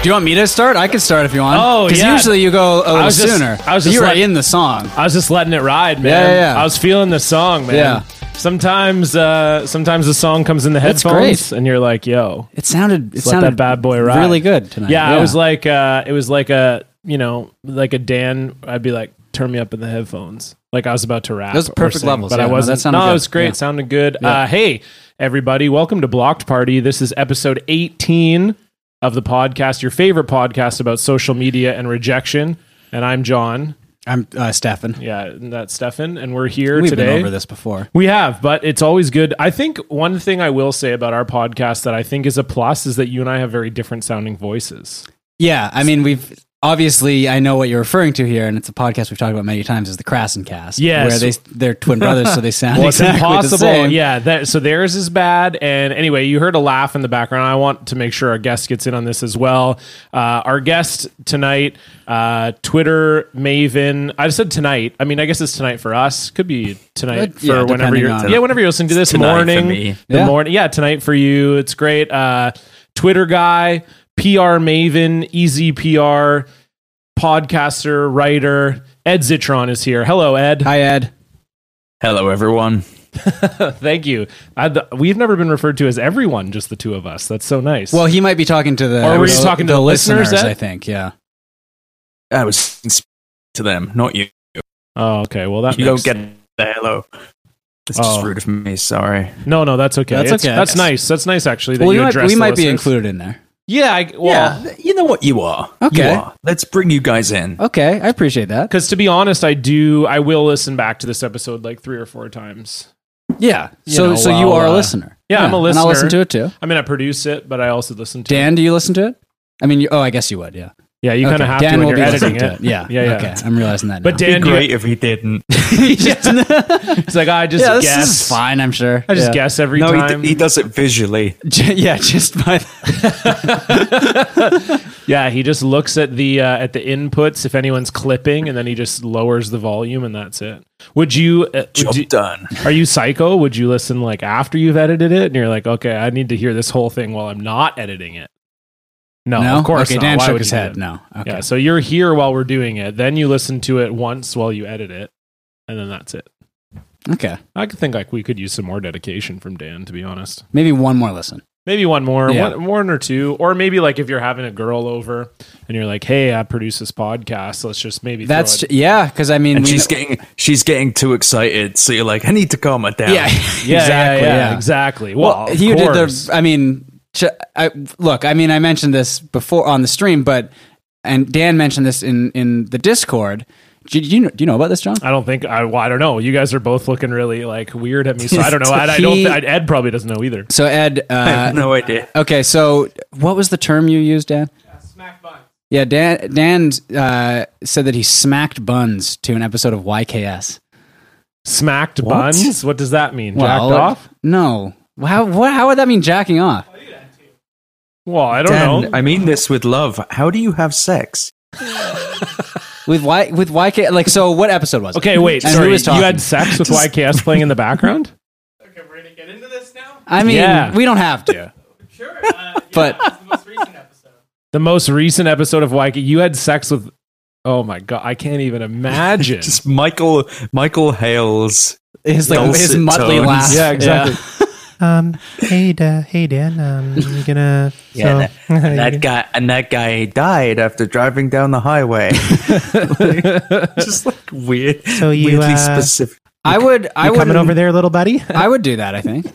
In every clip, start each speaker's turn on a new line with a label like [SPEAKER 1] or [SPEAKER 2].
[SPEAKER 1] Do you want me to start? I could start if you want.
[SPEAKER 2] Oh, yeah.
[SPEAKER 1] usually you go a
[SPEAKER 2] I
[SPEAKER 1] little
[SPEAKER 2] was just-
[SPEAKER 1] sooner.
[SPEAKER 2] I was just
[SPEAKER 1] you were
[SPEAKER 2] like-
[SPEAKER 1] in the song.
[SPEAKER 2] I was just letting it ride, man.
[SPEAKER 1] Yeah, yeah, yeah.
[SPEAKER 2] I was feeling the song, man.
[SPEAKER 1] Yeah.
[SPEAKER 2] Sometimes, uh, sometimes the song comes in the
[SPEAKER 1] That's
[SPEAKER 2] headphones,
[SPEAKER 1] great.
[SPEAKER 2] and you're like, "Yo,
[SPEAKER 1] It sounded. It
[SPEAKER 2] let
[SPEAKER 1] sounded
[SPEAKER 2] that bad boy ride."
[SPEAKER 1] Really good tonight.
[SPEAKER 2] Yeah, I was like, uh, it was like a, you know, like a Dan. I'd be like, "Turn me up in the headphones." Like I was about to rap.
[SPEAKER 1] Those
[SPEAKER 2] or
[SPEAKER 1] perfect
[SPEAKER 2] sing,
[SPEAKER 1] levels,
[SPEAKER 2] but
[SPEAKER 1] yeah,
[SPEAKER 2] I
[SPEAKER 1] no, that
[SPEAKER 2] wasn't.
[SPEAKER 1] sounded
[SPEAKER 2] it
[SPEAKER 1] good.
[SPEAKER 2] was great.
[SPEAKER 1] Yeah.
[SPEAKER 2] Sounded good. Uh, hey, everybody, welcome to Blocked Party. This is episode 18 of the podcast, your favorite podcast about social media and rejection. And I'm John.
[SPEAKER 1] I'm uh, Stefan.
[SPEAKER 2] Yeah, and that's Stefan, and we're here
[SPEAKER 1] We've
[SPEAKER 2] today.
[SPEAKER 1] been over this before.
[SPEAKER 2] We have, but it's always good. I think one thing I will say about our podcast that I think is a plus is that you and I have very different sounding voices.
[SPEAKER 1] Yeah, I mean, we've obviously I know what you're referring to here, and it's a podcast we've talked about many times. Is the Krassen Cast?
[SPEAKER 2] Yes.
[SPEAKER 1] where they they're twin brothers, so they sound exactly the same.
[SPEAKER 2] Yeah, that, so theirs is bad. And anyway, you heard a laugh in the background. I want to make sure our guest gets in on this as well. Uh, our guest tonight, uh, Twitter Maven. I said tonight. I mean, I guess it's tonight for us. Could be tonight
[SPEAKER 1] But,
[SPEAKER 2] for
[SPEAKER 1] yeah,
[SPEAKER 2] whenever
[SPEAKER 1] depending
[SPEAKER 2] you're
[SPEAKER 1] on-
[SPEAKER 2] yeah whenever you're listening to this
[SPEAKER 3] Tonight for
[SPEAKER 2] morning.
[SPEAKER 3] me.
[SPEAKER 2] The
[SPEAKER 1] Yeah.
[SPEAKER 2] morning. Yeah, tonight for you. It's great. Uh, Twitter guy, PR Maven, E easy PR podcaster, writer. Ed Zitron is here. Hello, Ed.
[SPEAKER 1] Hi, Ed.
[SPEAKER 3] Hello, everyone.
[SPEAKER 2] Thank you. I, th- we've never been referred to as everyone, just the two of us. That's so nice.
[SPEAKER 1] Well, he might be talking to the.
[SPEAKER 2] Or were you
[SPEAKER 1] the-
[SPEAKER 2] talking to
[SPEAKER 1] the
[SPEAKER 2] the listeners, Ed?
[SPEAKER 1] I think. Yeah.
[SPEAKER 3] I was speaking to them, not you.
[SPEAKER 2] oh, okay. Well, that
[SPEAKER 3] you
[SPEAKER 2] makes-
[SPEAKER 3] don't get the hello. It's
[SPEAKER 2] Oh.
[SPEAKER 3] just rude of me. Sorry.
[SPEAKER 2] no, no. That's okay.
[SPEAKER 1] That's
[SPEAKER 2] That's
[SPEAKER 1] okay.
[SPEAKER 2] That's nice. That's nice. Actually, that
[SPEAKER 1] Well,
[SPEAKER 2] you
[SPEAKER 1] you might,
[SPEAKER 2] address
[SPEAKER 1] we
[SPEAKER 2] the
[SPEAKER 1] might be
[SPEAKER 2] listeners.
[SPEAKER 1] included in there.
[SPEAKER 2] Yeah. I, well,
[SPEAKER 3] yeah, you know what you are.
[SPEAKER 1] Okay.
[SPEAKER 3] You are. Let's bring you guys in.
[SPEAKER 1] Okay, I appreciate that.
[SPEAKER 2] because to be honest, I do. I will listen back to this episode like three or four times.
[SPEAKER 1] Yeah.
[SPEAKER 2] You
[SPEAKER 1] So
[SPEAKER 2] know,
[SPEAKER 1] so you
[SPEAKER 2] well,
[SPEAKER 1] are a
[SPEAKER 2] uh,
[SPEAKER 1] listener.
[SPEAKER 2] yeah, I'm a
[SPEAKER 1] And I'll listen
[SPEAKER 2] listener.
[SPEAKER 1] to it too.
[SPEAKER 2] I mean, I produce it, but I also listen to.
[SPEAKER 1] Dan, do you listen to it? I mean, you, oh, I guess you would. Yeah.
[SPEAKER 2] yeah, you kind
[SPEAKER 1] Okay,
[SPEAKER 2] of have
[SPEAKER 1] Dan
[SPEAKER 2] to
[SPEAKER 1] will
[SPEAKER 2] when you're
[SPEAKER 1] be
[SPEAKER 2] editing
[SPEAKER 1] listening to
[SPEAKER 2] it.
[SPEAKER 1] it. Yeah.
[SPEAKER 2] yeah, yeah.
[SPEAKER 1] Okay, I'm realizing that.
[SPEAKER 2] But
[SPEAKER 1] now.
[SPEAKER 2] Dan, do you-
[SPEAKER 3] Great if he didn't.
[SPEAKER 1] he just,
[SPEAKER 2] it's like I just
[SPEAKER 1] yeah, this
[SPEAKER 2] guess.
[SPEAKER 1] is fine. I'm sure.
[SPEAKER 2] I just
[SPEAKER 1] yeah.
[SPEAKER 2] guess every
[SPEAKER 3] No, he,
[SPEAKER 2] time.
[SPEAKER 3] d- he does it visually.
[SPEAKER 1] J- yeah, just by.
[SPEAKER 2] yeah, he just looks at the uh, at the inputs if anyone's clipping, and then he just lowers the volume, and that's it. Would you? Uh,
[SPEAKER 3] Job
[SPEAKER 2] do-
[SPEAKER 3] done.
[SPEAKER 2] Are you psycho? Would you listen like after you've edited it and you're like, okay, I need to hear this whole thing while I'm not editing it? No,
[SPEAKER 1] no,
[SPEAKER 2] Oh, of course
[SPEAKER 1] Okay,
[SPEAKER 2] not.
[SPEAKER 1] Dan
[SPEAKER 2] Why
[SPEAKER 1] shook
[SPEAKER 2] would
[SPEAKER 1] his
[SPEAKER 2] you do
[SPEAKER 1] head.
[SPEAKER 2] that?
[SPEAKER 1] No. Okay.
[SPEAKER 2] Yeah, so you're here while we're doing it. Then you listen to it once while you edit it, and then that's it.
[SPEAKER 1] Okay.
[SPEAKER 2] I could think like we could use some more dedication from Dan, to be honest.
[SPEAKER 1] Maybe one more listen.
[SPEAKER 2] Maybe one more,
[SPEAKER 1] Yeah.
[SPEAKER 2] one, one or two, or maybe like if you're having a girl over and you're like, "Hey, I produce this podcast. Let's just maybe throw
[SPEAKER 1] That's
[SPEAKER 2] it-
[SPEAKER 1] j- yeah, because I mean,
[SPEAKER 3] And
[SPEAKER 1] we
[SPEAKER 3] she's
[SPEAKER 1] know-
[SPEAKER 3] getting she's getting too excited, so you're like, I need to calm her down.
[SPEAKER 1] yeah,
[SPEAKER 2] yeah,
[SPEAKER 1] exactly.
[SPEAKER 2] yeah,
[SPEAKER 1] yeah.
[SPEAKER 2] exactly. Well,
[SPEAKER 1] Well,
[SPEAKER 2] of
[SPEAKER 1] you did
[SPEAKER 2] course.
[SPEAKER 1] the. I mean, ch- I, look. I mean, I mentioned this before on the stream, but and Dan mentioned this in in the Discord. Do you know, do you know about this, John?
[SPEAKER 2] I don't think I. Well, I don't know. You guys are both looking really like weird at me, so I don't know. I, I don't.
[SPEAKER 1] He-
[SPEAKER 2] thi- Ed probably doesn't know either.
[SPEAKER 1] So Ed,
[SPEAKER 3] I have
[SPEAKER 1] uh,
[SPEAKER 3] no idea.
[SPEAKER 1] okay. So what was the term you used, Dan? Yeah, Dan. Dan uh, said that he smacked buns to an episode of YKS.
[SPEAKER 2] Smacked
[SPEAKER 3] What?
[SPEAKER 2] buns. What does that mean? Jacked
[SPEAKER 1] Well,
[SPEAKER 2] off?
[SPEAKER 1] No. How what? How would that mean jacking off?
[SPEAKER 2] Well, I don't
[SPEAKER 3] Dan,
[SPEAKER 2] know.
[SPEAKER 3] I mean this with love. How do you have sex?
[SPEAKER 1] With y with YK like so? What episode was it?
[SPEAKER 2] okay, wait.
[SPEAKER 1] And who
[SPEAKER 2] sorry,
[SPEAKER 1] was
[SPEAKER 2] you
[SPEAKER 1] talking?
[SPEAKER 2] had sex with YKS playing in the background.
[SPEAKER 1] I mean,
[SPEAKER 2] Yeah.
[SPEAKER 1] we don't have to. sure. but
[SPEAKER 2] The most recent episode of YK, you had sex with. Oh my god, I can't even imagine.
[SPEAKER 3] Just Michael Michael Hales.
[SPEAKER 1] his like his
[SPEAKER 3] Dulcet
[SPEAKER 1] muttly
[SPEAKER 3] tones.
[SPEAKER 1] laugh.
[SPEAKER 2] yeah, exactly.
[SPEAKER 4] Um, hey, da, hey, Dan. Um, you gonna?
[SPEAKER 3] Yeah,
[SPEAKER 4] so,
[SPEAKER 3] And that guy and that guy died after driving down the highway. Like, just like weird,
[SPEAKER 4] So you,
[SPEAKER 3] weirdly
[SPEAKER 4] uh,
[SPEAKER 3] specific.
[SPEAKER 1] I would. I
[SPEAKER 4] you
[SPEAKER 1] would.
[SPEAKER 4] coming over there, little buddy.
[SPEAKER 1] I would do that. I think.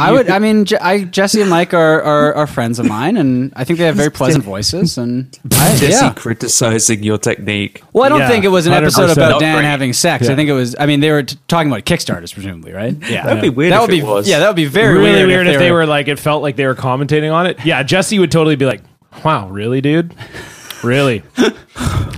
[SPEAKER 1] I would. I mean, Je- I, Jesse and Mike are, are are friends of mine, and I think they have very pleasant voices. And I,
[SPEAKER 3] Jesse
[SPEAKER 1] yeah.
[SPEAKER 3] criticizing your technique.
[SPEAKER 1] Well, I don't
[SPEAKER 2] Yeah,
[SPEAKER 1] think it was an episode
[SPEAKER 2] 100%.
[SPEAKER 1] about
[SPEAKER 3] Not
[SPEAKER 1] Dan
[SPEAKER 3] great.
[SPEAKER 1] having sex. I think it was. I mean, they were t- talking about Kickstarters, presumably, right? Yeah.
[SPEAKER 3] That'd be weird.
[SPEAKER 1] That
[SPEAKER 3] if
[SPEAKER 1] would be.
[SPEAKER 3] it was.
[SPEAKER 1] Yeah, that would be very
[SPEAKER 2] really
[SPEAKER 1] weird,
[SPEAKER 2] weird, if, they, were, like it felt like they were commentating on it. Yeah, Jesse would totally be like, "Wow, really, dude? Really?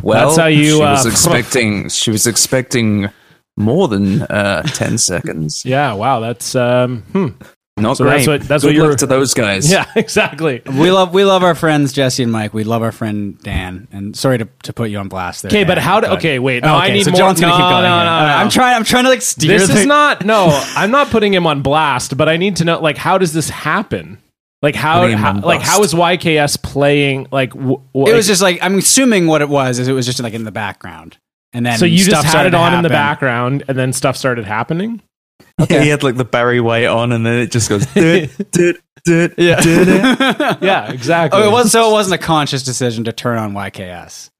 [SPEAKER 3] well,
[SPEAKER 2] that's how you,
[SPEAKER 3] She
[SPEAKER 2] uh,
[SPEAKER 3] was expecting. She was expecting more than uh, ten seconds.
[SPEAKER 2] Yeah, wow, that's um, hmm.
[SPEAKER 3] Not
[SPEAKER 2] So
[SPEAKER 3] great.
[SPEAKER 2] that's what- that's
[SPEAKER 3] Good
[SPEAKER 2] what you
[SPEAKER 3] luck
[SPEAKER 2] were-
[SPEAKER 3] to those guys.
[SPEAKER 2] yeah, exactly."
[SPEAKER 1] We love we love our friends Jesse and Mike. We love our friend Dan. And sorry to, to put you on blast there.
[SPEAKER 2] Okay, but
[SPEAKER 1] Dan,
[SPEAKER 2] how do- okay, wait, no,
[SPEAKER 1] Oh,
[SPEAKER 2] I need
[SPEAKER 1] so
[SPEAKER 2] more-
[SPEAKER 1] John's gonna
[SPEAKER 2] no,
[SPEAKER 1] keep going.
[SPEAKER 2] no,
[SPEAKER 1] here.
[SPEAKER 2] no,
[SPEAKER 1] All right,
[SPEAKER 2] no.
[SPEAKER 1] I'm trying. I'm trying to like steer.
[SPEAKER 2] This
[SPEAKER 1] the-
[SPEAKER 2] is not no. I'm not putting him on blast, but I need to know like how does this happen? Like how,
[SPEAKER 3] Lame
[SPEAKER 2] how
[SPEAKER 3] and
[SPEAKER 2] like how is
[SPEAKER 3] bust.
[SPEAKER 2] YKS playing? Like w-
[SPEAKER 1] it was just like I'm assuming what it was is it was just like in the background, and then
[SPEAKER 2] so you
[SPEAKER 1] stuff
[SPEAKER 2] just had
[SPEAKER 1] started
[SPEAKER 2] it
[SPEAKER 1] to
[SPEAKER 2] on in the
[SPEAKER 1] happen.
[SPEAKER 2] background, and then stuff started happening.
[SPEAKER 3] He had like the Barry White on, and then it just goes. "Dut, dut, dut, dut, dut."
[SPEAKER 2] Yeah, exactly.
[SPEAKER 1] Oh, it was so it wasn't a conscious decision to turn on YKS.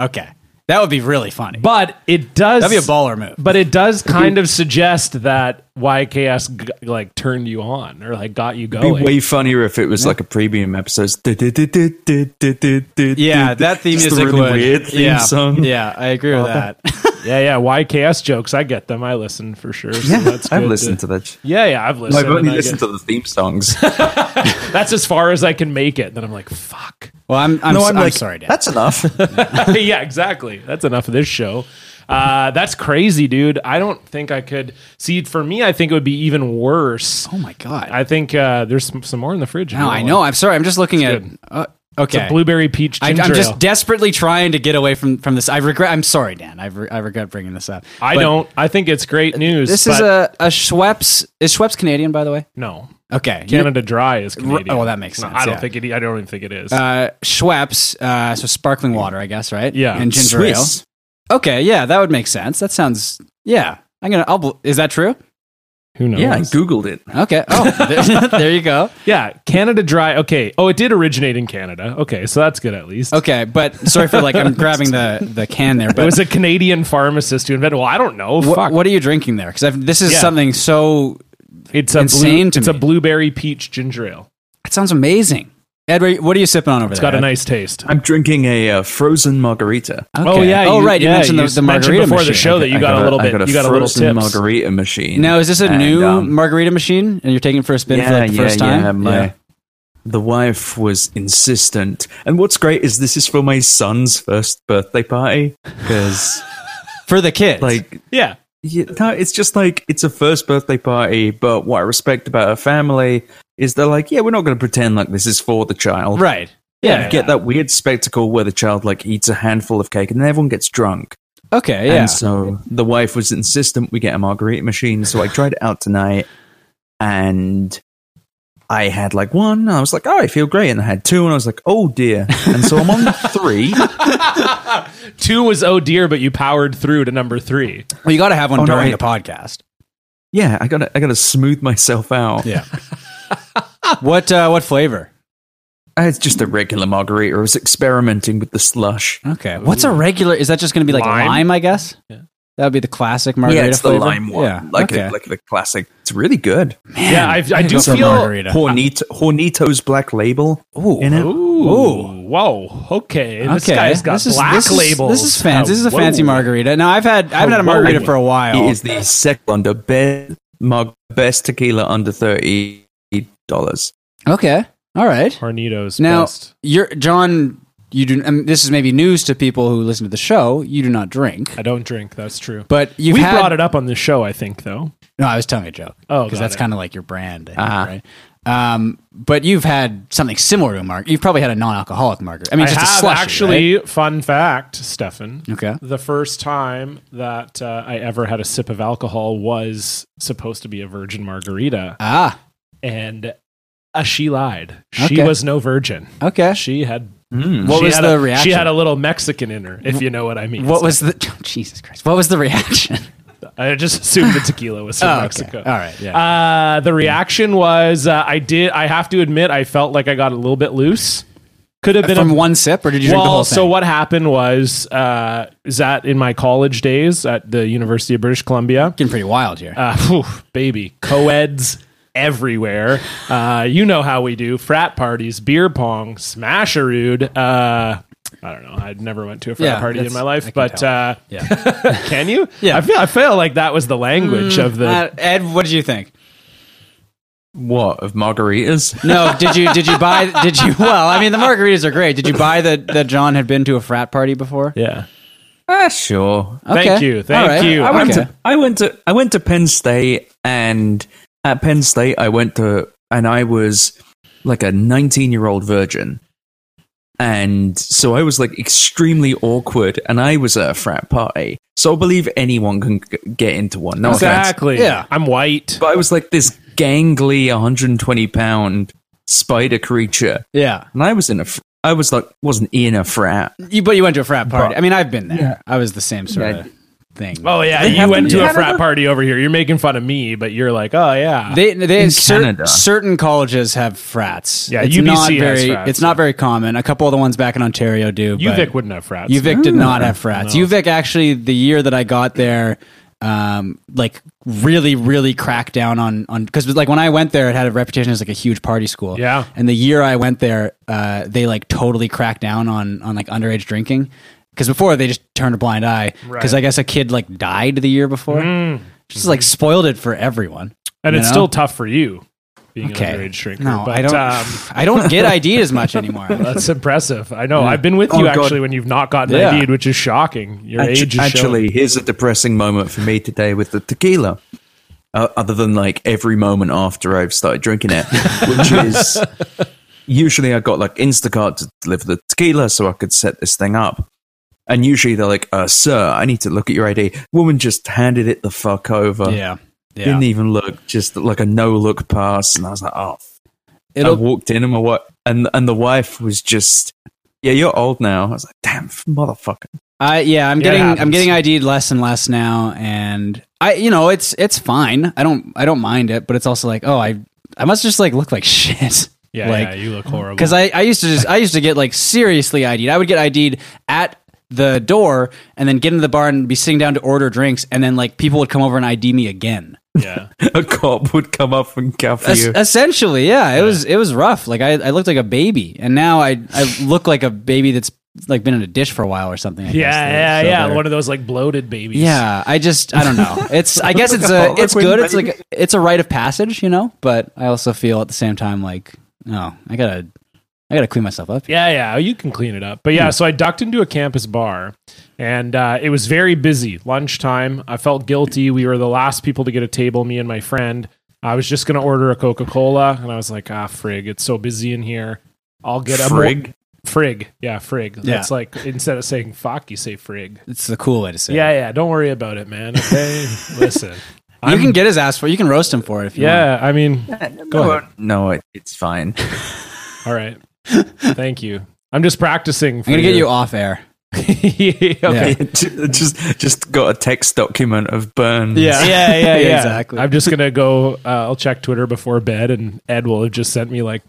[SPEAKER 1] Okay, that would be really funny.
[SPEAKER 2] but it does.
[SPEAKER 1] That'd be a baller move.
[SPEAKER 2] But it does kind of suggest that YKS g- like turned you on or like got you
[SPEAKER 3] It'd
[SPEAKER 2] going.
[SPEAKER 3] be way funnier if it was like a premium episode. Dut, dut, dut, dut, dut, dut, dut, dut,
[SPEAKER 1] Yeah,
[SPEAKER 3] dut.
[SPEAKER 1] that theme
[SPEAKER 3] Just a
[SPEAKER 1] music
[SPEAKER 3] really
[SPEAKER 1] would-
[SPEAKER 3] weird theme
[SPEAKER 1] yeah,
[SPEAKER 3] song.
[SPEAKER 1] Yeah, I agree with that.
[SPEAKER 2] yeah, yeah. YKS jokes, I get them. I listen for sure. So
[SPEAKER 3] Yeah,
[SPEAKER 2] that's
[SPEAKER 3] I've
[SPEAKER 2] good
[SPEAKER 3] listened to that.
[SPEAKER 2] Yeah, yeah, I've listened.
[SPEAKER 3] I've only
[SPEAKER 2] and I
[SPEAKER 3] listened
[SPEAKER 2] get-
[SPEAKER 3] to the theme songs.
[SPEAKER 2] that's as far as I can make it. Then I'm like, fuck.
[SPEAKER 1] well, I'm I'm,
[SPEAKER 3] No,
[SPEAKER 1] s-
[SPEAKER 3] I'm
[SPEAKER 1] I'm
[SPEAKER 3] like,
[SPEAKER 1] sorry, Dan.
[SPEAKER 3] That's enough.
[SPEAKER 2] yeah, exactly. That's enough of this show. Uh, that's crazy, dude. I don't think I could see. For me, I think it would be even worse.
[SPEAKER 1] oh my god.
[SPEAKER 2] I think uh, there's some, some more in the fridge.
[SPEAKER 1] no, I know. I'm sorry. I'm just looking at.
[SPEAKER 2] good.
[SPEAKER 1] Uh, okay.
[SPEAKER 2] Blueberry peach
[SPEAKER 1] I,
[SPEAKER 2] ginger
[SPEAKER 1] I'm just
[SPEAKER 2] ale.
[SPEAKER 1] desperately trying to get away from from this. I regret. I'm sorry, Dan. I, re- I regret bringing this up.
[SPEAKER 2] I
[SPEAKER 1] But
[SPEAKER 2] don't. I think it's great news.
[SPEAKER 1] This is
[SPEAKER 2] but
[SPEAKER 1] a a Schweppes. Is Schweppes Canadian, by the way?
[SPEAKER 2] no.
[SPEAKER 1] Okay. You-
[SPEAKER 2] Canada Dry is Canadian.
[SPEAKER 1] Oh, well, that makes
[SPEAKER 2] No,
[SPEAKER 1] sense,
[SPEAKER 2] I don't
[SPEAKER 1] yeah.
[SPEAKER 2] think it. e, I don't even think it is.
[SPEAKER 1] Uh, Schweppes. Uh, so sparkling water, I guess, right?
[SPEAKER 2] Yeah.
[SPEAKER 1] And ginger
[SPEAKER 3] Swiss.
[SPEAKER 1] ale. Okay. Yeah, that would make sense. That sounds. Yeah. I'm gonna. I'll. bel- Is that true?
[SPEAKER 2] Who knows?
[SPEAKER 3] Yeah, I googled it.
[SPEAKER 1] Okay. Oh, there, there you go.
[SPEAKER 2] Yeah, Canada Dry. Okay. Oh, it did originate in Canada. Okay, so that's good at least.
[SPEAKER 1] Okay, but sorry for like I'm grabbing the the can there. But
[SPEAKER 2] It was a Canadian pharmacist who invented. Well, I don't know.
[SPEAKER 1] Wh-
[SPEAKER 2] Fuck.
[SPEAKER 1] What are you drinking there? Because this is
[SPEAKER 2] Yeah.
[SPEAKER 1] something so.
[SPEAKER 2] It's a
[SPEAKER 1] Insane
[SPEAKER 2] blue,
[SPEAKER 1] to
[SPEAKER 2] It's
[SPEAKER 1] me.
[SPEAKER 2] a blueberry peach ginger ale.
[SPEAKER 1] It sounds amazing. Edward, what are you sipping on over
[SPEAKER 2] It's
[SPEAKER 1] there?
[SPEAKER 2] got a
[SPEAKER 1] Ed?
[SPEAKER 2] nice taste.
[SPEAKER 3] I'm drinking a uh, frozen margarita.
[SPEAKER 2] Oh
[SPEAKER 1] Okay.
[SPEAKER 2] yeah.
[SPEAKER 1] Oh right. You
[SPEAKER 2] yeah,
[SPEAKER 1] mentioned the,
[SPEAKER 2] s-
[SPEAKER 1] the margarita
[SPEAKER 2] before
[SPEAKER 1] machine.
[SPEAKER 2] the show that you
[SPEAKER 3] I
[SPEAKER 2] got, a little
[SPEAKER 3] I
[SPEAKER 2] bit. you got a little
[SPEAKER 3] frozen
[SPEAKER 2] tips.
[SPEAKER 3] margarita machine.
[SPEAKER 1] Now is this a
[SPEAKER 3] And,
[SPEAKER 1] new
[SPEAKER 3] um,
[SPEAKER 1] margarita machine, and you're taking it for a spin for like the first time?
[SPEAKER 3] Yeah, my, The wife was insistent. And what's great is this is for my son's first birthday party. Because,
[SPEAKER 1] for the kids.
[SPEAKER 3] like,
[SPEAKER 2] Yeah.
[SPEAKER 3] yeah, no, it's just like, it's a first birthday party. But what I respect about her family is they're like, yeah, we're not going to pretend like this is for the child.
[SPEAKER 1] right?
[SPEAKER 2] Yeah.
[SPEAKER 3] You get that weird spectacle where the child, like, eats a handful of cake and then everyone gets drunk.
[SPEAKER 1] Okay. Yeah.
[SPEAKER 3] And so the wife was insistent we get a margarita machine. So I tried it out tonight and I had like one. And I was like, oh, I feel great. And I had two. And I was like, oh dear. And so I'm on three.
[SPEAKER 2] Two was oh dear, but you powered through to number three.
[SPEAKER 1] well, you got to have one
[SPEAKER 3] Oh, no,
[SPEAKER 1] during
[SPEAKER 3] I-
[SPEAKER 1] the podcast.
[SPEAKER 3] Yeah, I gotta, I gotta smooth myself out.
[SPEAKER 1] Yeah. what uh, What flavor?
[SPEAKER 3] Uh, It's just a regular margarita. I was experimenting with the slush.
[SPEAKER 1] Okay. What's a regular? Is that just going to be like lime?
[SPEAKER 2] Lime?
[SPEAKER 1] I guess.
[SPEAKER 2] Yeah.
[SPEAKER 1] That would be the classic margarita
[SPEAKER 3] yeah, it's the
[SPEAKER 1] flavor.
[SPEAKER 3] lime one,
[SPEAKER 1] Yeah.
[SPEAKER 3] like
[SPEAKER 1] okay.
[SPEAKER 3] a, like the classic. It's really good.
[SPEAKER 1] Man,
[SPEAKER 2] Yeah, I've- I
[SPEAKER 1] I'm
[SPEAKER 2] do
[SPEAKER 1] gonna go for
[SPEAKER 2] feel-
[SPEAKER 1] margarita.
[SPEAKER 3] Hornito, Hornito's Black Label
[SPEAKER 1] Ooh.
[SPEAKER 3] in it.
[SPEAKER 2] Ooh.
[SPEAKER 1] Ooh.
[SPEAKER 2] Whoa. Okay. This
[SPEAKER 1] okay.
[SPEAKER 2] guy's got
[SPEAKER 1] this is,
[SPEAKER 2] black
[SPEAKER 1] this is-
[SPEAKER 2] labels.
[SPEAKER 1] This is fancy.
[SPEAKER 2] Oh,
[SPEAKER 1] this is a
[SPEAKER 2] whoa.
[SPEAKER 1] fancy margarita. Now I've had I haven't had a
[SPEAKER 2] whoa.
[SPEAKER 1] margarita for a while.
[SPEAKER 3] It is the second under best, mug, best tequila under thirty dollars.
[SPEAKER 1] Okay. All right.
[SPEAKER 2] Hornitos.
[SPEAKER 1] Now
[SPEAKER 2] best.
[SPEAKER 1] you're John. You do. And this is maybe news to people who listen to the show. You do not drink,
[SPEAKER 2] I don't drink. That's true.
[SPEAKER 1] but you've
[SPEAKER 2] we
[SPEAKER 1] had,
[SPEAKER 2] brought it up on the show, I think, though.
[SPEAKER 1] No, I was telling a joke.
[SPEAKER 2] Oh,
[SPEAKER 1] because
[SPEAKER 2] got
[SPEAKER 1] that's
[SPEAKER 2] it.
[SPEAKER 1] kind of like your brand, I think,
[SPEAKER 3] Uh-huh.
[SPEAKER 1] right? Um, but you've had something similar to a margarita. You've probably had a non-alcoholic margarita. I mean,
[SPEAKER 2] I
[SPEAKER 1] just
[SPEAKER 2] have
[SPEAKER 1] a slushy,
[SPEAKER 2] actually. Fun fact, Stefan.
[SPEAKER 1] right? Okay.
[SPEAKER 2] The first time that uh, I ever had a sip of alcohol was supposed to be a virgin margarita,
[SPEAKER 1] Ah.
[SPEAKER 2] and uh, she lied. She
[SPEAKER 1] Okay.
[SPEAKER 2] was no virgin.
[SPEAKER 1] Okay.
[SPEAKER 2] She had.
[SPEAKER 1] What
[SPEAKER 2] Hmm. she
[SPEAKER 1] was
[SPEAKER 2] had
[SPEAKER 1] the
[SPEAKER 2] a,
[SPEAKER 1] reaction?
[SPEAKER 2] She had a little Mexican in her, if you know what I mean.
[SPEAKER 1] What was the Jesus Christ? What was the reaction?
[SPEAKER 2] I just assumed the tequila was from
[SPEAKER 1] Oh, okay.
[SPEAKER 2] Mexico.
[SPEAKER 1] All right, yeah.
[SPEAKER 2] Uh, the reaction was uh, I did. I have to admit, I felt like I got a little bit loose. Could have been a
[SPEAKER 1] Uh, From one sip, or did you drink the
[SPEAKER 2] well,
[SPEAKER 1] whole thing?
[SPEAKER 2] so what happened was uh, is that in my college days at the University of British Columbia,
[SPEAKER 1] Getting pretty wild here.
[SPEAKER 2] uh, whew, baby, co-eds everywhere. Uh, you know how we do: frat parties, beer pong, smasheroo. Uh, I don't know. I never went to a frat
[SPEAKER 1] Yeah,
[SPEAKER 2] party in
[SPEAKER 1] that's-
[SPEAKER 2] my
[SPEAKER 1] I
[SPEAKER 2] life,
[SPEAKER 1] can
[SPEAKER 2] but
[SPEAKER 1] tell.
[SPEAKER 2] uh,
[SPEAKER 1] yeah.
[SPEAKER 2] can you?
[SPEAKER 1] Yeah.
[SPEAKER 2] I feel I feel like that was the language of the.
[SPEAKER 1] Uh, Ed, what did you think?
[SPEAKER 3] What of margaritas?
[SPEAKER 1] No, did you did you buy did you well, I mean the margaritas are great. Did you buy that that John had been to a frat party before?
[SPEAKER 2] yeah.
[SPEAKER 3] ah, sure.
[SPEAKER 2] Thank you, thank you.
[SPEAKER 1] I
[SPEAKER 3] I went
[SPEAKER 1] okay.
[SPEAKER 3] to I went to I went to Penn State, and at Penn State, I went to and I was like a 19 year old virgin, and so I was like extremely awkward, and I was at a frat party. So I believe anyone can g- get into one. No offense.
[SPEAKER 2] Exactly.
[SPEAKER 1] Yeah.
[SPEAKER 2] I'm white.
[SPEAKER 3] But I was like this gangly 120 pound spider creature,
[SPEAKER 1] Yeah.
[SPEAKER 3] and I was in a. Fr- I was like, wasn't in a frat.
[SPEAKER 1] You, but you went to a frat party.
[SPEAKER 3] But-
[SPEAKER 1] I mean, I've been there. I was the same sort
[SPEAKER 3] Yeah.
[SPEAKER 1] of thing.
[SPEAKER 2] Oh yeah, you
[SPEAKER 3] have
[SPEAKER 2] went
[SPEAKER 3] them
[SPEAKER 2] to
[SPEAKER 3] in
[SPEAKER 2] a frat party over here. You're making fun of me, but you're like, oh yeah.
[SPEAKER 1] they they
[SPEAKER 3] In
[SPEAKER 1] cer-
[SPEAKER 3] Canada.
[SPEAKER 1] certain colleges have frats.
[SPEAKER 2] Yeah,
[SPEAKER 1] it's
[SPEAKER 2] UBC
[SPEAKER 1] not
[SPEAKER 2] has
[SPEAKER 1] very
[SPEAKER 2] frats,
[SPEAKER 1] it's not very common. A couple of the ones back in Ontario do.
[SPEAKER 2] UVic
[SPEAKER 1] but-
[SPEAKER 2] wouldn't have frats.
[SPEAKER 1] UVic did not have frats. UVic actually, the year that I got there, um, like really, really cracked down on on because like when I went there, it had a reputation as like a huge party school.
[SPEAKER 2] Yeah.
[SPEAKER 1] And the year I went there, uh, they like totally cracked down on on like underage drinking because before they just turned a blind eye because
[SPEAKER 2] Right. Mm.
[SPEAKER 1] I guess a kid like died the year before, just like spoiled it for everyone.
[SPEAKER 2] and
[SPEAKER 1] you
[SPEAKER 2] it's
[SPEAKER 1] know?
[SPEAKER 2] still tough for you being
[SPEAKER 1] Okay.
[SPEAKER 2] an underage drinker.
[SPEAKER 1] No,
[SPEAKER 2] but,
[SPEAKER 1] I don't.
[SPEAKER 2] Um,
[SPEAKER 1] I don't get IDs much anymore.
[SPEAKER 2] that's impressive. I know. I've been with you
[SPEAKER 3] Oh, God.
[SPEAKER 2] actually when you've not gotten
[SPEAKER 1] Yeah.
[SPEAKER 2] ID'd, which is shocking. Your
[SPEAKER 3] Actu-
[SPEAKER 2] age is
[SPEAKER 3] actually,
[SPEAKER 2] actually.
[SPEAKER 3] here's a depressing moment for me today with the tequila. Uh, other than like every moment after I've started drinking it, which is usually I got like Instacart to deliver the tequila so I could set this thing up. And usually they're like, uh, "Sir, I need to look at your ID." Woman just handed it the fuck over.
[SPEAKER 1] yeah. Yeah.
[SPEAKER 3] Didn't even look, just like a no look pass, and I was like, "Oh." I
[SPEAKER 1] It'll
[SPEAKER 3] walked in and my wife, and and the wife was just, "Yeah, you're old now." I was like, "Damn, motherfucker."
[SPEAKER 1] I yeah, I'm
[SPEAKER 2] Yeah, it
[SPEAKER 1] getting I'm
[SPEAKER 2] happens.
[SPEAKER 1] getting ID'd less and less now, and I you know it's it's fine. I don't I don't mind it, but it's also like oh I I must just like look like shit.
[SPEAKER 2] Yeah,
[SPEAKER 1] like,
[SPEAKER 2] yeah, you look horrible.
[SPEAKER 1] because I, I used to just I used to get like seriously ID'd. I would get ID'd at the door and then get into the bar and be sitting down to order drinks, and then like people would come over and ID me again.
[SPEAKER 2] yeah.
[SPEAKER 3] a cop would come up and cuff
[SPEAKER 1] Es-
[SPEAKER 3] you.
[SPEAKER 1] essentially, yeah, it was it was rough. Like I, I looked like a baby, and now I I look like a baby that's like been in a dish for a while or something. I guess.
[SPEAKER 2] Yeah, yeah,
[SPEAKER 1] So
[SPEAKER 2] yeah.
[SPEAKER 1] they're-
[SPEAKER 2] One of those like bloated babies.
[SPEAKER 1] Yeah, I just I don't know. It's I guess it's a
[SPEAKER 3] Call it
[SPEAKER 1] it's
[SPEAKER 3] Queen
[SPEAKER 1] good. It's
[SPEAKER 3] Betty.
[SPEAKER 1] like it's a rite of passage, you know. But I also feel at the same time like no, I gotta I gotta clean myself up.
[SPEAKER 2] Yeah, yeah, you can clean it up. But
[SPEAKER 1] Hmm.
[SPEAKER 2] yeah, so I ducked into a campus bar and uh, it was very busy. Lunchtime. I felt guilty. We were the last people to get a table, me and my friend. I was just going to order a Coca Cola and I was like, ah, frig, it's so busy in here. I'll get a mo-
[SPEAKER 3] Frig?
[SPEAKER 2] frig. Yeah, frig.
[SPEAKER 1] Yeah.
[SPEAKER 2] That's like instead of saying fuck, you say frig.
[SPEAKER 1] It's the cool way to say. it.
[SPEAKER 2] Yeah, yeah, don't worry about it, man. Okay. Listen.
[SPEAKER 1] you can get his ass for. it. You can roast him for it if you want.
[SPEAKER 2] Yeah, I mean, go ahead.
[SPEAKER 3] No, it, it's fine.
[SPEAKER 2] All right. Thank you. I'm just practicing. For
[SPEAKER 1] I'm gonna get you off air.
[SPEAKER 2] okay.
[SPEAKER 1] Yeah.
[SPEAKER 3] just just got a text document of burns.
[SPEAKER 2] yeah, yeah,
[SPEAKER 1] Yeah,
[SPEAKER 2] yeah.
[SPEAKER 1] exactly.
[SPEAKER 2] I'm just gonna go. Uh, I'll check Twitter before bed, and Ed will have just sent me like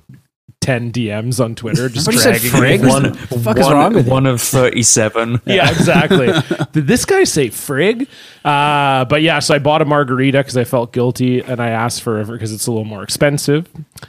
[SPEAKER 2] ten DMs on Twitter, just
[SPEAKER 1] Everybody said frig?
[SPEAKER 2] dragging. me.
[SPEAKER 1] What
[SPEAKER 3] One,
[SPEAKER 1] the fuck is
[SPEAKER 3] one-
[SPEAKER 1] wrong with you?
[SPEAKER 3] one of thirty-seven.
[SPEAKER 2] Yeah, exactly. Did this guy say frig? Uh, but yeah, so I bought a margarita because I felt guilty, and I asked for a because it's a little more expensive.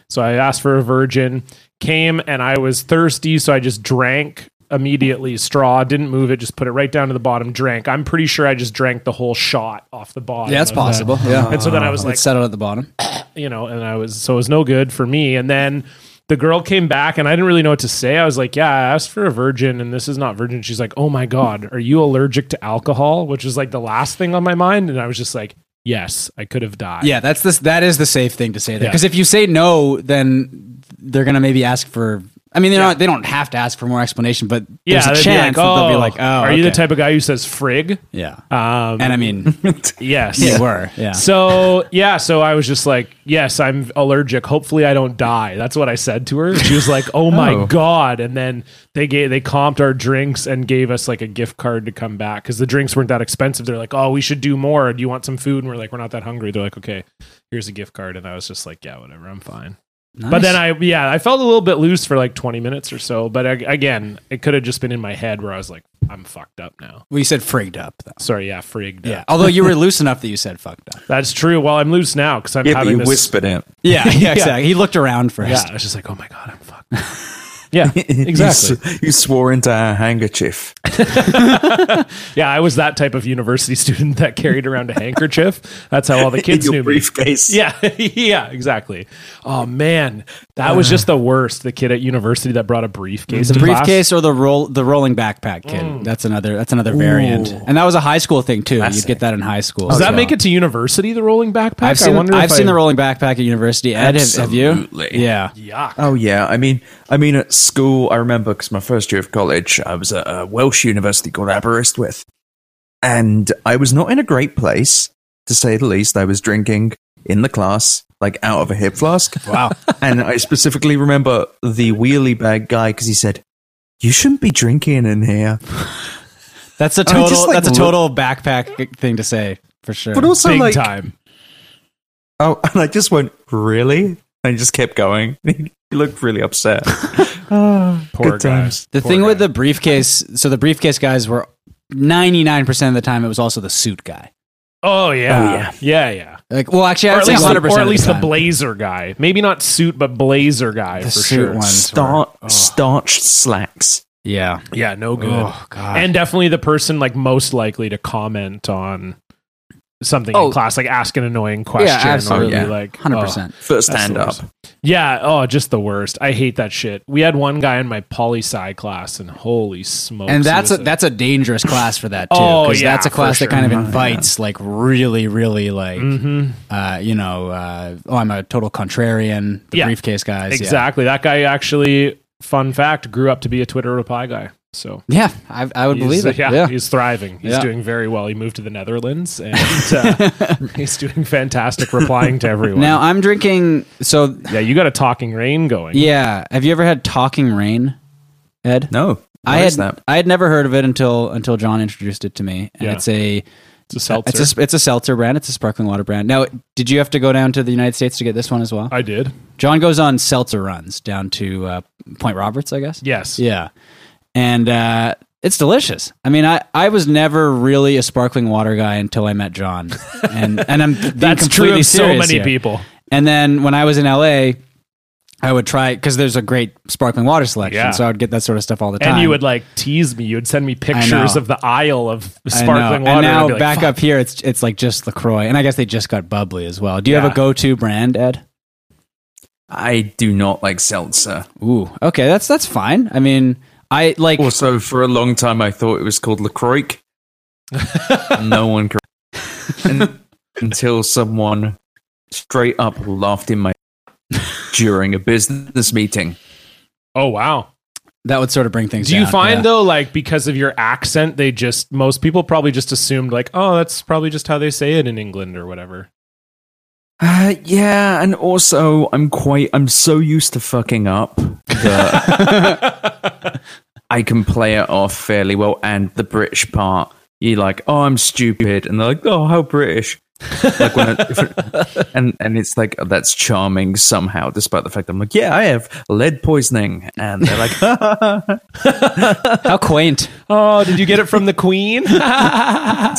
[SPEAKER 2] So I asked for a virgin. Came and I was thirsty, so I just drank immediately. Straw didn't move it, just put it right down to the bottom. Drank. I'm pretty sure I just drank the whole shot off the bottom.
[SPEAKER 1] Yeah, that's
[SPEAKER 2] of the-
[SPEAKER 1] possible. Yeah,
[SPEAKER 2] And so then I was like,
[SPEAKER 1] it's settled at the bottom.
[SPEAKER 2] you know, and I was so it was no good for me. And then the girl came back and I didn't really know what to say. I was like, Yeah, I asked for a virgin and this is not virgin. She's like, Oh my God, are you allergic to alcohol? Which was like the last thing on my mind. And I was just like, Yes, I could have died.
[SPEAKER 1] Yeah, that's this. That is the safe thing to say there.
[SPEAKER 2] Yeah.
[SPEAKER 1] Because if you say no, then they're gonna maybe ask for. I mean, they're not. They don't have to ask for more explanation, but
[SPEAKER 2] Yeah,
[SPEAKER 1] there's a
[SPEAKER 2] they'd be
[SPEAKER 1] chance
[SPEAKER 2] like,
[SPEAKER 1] that they'll be like, "Oh,
[SPEAKER 2] are you the
[SPEAKER 1] okay."
[SPEAKER 2] type of guy who says frig?
[SPEAKER 1] Yeah,
[SPEAKER 2] Um,
[SPEAKER 1] and I mean,
[SPEAKER 2] yes,
[SPEAKER 1] you were. Yeah,
[SPEAKER 2] So yeah, so I was just like, yes, I'm allergic. Hopefully, I don't die. That's what I said to her. She was like, oh my god! And then they gave they comped our drinks and gave us like a gift card to come back because the drinks weren't that expensive. They're like, oh, we should do more. Do you want some food? And we're like, we're not that hungry. They're like, okay, here's a gift card. And I was just like, yeah, whatever, I'm fine. But then I yeah, I felt a little bit loose for like 20 minutes or so. But I, again, it could have just been in my head where I was like, I'm fucked up now.
[SPEAKER 1] well, you said frigged up. Though.
[SPEAKER 2] Sorry, yeah, frigged.
[SPEAKER 1] Yeah.
[SPEAKER 2] Yeah,
[SPEAKER 1] Although you were loose enough that you said fucked up.
[SPEAKER 2] that's true. Well, I'm loose now because I'm
[SPEAKER 3] yeah, but
[SPEAKER 2] having
[SPEAKER 3] you
[SPEAKER 2] this.
[SPEAKER 3] whispered it.
[SPEAKER 1] Yeah, yeah, exactly. He looked around
[SPEAKER 2] Yeah,
[SPEAKER 1] first.
[SPEAKER 2] I was just like, oh my god, I'm fucked. yeah,
[SPEAKER 3] You, s- you swore into a handkerchief.
[SPEAKER 2] yeah. I was that type of university student that carried around a handkerchief. That's how all the kids
[SPEAKER 3] in
[SPEAKER 2] knew
[SPEAKER 3] your
[SPEAKER 2] me.
[SPEAKER 3] briefcase.
[SPEAKER 2] Yeah, yeah, exactly. Oh man, that was just the worst. The kid at university that brought a briefcase.
[SPEAKER 1] The
[SPEAKER 2] to class.
[SPEAKER 1] briefcase or the roll the rolling backpack kid. That's another that's another variant. And that was a high school thing too. You'd get that in high school.
[SPEAKER 2] Does that make it to university? The rolling backpack.
[SPEAKER 1] I've seen,
[SPEAKER 2] wonder
[SPEAKER 1] I've
[SPEAKER 2] if
[SPEAKER 1] seen the rolling backpack at university. Ed, have, have you?
[SPEAKER 3] Absolutely.
[SPEAKER 1] Yeah.
[SPEAKER 2] Yuck.
[SPEAKER 3] Oh yeah, I mean, I mean, at school, I remember because my first year of college, I was at a Welsh university called Aberystwyth, and I was not in a great place, to say the least. I was drinking in the class, like out of a hip flask.
[SPEAKER 1] Wow.
[SPEAKER 3] and I specifically remember the wheelie bag guy because he said, "You shouldn't be drinking in here."
[SPEAKER 1] That's a
[SPEAKER 3] I mean,
[SPEAKER 1] total.
[SPEAKER 3] just, like,
[SPEAKER 1] that's a
[SPEAKER 3] look-
[SPEAKER 1] total backpack thing to say for sure.
[SPEAKER 3] But also,
[SPEAKER 2] Big
[SPEAKER 3] like,
[SPEAKER 2] time.
[SPEAKER 3] oh, and I just went, "Really?" And just kept going. he looked really upset. Oh.
[SPEAKER 2] Poor
[SPEAKER 3] Good
[SPEAKER 2] guy.
[SPEAKER 3] times.
[SPEAKER 1] the
[SPEAKER 2] Poor
[SPEAKER 1] thing
[SPEAKER 2] guy.
[SPEAKER 1] with the briefcase. So the briefcase guys were ninety nine percent of the time. It was also the suit guy.
[SPEAKER 2] Oh yeah.
[SPEAKER 3] yeah.
[SPEAKER 2] yeah, yeah,
[SPEAKER 1] Like, well, actually, I
[SPEAKER 2] Or
[SPEAKER 1] would
[SPEAKER 2] at
[SPEAKER 1] say
[SPEAKER 2] least,
[SPEAKER 1] hundred
[SPEAKER 2] the,
[SPEAKER 1] percent.
[SPEAKER 2] or at least the,
[SPEAKER 1] time.
[SPEAKER 2] blazer guy. Maybe not suit, but blazer guy
[SPEAKER 1] The
[SPEAKER 2] for
[SPEAKER 1] suit
[SPEAKER 2] sure.
[SPEAKER 1] one.
[SPEAKER 3] Star-
[SPEAKER 2] Oh.
[SPEAKER 1] Ugh.
[SPEAKER 3] Starched slacks.
[SPEAKER 1] Yeah.
[SPEAKER 2] Yeah, no good.
[SPEAKER 1] Oh god.
[SPEAKER 2] and definitely the person like most likely to comment on something
[SPEAKER 1] Oh.
[SPEAKER 2] in class, like ask an annoying question
[SPEAKER 1] absolutely.
[SPEAKER 2] or
[SPEAKER 3] Yeah.
[SPEAKER 2] be like
[SPEAKER 1] hundred
[SPEAKER 2] oh.
[SPEAKER 1] percent.
[SPEAKER 3] First
[SPEAKER 2] That's the
[SPEAKER 3] stand up.
[SPEAKER 2] worst. Yeah, oh, just the worst. I hate that shit. We had one guy in my poli sci class, and holy smokes!
[SPEAKER 1] And
[SPEAKER 2] he
[SPEAKER 1] that's a,
[SPEAKER 2] was
[SPEAKER 1] that's a dangerous class for that too.
[SPEAKER 2] Oh,
[SPEAKER 1] 'cause
[SPEAKER 2] yeah,
[SPEAKER 1] that's a
[SPEAKER 2] for
[SPEAKER 1] class
[SPEAKER 2] sure.
[SPEAKER 1] that kind of
[SPEAKER 3] Mhm,
[SPEAKER 1] invites like really, really like
[SPEAKER 2] Mhm.
[SPEAKER 1] uh, you know, uh, oh, I'm a total contrarian. The
[SPEAKER 2] Yeah.
[SPEAKER 1] briefcase guys, yeah.
[SPEAKER 2] exactly that guy. Actually, fun fact, grew up to be a Twitter reply guy. So
[SPEAKER 1] Yeah, I, I would
[SPEAKER 2] he's-
[SPEAKER 1] believe it.
[SPEAKER 2] Yeah,
[SPEAKER 1] Yeah,
[SPEAKER 2] he's thriving. He's
[SPEAKER 1] Yeah.
[SPEAKER 2] doing very well. He moved to the Netherlands and uh, he's doing fantastic, replying to everyone.
[SPEAKER 1] Now I'm drinking. So
[SPEAKER 2] yeah, you got a talking rain going.
[SPEAKER 1] yeah, have you ever had talking rain, Ed?
[SPEAKER 3] No,
[SPEAKER 1] I
[SPEAKER 3] What
[SPEAKER 1] had
[SPEAKER 3] is that?
[SPEAKER 1] I had never heard of it until until John introduced it to me, and
[SPEAKER 2] Yeah.
[SPEAKER 1] it's a
[SPEAKER 2] It's a seltzer.
[SPEAKER 1] it's a it's a seltzer brand. It's a sparkling water brand. Now, did you have to go down to the United States to get this one as well?
[SPEAKER 2] I did.
[SPEAKER 1] John goes on seltzer runs down to uh, Point Roberts, I guess.
[SPEAKER 2] Yes.
[SPEAKER 1] Yeah. And uh, it's delicious. I mean, I, I was never really a sparkling water guy until I met John. And and I'm being
[SPEAKER 2] That's true
[SPEAKER 1] completely
[SPEAKER 2] of so
[SPEAKER 1] serious
[SPEAKER 2] many
[SPEAKER 1] here.
[SPEAKER 2] people.
[SPEAKER 1] And then when I was in LA, I would try because there's a great sparkling water selection,
[SPEAKER 2] Yeah.
[SPEAKER 1] so I would get that sort of stuff all the time.
[SPEAKER 2] And you would like tease me. You would send me pictures
[SPEAKER 1] know.
[SPEAKER 2] of the aisle of
[SPEAKER 1] I know.
[SPEAKER 2] sparkling water.
[SPEAKER 1] And now
[SPEAKER 2] I'd be like,
[SPEAKER 1] back
[SPEAKER 2] "Fuck,
[SPEAKER 1] up here, it's it's like just Lacroix, and I guess they just got bubbly as well. Do you have
[SPEAKER 2] Yeah.
[SPEAKER 1] a go-to brand, Ed?
[SPEAKER 3] I do not like seltzer.
[SPEAKER 1] Ooh, okay, that's that's fine. I mean, I like
[SPEAKER 3] Also, for a long time, I thought it was called LaCroix. no one could. And- until someone straight up laughed in my during a business meeting.
[SPEAKER 2] Oh wow.
[SPEAKER 1] that would sort of bring things.
[SPEAKER 2] Do you
[SPEAKER 1] down,
[SPEAKER 2] find
[SPEAKER 1] yeah.
[SPEAKER 2] though, like because of your accent, they just most people probably just assumed like, oh, that's probably just how they say it in England or whatever.
[SPEAKER 3] Uh, yeah, and also I'm quite I'm so used to fucking up that I can play it off fairly well. And the British part, you're like, oh, I'm stupid, and they're like, oh, how British. like when I, if- and and it's like oh, that's charming somehow, despite the fact I'm like, yeah, I have lead poisoning, and they're like, "Oh,
[SPEAKER 1] How quaint.
[SPEAKER 2] Oh, did you get it from the Queen? um, Uh,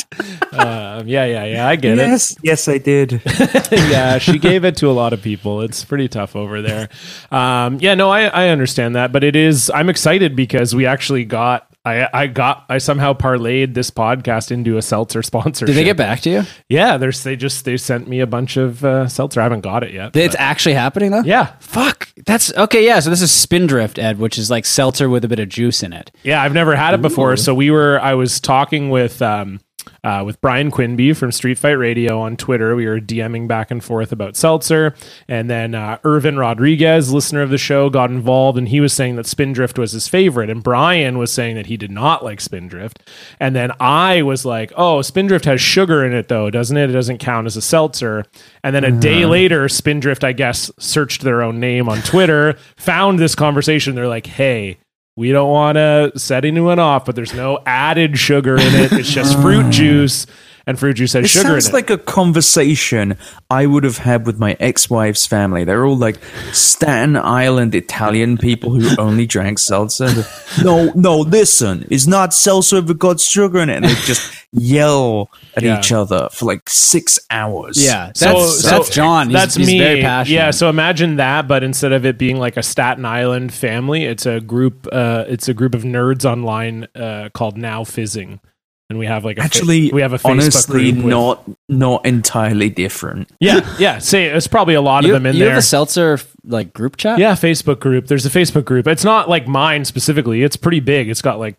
[SPEAKER 2] yeah, yeah, yeah. I get it.
[SPEAKER 3] yes, yes, I did.
[SPEAKER 2] yeah, she gave it to a lot of people. It's pretty tough over there. Um, yeah, no, I, I understand that, but it is. I'm excited because we actually got. I, I got I somehow parlayed this podcast into a seltzer sponsorship.
[SPEAKER 1] Did they get back to you?
[SPEAKER 2] Yeah, there's they just they sent me a bunch of uh, seltzer. I haven't got it yet.
[SPEAKER 1] It's actually happening though.
[SPEAKER 2] yeah,
[SPEAKER 1] Fuck. That's okay. Yeah. So this is Spindrift Ed, which is like seltzer with a bit of juice in it.
[SPEAKER 2] Yeah, I've never had it before. So we were I was talking with um uh, with Brian Quinby from Street Fight Radio on Twitter. We were DMing back and forth about seltzer. And then uh, Irvin Rodriguez, listener of the show, got involved and he was saying that Spindrift was his favorite. And Brian was saying that he did not like Spindrift. And then I was like, oh, Spindrift has sugar in it though, doesn't it? It doesn't count as a seltzer. And then a day later, Spindrift, I guess, searched their own name on Twitter, found this conversation. They're like, hey, we don't want to set anyone off, but there's no added sugar in it. It's just fruit juice, and fruit juice has
[SPEAKER 3] It
[SPEAKER 2] sugar in
[SPEAKER 3] sounds
[SPEAKER 2] it.
[SPEAKER 3] like a conversation I would have had with my ex-wife's family. They're all like Staten Island Italian people who only drank seltzer. They're, No, no, listen, it's not seltzer if it got sugar in it. And they just yell at
[SPEAKER 2] Yeah.
[SPEAKER 3] each other for like six hours.
[SPEAKER 1] Yeah. That's that's John. He's,
[SPEAKER 2] that's
[SPEAKER 1] he's
[SPEAKER 2] me.
[SPEAKER 1] very passionate.
[SPEAKER 2] Yeah. So imagine that, but instead of it being like a Staten Island family, it's a group. Uh, it's a group of nerds online uh, called Now Fizzing, and we have like a fa-
[SPEAKER 3] Actually,
[SPEAKER 2] we have a Facebook
[SPEAKER 3] honestly
[SPEAKER 2] group with-
[SPEAKER 3] not not entirely different.
[SPEAKER 2] yeah, yeah. Say it's probably a lot
[SPEAKER 1] you,
[SPEAKER 2] of them in
[SPEAKER 1] you
[SPEAKER 2] there.
[SPEAKER 1] have a seltzer like group chat?
[SPEAKER 2] Yeah, Facebook group. There's a Facebook group. It's not like mine specifically. It's pretty big. It's got like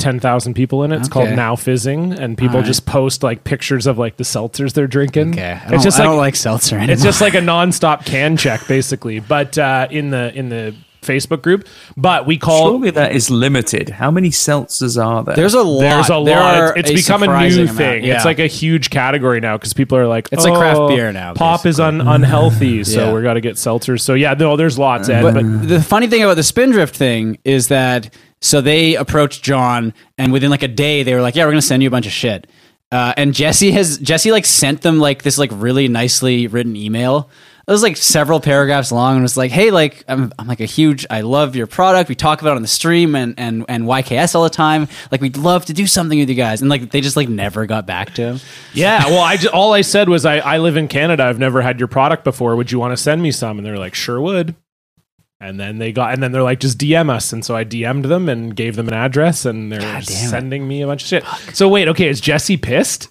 [SPEAKER 2] 10,000 people in it. It's called
[SPEAKER 1] Okay.
[SPEAKER 2] Now Fizzing and people
[SPEAKER 1] Alright.
[SPEAKER 2] just post like pictures of like the seltzers they're drinking.
[SPEAKER 1] Okay. I don't,
[SPEAKER 2] It's just
[SPEAKER 1] I
[SPEAKER 2] like
[SPEAKER 1] don't like seltzer anymore.
[SPEAKER 2] it's just like a nonstop can check basically. But uh in the in the Facebook group, but we call
[SPEAKER 3] Surely that is limited. How many seltzers are there?
[SPEAKER 1] There's a lot.
[SPEAKER 2] there's a
[SPEAKER 1] There
[SPEAKER 2] lot.
[SPEAKER 1] are
[SPEAKER 2] it's it's become a
[SPEAKER 1] surprising
[SPEAKER 2] new
[SPEAKER 1] amount.
[SPEAKER 2] thing.
[SPEAKER 1] Yeah.
[SPEAKER 2] It's like a huge category now because people are like,
[SPEAKER 1] It's like craft
[SPEAKER 2] "Oh,
[SPEAKER 1] beer now,
[SPEAKER 2] Pop is un- unhealthy, so
[SPEAKER 1] Yeah.
[SPEAKER 2] we're got to get seltzers. So yeah, no, there's lots, Ed.
[SPEAKER 1] But
[SPEAKER 2] but
[SPEAKER 1] the funny thing about the Spindrift thing is that so they approached John, and within like a day, they were like, "Yeah, we're gonna send you a bunch of shit." Uh, and Jesse has Jesse like sent them like this like really nicely written email. It was like several paragraphs long, and was like, "Hey, like I'm, I'm like a huge I love your product. We talk about it on the stream and and and YKS all the time. Like we'd love to do something with you guys." And like they just like never got back to him.
[SPEAKER 2] yeah, well, I ju- all I said was I, I live in Canada. I've never had your product before. Would you want to send me some? And they're like, sure would. And then they got, and then they're like, just DM us. And so I DM'd them and gave them an address, and they're
[SPEAKER 1] damn it.
[SPEAKER 2] sending me a bunch of shit. So wait, okay, is Jesse pissed?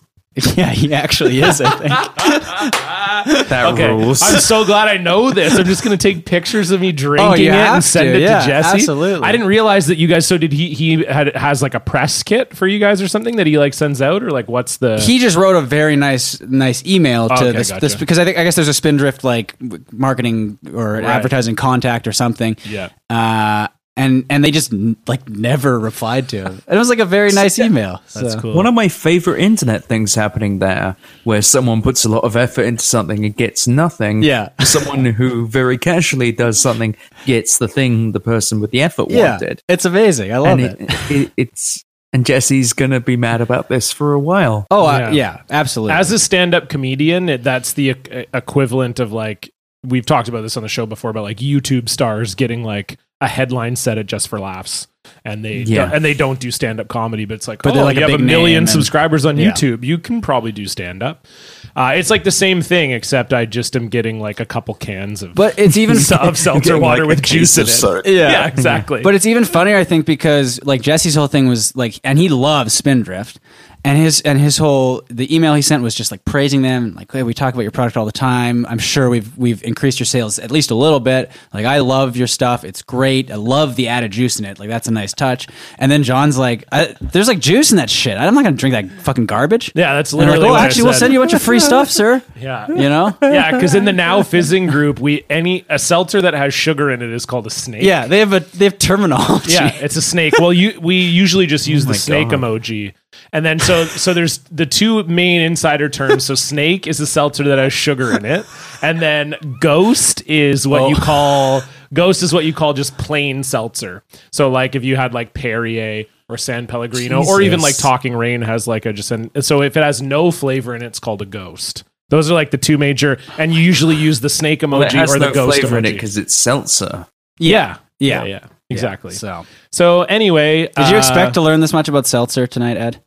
[SPEAKER 1] yeah, he actually is. I think.
[SPEAKER 3] that
[SPEAKER 2] Okay,
[SPEAKER 3] rules.
[SPEAKER 2] I'm so glad I know this. I'm just gonna take pictures of me drinking
[SPEAKER 1] Oh, you
[SPEAKER 2] it and
[SPEAKER 1] have
[SPEAKER 2] send
[SPEAKER 1] to,
[SPEAKER 2] it
[SPEAKER 1] yeah,
[SPEAKER 2] to Jesse.
[SPEAKER 1] absolutely.
[SPEAKER 2] I didn't realize that you guys. So did he? He had has like a press kit for you guys or something that he like sends out or like what's the?
[SPEAKER 1] he just wrote a very nice nice email to
[SPEAKER 2] Okay,
[SPEAKER 1] this, this
[SPEAKER 2] gotcha.
[SPEAKER 1] because I think I guess there's a Spindrift like w- marketing or an
[SPEAKER 2] Right.
[SPEAKER 1] advertising contact or something.
[SPEAKER 2] yeah.
[SPEAKER 1] Uh, and and they just n- like never replied to him. It was like a very nice email.
[SPEAKER 2] That's
[SPEAKER 1] so.
[SPEAKER 2] cool.
[SPEAKER 3] One of my favorite internet things happening there, where someone puts a lot of effort into something and gets nothing.
[SPEAKER 1] Yeah.
[SPEAKER 3] someone who very casually does something gets the thing the person with the effort
[SPEAKER 1] Yeah,
[SPEAKER 3] wanted.
[SPEAKER 1] it's amazing. I love
[SPEAKER 3] And
[SPEAKER 1] it.
[SPEAKER 3] it, it, it's and Jesse's gonna be mad about this for a while.
[SPEAKER 1] Oh uh,
[SPEAKER 2] Yeah.
[SPEAKER 1] yeah. absolutely.
[SPEAKER 2] As a stand-up comedian, it, that's the e- equivalent of like we've talked about this on the show before, but like YouTube stars getting like a headline set at just for laughs, and they
[SPEAKER 3] Yeah.
[SPEAKER 2] and they don't do stand-up comedy, but it's like,
[SPEAKER 1] But
[SPEAKER 2] oh,
[SPEAKER 1] they're like a
[SPEAKER 2] you have a
[SPEAKER 1] big name
[SPEAKER 2] million
[SPEAKER 1] and-
[SPEAKER 2] subscribers on
[SPEAKER 1] Yeah.
[SPEAKER 2] YouTube, you can probably do stand-up. Uh, it's like the same thing, except I just am getting like a couple cans of
[SPEAKER 1] but it's even
[SPEAKER 2] of seltzer water with juice in it.
[SPEAKER 1] Yeah. Mm-hmm.
[SPEAKER 2] yeah, exactly.
[SPEAKER 1] But it's even funnier, I think, because like Jesse's whole thing was like, and he loves Spindrift, and his and his whole the email he sent was just like praising them, like, hey, we talk about your product all the time. I'm sure we've we've increased your sales at least a little bit. Like, I love your stuff. It's great. I love the added juice in it. Like, that's a nice touch. And then John's like, I, there's like juice in that shit. I'm not gonna drink that fucking garbage.
[SPEAKER 2] Yeah, that's
[SPEAKER 1] And they're Like,
[SPEAKER 2] literally what
[SPEAKER 1] oh,
[SPEAKER 2] I
[SPEAKER 1] actually, we'll
[SPEAKER 2] said.
[SPEAKER 1] send you a bunch of free stuff, sir.
[SPEAKER 2] yeah,
[SPEAKER 1] You know.
[SPEAKER 2] yeah, because in the now fizzing group, we any a seltzer that has sugar in it is called a snake.
[SPEAKER 1] Yeah, they have a they have terminology.
[SPEAKER 2] Yeah, it's a snake. Well, you we usually just use the snake
[SPEAKER 3] Oh God.
[SPEAKER 2] emoji. And then so so there's the two main insider terms. So snake is a seltzer that has sugar in it. And then ghost is what
[SPEAKER 3] Oh.
[SPEAKER 2] you call ghost is what you call just plain seltzer. So like if you had like Perrier or San Pellegrino or even like
[SPEAKER 1] Jesus.
[SPEAKER 2] Talking Rain has like a just an so if it has no flavor in it, it's called a ghost. Those are like the two major and you usually use the snake
[SPEAKER 3] Well, it
[SPEAKER 2] emoji
[SPEAKER 3] has
[SPEAKER 2] Oh, or the
[SPEAKER 3] no
[SPEAKER 2] ghost
[SPEAKER 3] flavor
[SPEAKER 2] emoji.
[SPEAKER 3] in it because it's seltzer.
[SPEAKER 2] yeah. Yeah, yeah.
[SPEAKER 1] Yeah.
[SPEAKER 2] Exactly. so,
[SPEAKER 1] So,
[SPEAKER 2] anyway,
[SPEAKER 1] did you
[SPEAKER 2] uh,
[SPEAKER 1] expect to learn this much about seltzer tonight, Ed?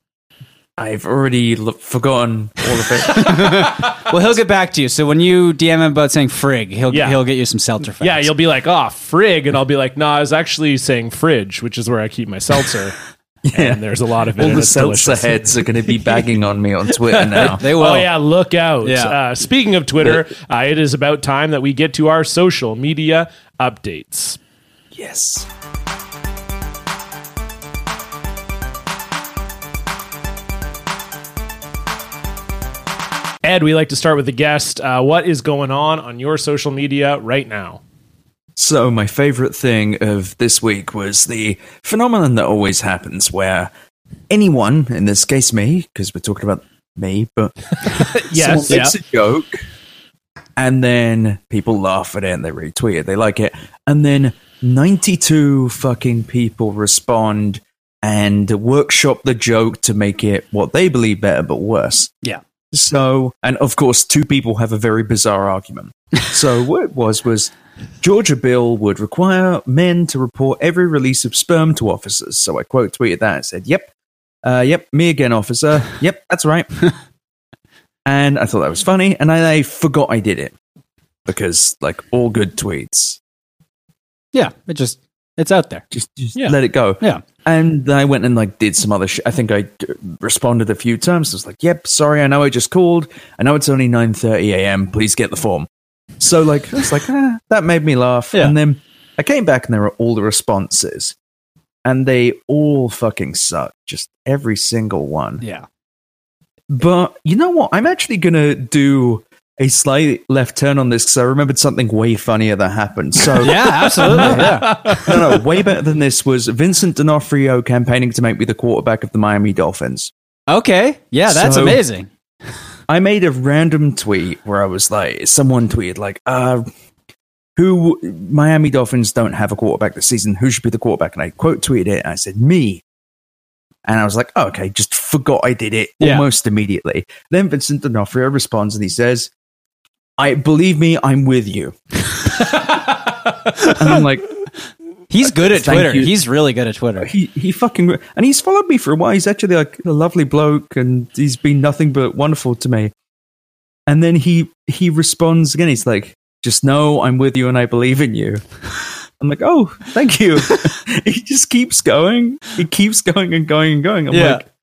[SPEAKER 3] I've already l- forgotten all of it.
[SPEAKER 1] Well, he'll get back to you. So when you DM him about saying frig, he'll
[SPEAKER 2] Yeah.
[SPEAKER 1] he'll get you some seltzer facts.
[SPEAKER 2] Yeah, you'll be like, oh, frig. And I'll be like, nah, I was actually saying fridge, which is where I keep my seltzer. And there's a lot of it.
[SPEAKER 3] all
[SPEAKER 2] and
[SPEAKER 3] the
[SPEAKER 2] it's
[SPEAKER 3] seltzer
[SPEAKER 2] delicious.
[SPEAKER 3] heads are gonna be bagging on me on Twitter now.
[SPEAKER 1] they will.
[SPEAKER 2] Oh, yeah, look out.
[SPEAKER 1] Yeah.
[SPEAKER 2] Uh, speaking of Twitter, uh, it is about time that we get to our social media updates.
[SPEAKER 3] Yes.
[SPEAKER 2] Ed, we like to start with the guest. Uh, what is going on on your social media right now?
[SPEAKER 3] So, my favorite thing of this week was the phenomenon that always happens where anyone, in this case me, because we're talking about me, but someone
[SPEAKER 2] Yes.
[SPEAKER 3] makes a joke and then people laugh at it and they retweet it, they like it. And then 92 fucking people respond and workshop the joke to make it what they believe better but worse.
[SPEAKER 1] Yeah.
[SPEAKER 3] So, and of course, two people have a very bizarre argument. So, what it was was Georgia bill would require men to report every release of sperm to officers. So I quote tweeted that and said, "Yep, uh, yep, me again, officer. Yep, that's right." and I thought that was funny, and I, I forgot I did it because, like all good tweets,
[SPEAKER 1] yeah. It just it's out there.
[SPEAKER 3] just, just
[SPEAKER 2] Yeah.
[SPEAKER 3] let it go.
[SPEAKER 1] Yeah.
[SPEAKER 3] And then I went and like did some other shit. I think I uh, responded a few times. I was like, "Yep, sorry, I know I just called. I know it's only nine thirty a.m. Please get the form." So like, I was like, ah, that made me laugh.
[SPEAKER 1] Yeah.
[SPEAKER 3] And then I came back and there were all the responses, and they all fucking suck. Just every single one.
[SPEAKER 1] Yeah.
[SPEAKER 3] But you know what? I'm actually gonna do a slight left turn on this because I remembered something way funnier that happened. So
[SPEAKER 1] Yeah, absolutely. yeah.
[SPEAKER 3] no, no, way better than this was Vincent D'Onofrio campaigning to make me the quarterback of the Miami Dolphins.
[SPEAKER 1] Okay. Yeah, that's
[SPEAKER 3] So-
[SPEAKER 1] amazing.
[SPEAKER 3] I made a random tweet where I was like, someone tweeted like, uh, who Miami Dolphins don't have a quarterback this season. Who should be the quarterback? And I quote tweeted it. And I said, me. And I was like, oh, okay, just forgot I did it
[SPEAKER 1] Yeah.
[SPEAKER 3] almost immediately. Then Vincent D'Onofrio responds and he says, I believe me, I'm with you. and I'm like,
[SPEAKER 1] He's good at
[SPEAKER 3] Thank
[SPEAKER 1] Twitter.
[SPEAKER 3] you.
[SPEAKER 1] He's really good at Twitter.
[SPEAKER 3] he he fucking and he's followed me for a while. He's actually like a lovely bloke, and he's been nothing but wonderful to me. And then he he responds again. He's like, "Just know I'm with you, and I believe in you." I'm like, "Oh, thank you." he just keeps going. He keeps going and going and going. I'm
[SPEAKER 1] Yeah.
[SPEAKER 3] like,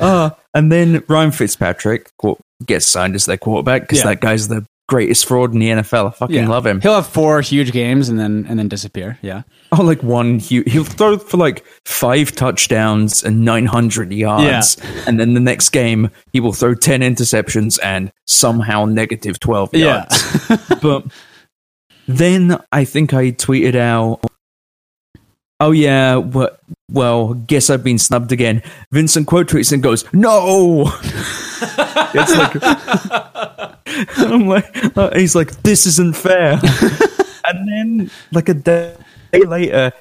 [SPEAKER 3] "Ah!" and then Ryan Fitzpatrick qu- gets signed as their quarterback because
[SPEAKER 1] Yeah.
[SPEAKER 3] that guy's the greatest fraud in the NFL. I fucking
[SPEAKER 1] Yeah.
[SPEAKER 3] love him.
[SPEAKER 1] He'll have four huge games and then and then disappear. Yeah.
[SPEAKER 3] Oh, like one hu He'll throw for like five touchdowns and 900 yards. And then the next game, he will throw 10 interceptions and somehow negative 12 yards. but then I think I tweeted out, oh, yeah, well, well guess I've been snubbed again. Vincent quote tweets and goes, no. it's like, I'm like, uh, he's like, this isn't fair. and then, like a day later,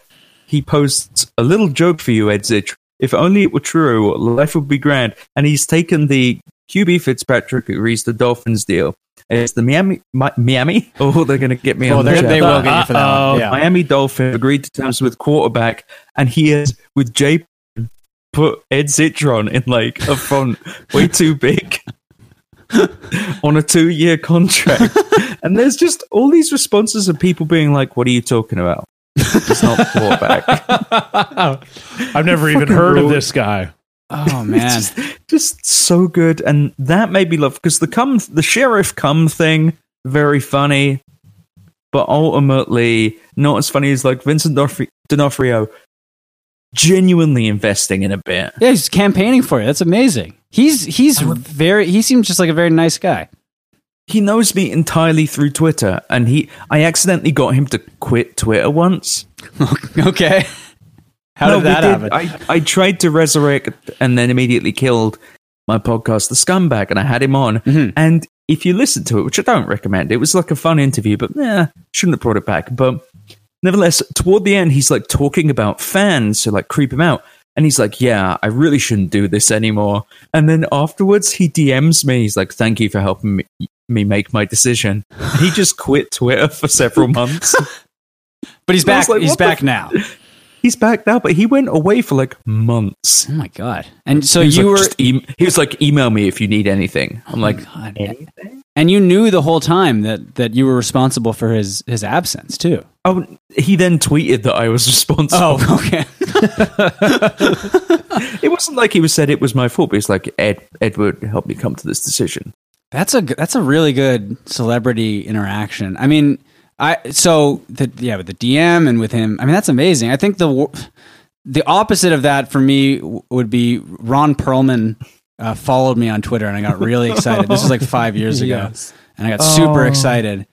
[SPEAKER 3] he posts a little joke for you, Edzich. If only it were true, life would be grand. And he's taken the QB Fitzpatrick, who reads the Dolphins deal. It's the Miami, Mi- Miami. Oh, they're going to get me
[SPEAKER 1] Well,
[SPEAKER 3] on the
[SPEAKER 1] they're-
[SPEAKER 3] chat.
[SPEAKER 1] they will get you for that.
[SPEAKER 2] Uh-oh.
[SPEAKER 1] One. Yeah.
[SPEAKER 3] Miami Dolphin agreed to terms with quarterback, and he has with Jay put Ed Zitron in like a font way too big on a two-year contract. and there's just all these responses of people being like, "What are you talking about? It's not the quarterback."
[SPEAKER 2] I've never even
[SPEAKER 3] Fucking
[SPEAKER 2] heard of
[SPEAKER 3] rude.
[SPEAKER 2] this guy.
[SPEAKER 1] Oh man.
[SPEAKER 3] It's just, just so good, and that made me love because the come the sheriff come thing very funny, but ultimately not as funny as like Vincent D'Onofri- D'Onofrio genuinely investing in a bit.
[SPEAKER 1] Yeah, he's campaigning for you. That's amazing. He's he's very he seems just like a very nice guy.
[SPEAKER 3] He knows me entirely through Twitter, and he I accidentally got him to quit Twitter once.
[SPEAKER 1] okay. How
[SPEAKER 3] No,
[SPEAKER 1] did that
[SPEAKER 3] we
[SPEAKER 1] happen?
[SPEAKER 3] I, I tried to resurrect and then immediately killed my podcast, The Scumbag, and I had him on.
[SPEAKER 1] Mhm.
[SPEAKER 3] And if you listen to it, which I don't recommend, it was like a fun interview, but nah, shouldn't have brought it back. But nevertheless, toward the end, he's like talking about fans to like creep him out. And he's like, yeah, I really shouldn't do this anymore. And then afterwards, he DMs me. He's like, thank you for helping me, me make my decision. He just quit Twitter for several months.
[SPEAKER 1] but he's
[SPEAKER 3] I was
[SPEAKER 1] back
[SPEAKER 3] like,
[SPEAKER 1] he's
[SPEAKER 3] what the
[SPEAKER 1] back
[SPEAKER 3] f-
[SPEAKER 1] now.
[SPEAKER 3] he's back now, but he went away for like months.
[SPEAKER 1] Oh my god. And so
[SPEAKER 3] He was
[SPEAKER 1] you
[SPEAKER 3] like,
[SPEAKER 1] were
[SPEAKER 3] just em- he was like, email me if you need anything. I'm like,
[SPEAKER 1] God. And you knew the whole time that that you were responsible for his his absence too.
[SPEAKER 3] oh. He then tweeted that I was responsible.
[SPEAKER 1] okay.
[SPEAKER 3] It wasn't like he was said it was my fault. But it's like Ed Edward helped me come to this decision.
[SPEAKER 1] That's a g- that's a really good celebrity interaction. I mean, I so the yeah with the DM and with him. I mean, that's amazing. I think the wo- the opposite of that for me w- would be Ron Perlman uh, followed me on Twitter and I got really excited. This was like five years ago, and I got super excited.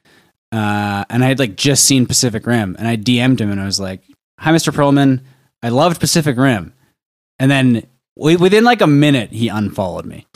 [SPEAKER 1] Uh, and I had like just seen Pacific Rim, and I DM'd him and I was like, "Hi, Mr. Perlman, I loved Pacific Rim," and then. wi- Within like a minute, he unfollowed me.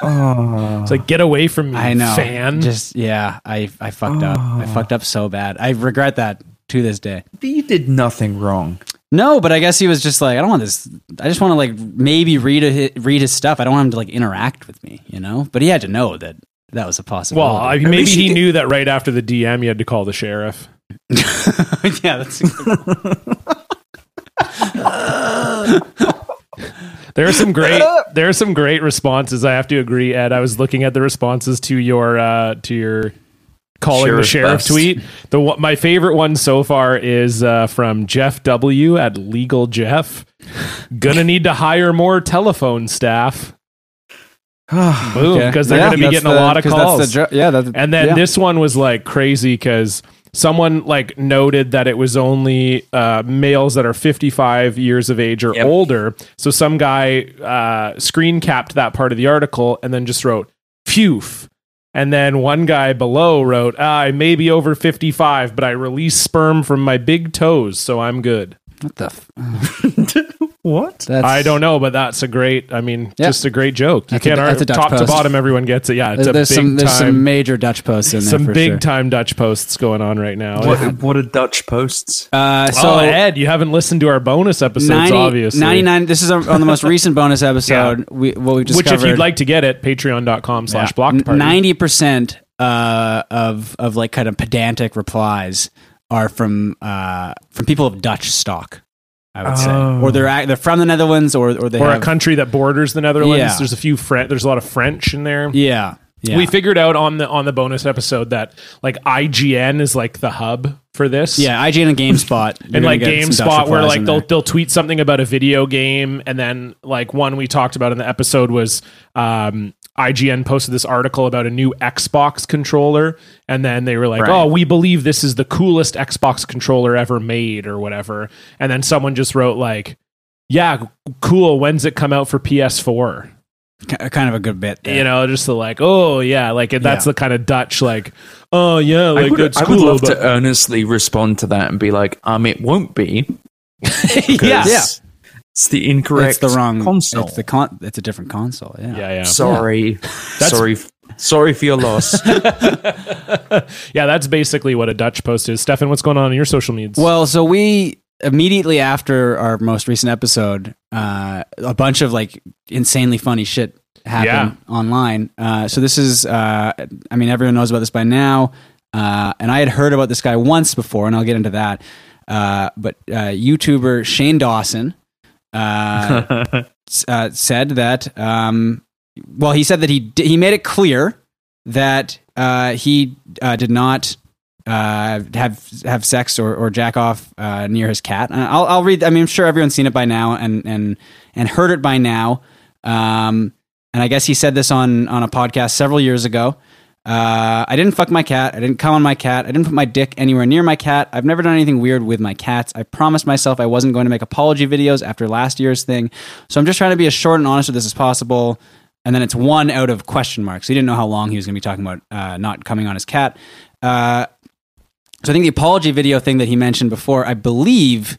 [SPEAKER 3] Oh,
[SPEAKER 2] It's like get away from me,
[SPEAKER 1] Uh, I know.
[SPEAKER 2] fan. Oh.
[SPEAKER 1] Just yeah, I I fucked up. I fucked up so bad. I regret that to this day.
[SPEAKER 3] you did nothing wrong.
[SPEAKER 1] No, but I guess he was just like, I don't want this. I just want to like maybe read a, read his stuff. I don't want him to like interact with me, you know. But he had to know that that was a
[SPEAKER 2] well,
[SPEAKER 1] possibility.
[SPEAKER 2] I, maybe
[SPEAKER 3] least you
[SPEAKER 2] he
[SPEAKER 3] did-
[SPEAKER 2] knew that right after the DM, you had to call the sheriff.
[SPEAKER 1] yeah, that's
[SPEAKER 2] There are some great there are some great responses. I have to agree, Ed. I was looking at the responses to your uh to your calling the
[SPEAKER 3] Sheriff
[SPEAKER 2] sheriff
[SPEAKER 3] bust.
[SPEAKER 2] tweet. The one, my favorite one so far is uh from Jeff W at Legal Jeff. Gonna need to hire more telephone staff. Boom, because they're gonna be getting a lot of calls.
[SPEAKER 1] yeah,
[SPEAKER 2] And then this one was like crazy because someone like noted that it was only uh, males that are 55 years of age or
[SPEAKER 3] Yep.
[SPEAKER 2] older. So some guy uh, screen capped that part of the article and then just wrote, phew. And then one guy below wrote, ah, I may be over 55, but I release sperm from my big toes, so I'm good.
[SPEAKER 1] What the? F-
[SPEAKER 3] What?
[SPEAKER 1] that's,
[SPEAKER 2] I don't know, but that's a great, I mean,
[SPEAKER 1] Yeah.
[SPEAKER 2] just a great joke. You
[SPEAKER 1] That's a-
[SPEAKER 2] can't,
[SPEAKER 1] that's a Dutch
[SPEAKER 2] top to
[SPEAKER 1] post.
[SPEAKER 2] bottom, everyone gets it. Yeah, it's
[SPEAKER 1] There's,
[SPEAKER 2] a big
[SPEAKER 1] some there's some
[SPEAKER 2] time,
[SPEAKER 1] major Dutch posts in there.
[SPEAKER 2] some,
[SPEAKER 1] for
[SPEAKER 2] big
[SPEAKER 1] sure.
[SPEAKER 2] time Dutch posts going on right now.
[SPEAKER 3] What, what are Dutch posts?
[SPEAKER 1] Uh, so
[SPEAKER 2] oh, Ed, you haven't listened to our bonus episodes,
[SPEAKER 1] 90
[SPEAKER 2] obviously.
[SPEAKER 1] 99 This is on on the most recent bonus episode. We what we
[SPEAKER 2] Which,
[SPEAKER 1] discovered.
[SPEAKER 2] if you'd like to get it, patreon.com slash block party.
[SPEAKER 1] Ninety percent uh, of of like kind of pedantic replies are from uh, from people of Dutch stock. I would say, or they're ac- they're from the Netherlands, or or they
[SPEAKER 2] Oh. or
[SPEAKER 1] have,
[SPEAKER 2] a country that borders the Netherlands.
[SPEAKER 1] Yeah.
[SPEAKER 2] There's a few French. There's a lot of French in there.
[SPEAKER 1] yeah, yeah.
[SPEAKER 2] We figured out on the on the bonus episode that like IGN is like the hub for this.
[SPEAKER 1] Yeah, IGN and GameSpot.
[SPEAKER 2] And like GameSpot, where like they'll
[SPEAKER 1] the
[SPEAKER 2] they'll tweet something about a video game, and then like one we talked about in the episode was um, IGN posted this article about a new Xbox controller, and then they were like, "Oh, we believe this is the coolest Xbox controller ever made," or whatever. And then someone just wrote like, "Yeah, cool. When's it come out for PS4?"
[SPEAKER 1] kind of a good bit. There.
[SPEAKER 2] you know, just the like, oh yeah, like and that's
[SPEAKER 1] Yeah.
[SPEAKER 2] the kind of Dutch like, oh yeah, like
[SPEAKER 3] I would,
[SPEAKER 2] that's
[SPEAKER 3] I would
[SPEAKER 2] cool,
[SPEAKER 3] love
[SPEAKER 2] but
[SPEAKER 3] to uh, earnestly respond to that and be like, um, it won't be. 'cause
[SPEAKER 1] Yeah. Yeah.
[SPEAKER 3] It's the incorrect.
[SPEAKER 1] it's the wrong
[SPEAKER 3] console.
[SPEAKER 1] It's the con. It's a different console. Yeah.
[SPEAKER 2] yeah, yeah,
[SPEAKER 3] sorry, sorry, f- sorry for your loss.
[SPEAKER 2] yeah. That's basically what a Dutch post is. Stefan, what's going on in your social medias?
[SPEAKER 1] Well, so we immediately after our most recent episode, uh, a bunch of like insanely funny shit happened online. Uh, so this is, uh, I mean, everyone knows about this by now. Uh, and I had heard about this guy once before, and I'll get into that. Uh, but uh, YouTuber Shane Dawson uh, s- uh, said that, um, well, he said that he di- he made it clear that uh, he uh, did not uh, have have sex or, or jack off uh, near his cat. And I'll, I'll read. I mean, I'm sure everyone's seen it by now and and and heard it by now. Um, and I guess he said this on on a podcast several years ago. Uh, I didn't fuck my cat. I didn't come on my cat. I didn't put my dick anywhere near my cat. I've never done anything weird with my cats. I promised myself I wasn't going to make apology videos after last year's thing. So I'm just trying to be as short and honest with this as possible and then it's one out of question marks. He didn't know how long he was going to be talking about uh, not coming on his cat. Uh, so I think the apology video thing that he mentioned before, I believe,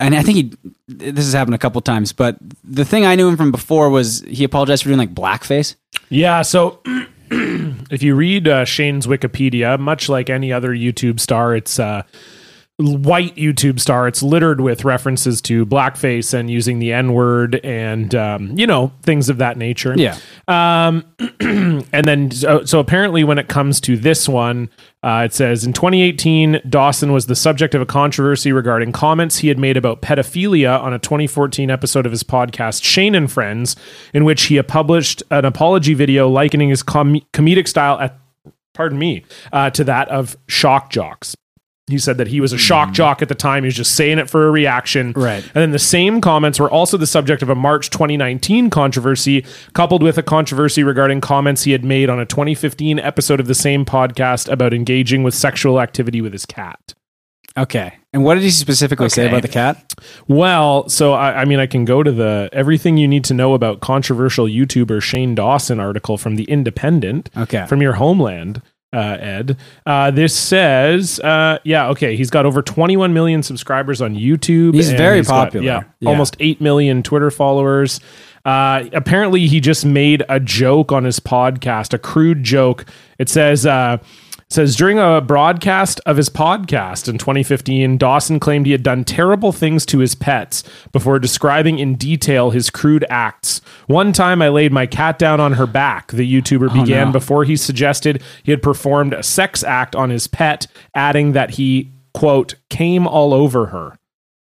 [SPEAKER 1] and I think he this has happened a couple times, but the thing I knew him from before was he apologized for doing like blackface.
[SPEAKER 2] yeah. So if you read uh, Shane's Wikipedia, much like any other YouTube star, it's uh, white YouTube star. It's littered with references to blackface and using the N word and um, you know things of that nature. Um, and then, so, so apparently, when it comes to this one, uh, it says in 2018, Dawson was the subject of a controversy regarding comments he had made about pedophilia on a 2014 episode of his podcast Shane and Friends, in which he published an apology video likening his com- comedic style at, pardon me, uh, to that of shock jocks. He said that he was a shock jock at the time. He was just saying it for a reaction.
[SPEAKER 1] Right.
[SPEAKER 2] And then the same comments were also the subject of a March 2019 controversy, coupled with a controversy regarding comments he had made on a 2015 episode of the same podcast about engaging with sexual activity with his cat.
[SPEAKER 1] Okay. And what did he specifically say
[SPEAKER 3] Okay.
[SPEAKER 1] about the cat?
[SPEAKER 2] Well, so I, I mean, I can go to the everything you need to know about controversial YouTuber Shane Dawson article from The Independent
[SPEAKER 1] Okay.
[SPEAKER 2] from your homeland, uh, Ed. Uh, this says, uh, yeah, okay, he's got over 21 million subscribers on YouTube.
[SPEAKER 1] He's
[SPEAKER 2] and
[SPEAKER 1] very
[SPEAKER 2] got-
[SPEAKER 1] popular.
[SPEAKER 2] yeah,
[SPEAKER 1] Yeah.
[SPEAKER 2] almost 8 million Twitter followers. Uh, apparently, he just made a joke on his podcast, a crude joke. It says, uh, it says during a broadcast of his podcast in 2015, Dawson claimed he had done terrible things to his pets before describing in detail his crude acts. One time, I laid my cat down on her back. The YouTuber began
[SPEAKER 1] Oh, no.
[SPEAKER 2] before he suggested he had performed a sex act on his pet, adding that he quote came all over her.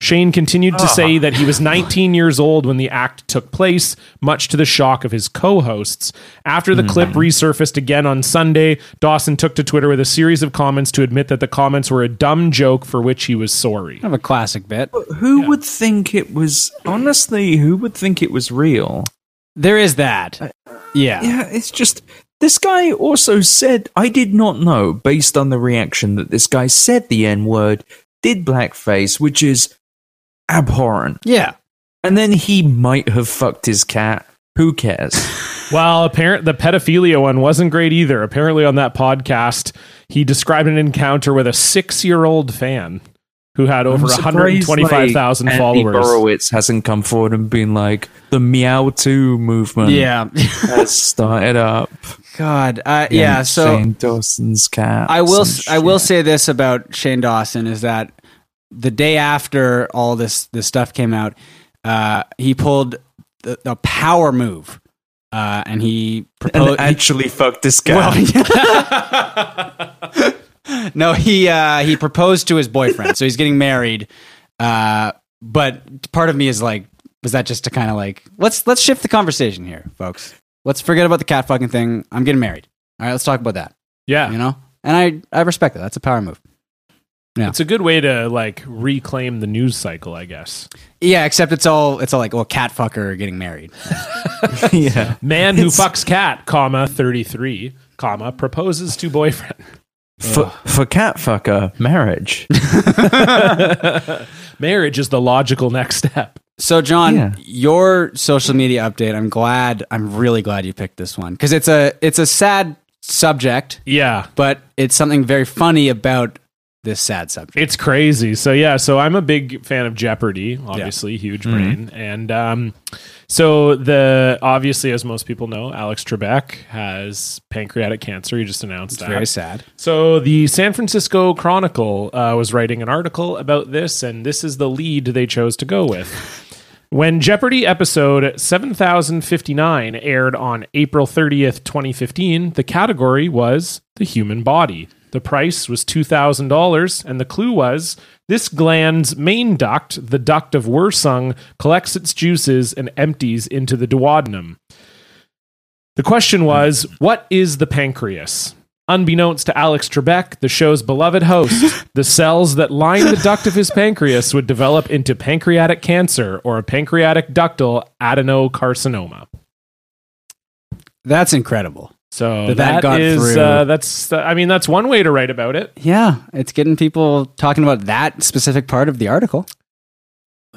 [SPEAKER 2] Shane continued to say
[SPEAKER 3] Ah.
[SPEAKER 2] that he was 19 years old when the act took place, much to the shock of his co hosts. After the
[SPEAKER 3] Hmm.
[SPEAKER 2] clip resurfaced again on Sunday, Dawson took to Twitter with a series of comments to admit that the comments were a dumb joke for which he was sorry.
[SPEAKER 1] Kind of a classic bit.
[SPEAKER 3] Who would think it was? Honestly, who would think it was real?
[SPEAKER 1] There is that. Yeah.
[SPEAKER 3] Yeah, it's just this guy also said I did not know based on the reaction that this guy said the N word, did blackface, which is abhorrent.
[SPEAKER 1] Yeah.
[SPEAKER 3] And then he might have fucked his cat. Who cares?
[SPEAKER 2] Well, apparent the pedophilia one wasn't great either. Apparently, on that podcast, he described an encounter with a six-year-old fan who had over
[SPEAKER 3] I'm surprised,
[SPEAKER 2] 125,000
[SPEAKER 3] like, Andy
[SPEAKER 2] followers.
[SPEAKER 3] Borowitz hasn't come forward and been like the Meow Two movement.
[SPEAKER 1] yeah.
[SPEAKER 3] has started up.
[SPEAKER 1] God. Uh, yeah. So
[SPEAKER 3] Shane Dawson's cat.
[SPEAKER 1] I will.
[SPEAKER 3] and
[SPEAKER 1] I will
[SPEAKER 3] shit.
[SPEAKER 1] say this about Shane Dawson is that the day after all this this stuff came out, uh, he pulled the, the power move, uh, and he
[SPEAKER 3] And
[SPEAKER 1] proposed.
[SPEAKER 3] actually fuck this guy.
[SPEAKER 1] well, no, he uh, he proposed to his boyfriend, so he's getting married. Uh, but part of me is like, was that just to kind of like let's let's shift the conversation here, folks. Let's forget about the cat fucking thing. I'm getting married. All right, let's talk about that.
[SPEAKER 2] yeah.
[SPEAKER 1] You know, and I I respect that. That's a power move.
[SPEAKER 2] It's a good way to like reclaim the news cycle, I guess.
[SPEAKER 1] Yeah, except it's all it's all like well, cat fucker getting married.
[SPEAKER 3] yeah.
[SPEAKER 2] Man who fucks cat, comma 33, comma proposes to boyfriend.
[SPEAKER 3] For, for cat fucker, marriage.
[SPEAKER 2] Marriage is the logical next step.
[SPEAKER 1] So John,
[SPEAKER 3] Yeah.
[SPEAKER 1] your social media update. I'm glad. I'm really glad you picked this one because it's a it's a sad subject,
[SPEAKER 2] Yeah.
[SPEAKER 1] but it's something very funny about this sad subject.
[SPEAKER 2] It's crazy. So yeah, so I'm a big fan of Jeopardy, obviously, huge brain. And um so the obviously as most people know, Alex Trebek has pancreatic cancer. He just announced that.
[SPEAKER 1] Very sad.
[SPEAKER 2] So the San Francisco Chronicle uh, was writing an article about this, and this is the lead they chose to go with. When Jeopardy episode 7059 aired on April 30th, 2015, the category was the human body. The price was $2,000, and the clue was this gland's main duct, the duct of Wirsung, collects its juices and empties into the duodenum. The question was, what is the pancreas? Unbeknownst to Alex Trebek, the show's beloved host, the cells that line the duct of his pancreas would develop into pancreatic cancer or a pancreatic ductal adenocarcinoma.
[SPEAKER 1] That's incredible.
[SPEAKER 2] So
[SPEAKER 1] That
[SPEAKER 2] that
[SPEAKER 1] got
[SPEAKER 2] is
[SPEAKER 1] through.
[SPEAKER 2] uh, that's I mean that's one way to write about it.
[SPEAKER 1] Yeah, it's getting people talking about that specific part of the article.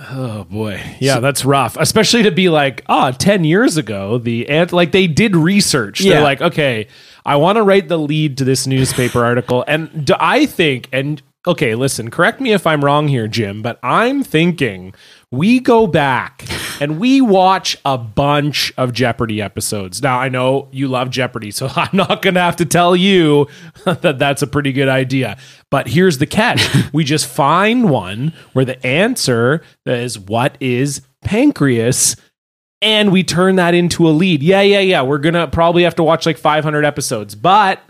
[SPEAKER 2] Oh boy. Yeah, that's rough. Especially to be like, ah, 10 years ago, the ant like they did research.
[SPEAKER 1] Yeah.
[SPEAKER 2] They're like, okay, I want to write the lead to this newspaper article. And do I think and okay, listen, correct me if I'm wrong here, Jim, but I'm thinking we go back and we watch a bunch of Jeopardy episodes. Now, I know you love Jeopardy, so I'm not going to have to tell you that that's a pretty good idea. But here's the catch we just find one where the answer is what is pancreas. And we turn that into a lead. Yeah, yeah, yeah. We're going to probably have to watch like 500 episodes, but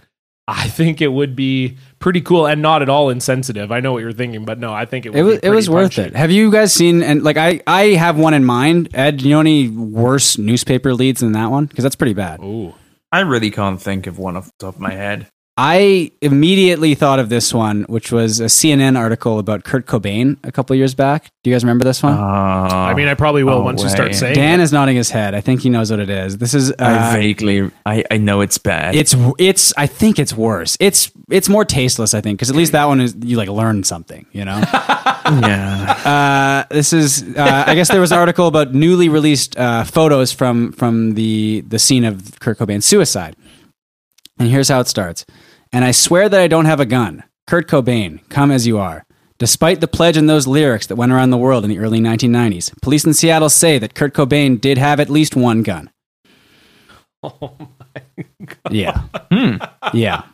[SPEAKER 2] I think it would be pretty cool and not at all insensitive. I know what you're thinking, but no, I think it would
[SPEAKER 1] It was
[SPEAKER 2] be
[SPEAKER 1] it was
[SPEAKER 2] pretty
[SPEAKER 1] worth
[SPEAKER 2] punchy.
[SPEAKER 1] it. Have you guys seen and like I I have one in mind. Ed, do you know any worse newspaper leads than that one? Because that's pretty bad.
[SPEAKER 2] Ooh.
[SPEAKER 3] I really can't think of one off the top of my head.
[SPEAKER 1] I immediately thought of this one, which was a CNN article about Kurt Cobain a couple years back. Do you guys remember this
[SPEAKER 3] Uh,
[SPEAKER 1] one?
[SPEAKER 2] I mean, I probably will
[SPEAKER 3] Oh,
[SPEAKER 2] once you start
[SPEAKER 3] wait.
[SPEAKER 2] saying.
[SPEAKER 1] Dan is nodding his head. I think he knows what it is. This is uh,
[SPEAKER 3] I vaguely, I, I know it's bad.
[SPEAKER 1] it's it's I think it's worse. It's it's more tasteless, I think, because at least that one is you like learn something, you know. uh,
[SPEAKER 3] yeah.
[SPEAKER 1] this is uh, I guess there was an article about newly released uh, photos from from the the scene of Kurt Cobain's suicide. And here's how it starts. And I swear that I don't have a gun. Kurt Cobain, come as you are. Despite the pledge in those lyrics that went around the world in the early 1990s, police in Seattle say that Kurt Cobain did have at least one gun. Oh my god. Yeah.
[SPEAKER 2] Hmm.
[SPEAKER 1] Yeah.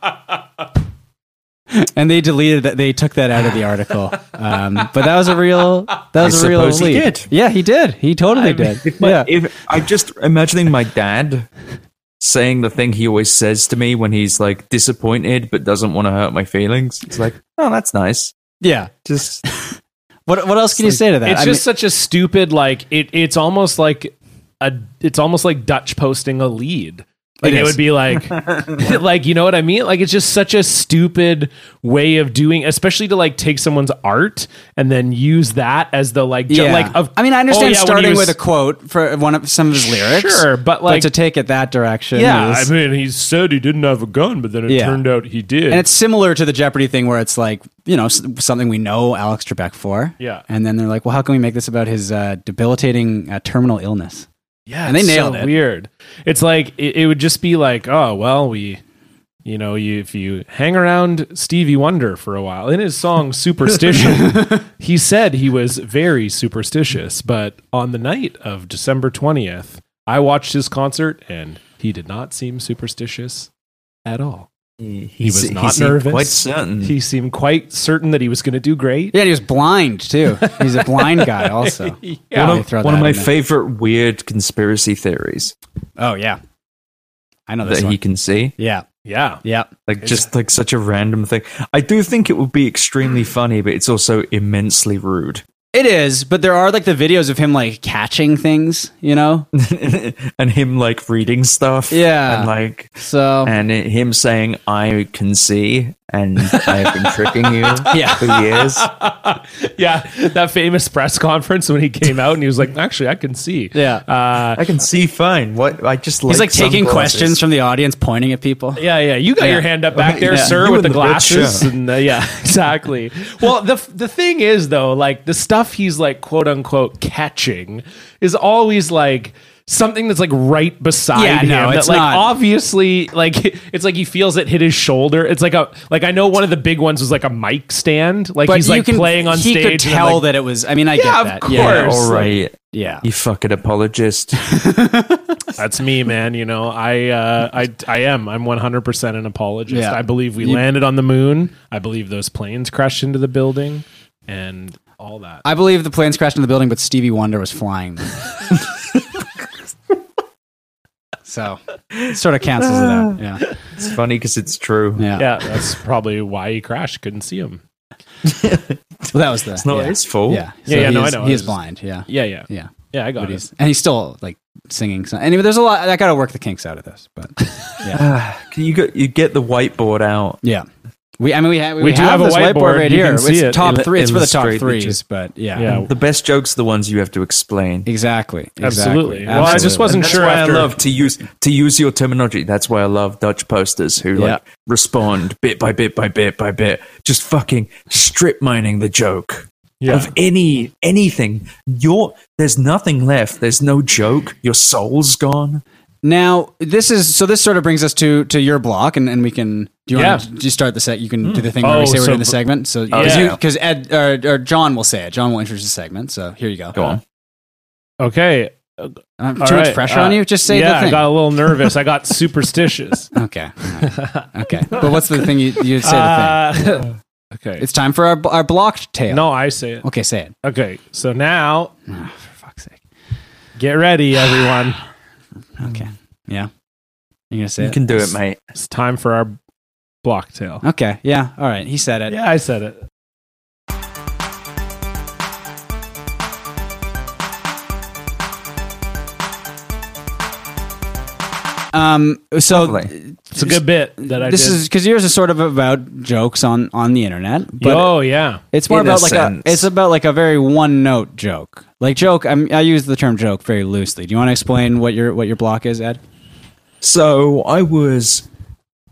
[SPEAKER 1] And they deleted that. They took that out of the article. Um, but that was a real. That was a real.
[SPEAKER 3] suppose he
[SPEAKER 1] lead.
[SPEAKER 3] did.
[SPEAKER 1] Yeah, he did. He totally did. Yeah.
[SPEAKER 3] If I'm just imagining my dad saying the thing he always says to me when he's like disappointed but doesn't want to hurt my feelings. It's like, oh, that's nice.
[SPEAKER 1] yeah.
[SPEAKER 3] Just
[SPEAKER 1] What What else can you say to that?
[SPEAKER 2] It's
[SPEAKER 1] I mean-
[SPEAKER 2] just such a stupid like it. It's almost like a. It's almost like Dutch posting a lead. Like
[SPEAKER 1] It
[SPEAKER 2] it,
[SPEAKER 1] is.
[SPEAKER 2] would be like, like you know what I mean? Like it's just such a stupid way of doing, especially to like take someone's art and then use that as the like, ju-
[SPEAKER 1] yeah.
[SPEAKER 2] like of.
[SPEAKER 1] I mean, I
[SPEAKER 2] oh,
[SPEAKER 1] understand
[SPEAKER 2] yeah, when he
[SPEAKER 1] starting
[SPEAKER 2] was-
[SPEAKER 1] with a quote for one of some of his lyrics.
[SPEAKER 2] Sure, but, like-
[SPEAKER 1] to take it that direction.
[SPEAKER 2] Yeah,
[SPEAKER 1] is-
[SPEAKER 2] I mean, he said he didn't have a gun, but then it
[SPEAKER 1] Yeah.
[SPEAKER 2] turned out he did.
[SPEAKER 1] and it's similar to the Jeopardy thing where it's like you know s- something we know Alex Trebek for.
[SPEAKER 2] Yeah.
[SPEAKER 1] And then they're like, well, how can we make this about his uh, debilitating uh, terminal illness?
[SPEAKER 2] Yeah,
[SPEAKER 1] And they
[SPEAKER 2] it's
[SPEAKER 1] nailed it.
[SPEAKER 2] Weird. It's like it, it would just be like, oh well, we, you know, you, if you hang around Stevie Wonder for a while, in his song "Superstition," he said he was very superstitious, but on the night of December twentieth, I watched his concert and he did not seem superstitious at all.
[SPEAKER 3] He,
[SPEAKER 2] was
[SPEAKER 3] se-
[SPEAKER 2] not
[SPEAKER 3] seemed
[SPEAKER 2] nervous.
[SPEAKER 3] Quite certain.
[SPEAKER 2] He seemed quite certain that he was going to do great.
[SPEAKER 1] Yeah, and he was blind too. He's a blind guy also.
[SPEAKER 2] Yeah.
[SPEAKER 1] They
[SPEAKER 3] one of,
[SPEAKER 1] throw
[SPEAKER 3] one of
[SPEAKER 1] that
[SPEAKER 3] my
[SPEAKER 1] in there.
[SPEAKER 3] favorite weird conspiracy theories
[SPEAKER 1] Oh yeah, I know this
[SPEAKER 3] that
[SPEAKER 1] one.
[SPEAKER 3] he can see.
[SPEAKER 1] yeah,
[SPEAKER 2] Yeah.
[SPEAKER 1] yeah.
[SPEAKER 3] Like just like such a random thing. I do think it would be extremely funny, but it's also immensely rude.
[SPEAKER 1] It is, but there are like the videos of him like catching things, you know.
[SPEAKER 3] and him like reading stuff.
[SPEAKER 1] Yeah.
[SPEAKER 3] And like
[SPEAKER 1] So
[SPEAKER 3] and it- him saying I can see and I've been tricking you
[SPEAKER 1] Yeah.
[SPEAKER 3] for years.
[SPEAKER 2] yeah, that famous press conference when he came out and he was like, "Actually, I can see."
[SPEAKER 1] Yeah.
[SPEAKER 2] uh,
[SPEAKER 3] I can see fine. What I just like
[SPEAKER 1] he's like taking
[SPEAKER 3] sunglasses.
[SPEAKER 1] questions from the audience, pointing at people.
[SPEAKER 2] yeah, yeah. You got
[SPEAKER 1] Yeah.
[SPEAKER 2] your hand up back there,
[SPEAKER 3] Yeah.
[SPEAKER 2] sir,
[SPEAKER 3] You
[SPEAKER 2] with
[SPEAKER 3] and
[SPEAKER 2] the,
[SPEAKER 3] the red
[SPEAKER 2] glasses.
[SPEAKER 3] shirt.
[SPEAKER 2] And uh, yeah, exactly. well, the f- the thing is though, like the stuff he's like quote unquote catching is always like. Something that's like right beside
[SPEAKER 1] Yeah,
[SPEAKER 2] him.
[SPEAKER 1] no,
[SPEAKER 2] that,
[SPEAKER 1] it's
[SPEAKER 2] like
[SPEAKER 1] not-
[SPEAKER 2] obviously, like it's like he feels it hit his shoulder. It's like a like I know one of the big ones was like a mic stand. Like
[SPEAKER 1] But
[SPEAKER 2] he's
[SPEAKER 1] you
[SPEAKER 2] like
[SPEAKER 1] can,
[SPEAKER 2] playing on
[SPEAKER 1] he
[SPEAKER 2] stage.
[SPEAKER 1] could
[SPEAKER 2] and I'm
[SPEAKER 1] tell
[SPEAKER 2] like,
[SPEAKER 1] that it was. I mean, I
[SPEAKER 2] Yeah,
[SPEAKER 1] get
[SPEAKER 2] of
[SPEAKER 1] that.
[SPEAKER 3] Yeah,
[SPEAKER 2] course.
[SPEAKER 1] Yeah,
[SPEAKER 3] all right.
[SPEAKER 1] yeah.
[SPEAKER 3] You fucking apologist.
[SPEAKER 2] That's me, man. You know, I uh, I I am. I'm 100 percent an apologist.
[SPEAKER 1] Yeah.
[SPEAKER 2] I believe we
[SPEAKER 1] You-
[SPEAKER 2] landed on the moon. I believe those planes crashed into the building, and all that.
[SPEAKER 1] I believe the planes crashed into the building, but Stevie Wonder was flying. them. so it sort of cancels it out. Yeah,
[SPEAKER 3] It's funny because it's true.
[SPEAKER 1] yeah.
[SPEAKER 2] yeah, that's probably why he crashed. Couldn't see him.
[SPEAKER 1] Well, that was the.
[SPEAKER 3] It's not
[SPEAKER 1] yeah.
[SPEAKER 3] his fault.
[SPEAKER 1] Yeah,
[SPEAKER 2] Yeah, yeah,
[SPEAKER 1] he
[SPEAKER 2] no, I
[SPEAKER 1] is-
[SPEAKER 2] know. I
[SPEAKER 1] He
[SPEAKER 2] was
[SPEAKER 1] is
[SPEAKER 2] just-
[SPEAKER 1] blind. Yeah,
[SPEAKER 2] Yeah, yeah,
[SPEAKER 1] yeah.
[SPEAKER 2] yeah. I got
[SPEAKER 1] But
[SPEAKER 2] it.
[SPEAKER 1] he's, and he's still like singing. Some, anyway, there's a lot. I got to work the kinks out of this, but
[SPEAKER 3] Ah, can you get you get the whiteboard out?
[SPEAKER 1] yeah. We, I mean, we have we,
[SPEAKER 2] We do
[SPEAKER 1] have,
[SPEAKER 2] have a
[SPEAKER 1] this whiteboard,
[SPEAKER 2] whiteboard.
[SPEAKER 1] right
[SPEAKER 2] You
[SPEAKER 1] here.
[SPEAKER 2] can
[SPEAKER 1] It's
[SPEAKER 2] see it.
[SPEAKER 1] top
[SPEAKER 3] It'll
[SPEAKER 1] three. It's for the top
[SPEAKER 3] illustrate the
[SPEAKER 1] threes,
[SPEAKER 3] gist.
[SPEAKER 1] but yeah,
[SPEAKER 2] Yeah.
[SPEAKER 3] The best jokes are the ones you have to explain.
[SPEAKER 1] exactly, exactly.
[SPEAKER 2] Absolutely. Well, I just wasn't
[SPEAKER 3] And that's
[SPEAKER 2] sure
[SPEAKER 3] why
[SPEAKER 2] after-
[SPEAKER 3] I love to use to use your terminology. That's why I love Dutch posters who like respond bit by bit by bit by bit, just fucking strip mining the joke
[SPEAKER 2] Yeah.
[SPEAKER 3] of any anything. Your there's nothing left. There's no joke. Your soul's gone.
[SPEAKER 1] Now this is so. This sort of brings us to to your block, and, and we can. Do you
[SPEAKER 2] Yeah.
[SPEAKER 1] want to do you start the set? You can do the thing where
[SPEAKER 2] Oh,
[SPEAKER 1] we say we're
[SPEAKER 2] so
[SPEAKER 1] doing the
[SPEAKER 2] b- Oh,
[SPEAKER 1] segment. So because Ed or, or John will say it. John will introduce the segment. So here you go.
[SPEAKER 3] Go on.
[SPEAKER 2] okay.
[SPEAKER 1] Um, too
[SPEAKER 2] All
[SPEAKER 1] much
[SPEAKER 2] right,
[SPEAKER 1] pressure
[SPEAKER 2] uh,
[SPEAKER 1] on you. Just say
[SPEAKER 2] yeah,
[SPEAKER 1] the thing.
[SPEAKER 2] I got a little nervous. I got superstitious.
[SPEAKER 1] okay. All right. Okay. But what's the thing you, you say? the
[SPEAKER 2] Uh, okay.
[SPEAKER 1] thing. It's time for our our block tale.
[SPEAKER 2] no, I say it.
[SPEAKER 1] Okay, say it.
[SPEAKER 2] Okay. So now,
[SPEAKER 1] Oh, for fuck's sake.
[SPEAKER 2] get ready, everyone.
[SPEAKER 1] Okay.
[SPEAKER 2] Hmm.
[SPEAKER 1] Yeah. You gonna say
[SPEAKER 3] You
[SPEAKER 1] it?
[SPEAKER 3] can do it, mate.
[SPEAKER 2] It's time for our block tale.
[SPEAKER 1] Okay. Yeah. All right. He said it.
[SPEAKER 2] Yeah, I said it.
[SPEAKER 1] Um. So
[SPEAKER 3] Lovely.
[SPEAKER 2] It's a good bit that I
[SPEAKER 1] this
[SPEAKER 2] did.
[SPEAKER 1] is because yours is sort of about jokes on on the internet, but
[SPEAKER 2] oh yeah.
[SPEAKER 1] It's more
[SPEAKER 3] In a
[SPEAKER 1] about like a.
[SPEAKER 3] sense.
[SPEAKER 1] It's about like a very one note joke. Like joke, I'm, I use the term joke very loosely. Do you want to explain what your what your block is, Ed?
[SPEAKER 3] So I was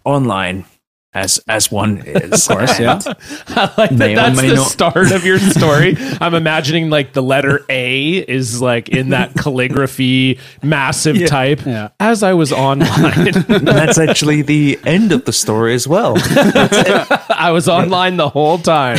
[SPEAKER 3] online as as one is. of course,
[SPEAKER 1] Yeah.
[SPEAKER 2] I like that
[SPEAKER 3] May or
[SPEAKER 2] that's
[SPEAKER 3] may
[SPEAKER 2] the
[SPEAKER 3] not.
[SPEAKER 2] start of your story. I'm imagining like the letter A is like in that calligraphy massive type.
[SPEAKER 1] Yeah.
[SPEAKER 2] As I was online,
[SPEAKER 3] And that's actually the end of the story as well.
[SPEAKER 2] I was online the whole time.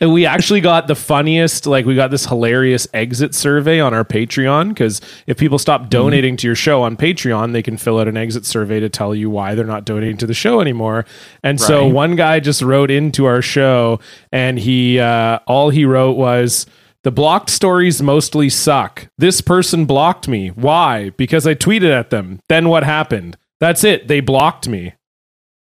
[SPEAKER 2] and we actually got the funniest, like we got this hilarious exit survey on our Patreon because if people stop donating to your show on Patreon, they can fill out an exit survey to tell you why they're not donating to the show anymore. And so
[SPEAKER 3] Right.
[SPEAKER 2] one guy just wrote into our show, and he uh, all he wrote was. The blocked stories mostly suck. This person blocked me. Why? Because I tweeted at them. Then what happened? That's it. They blocked me.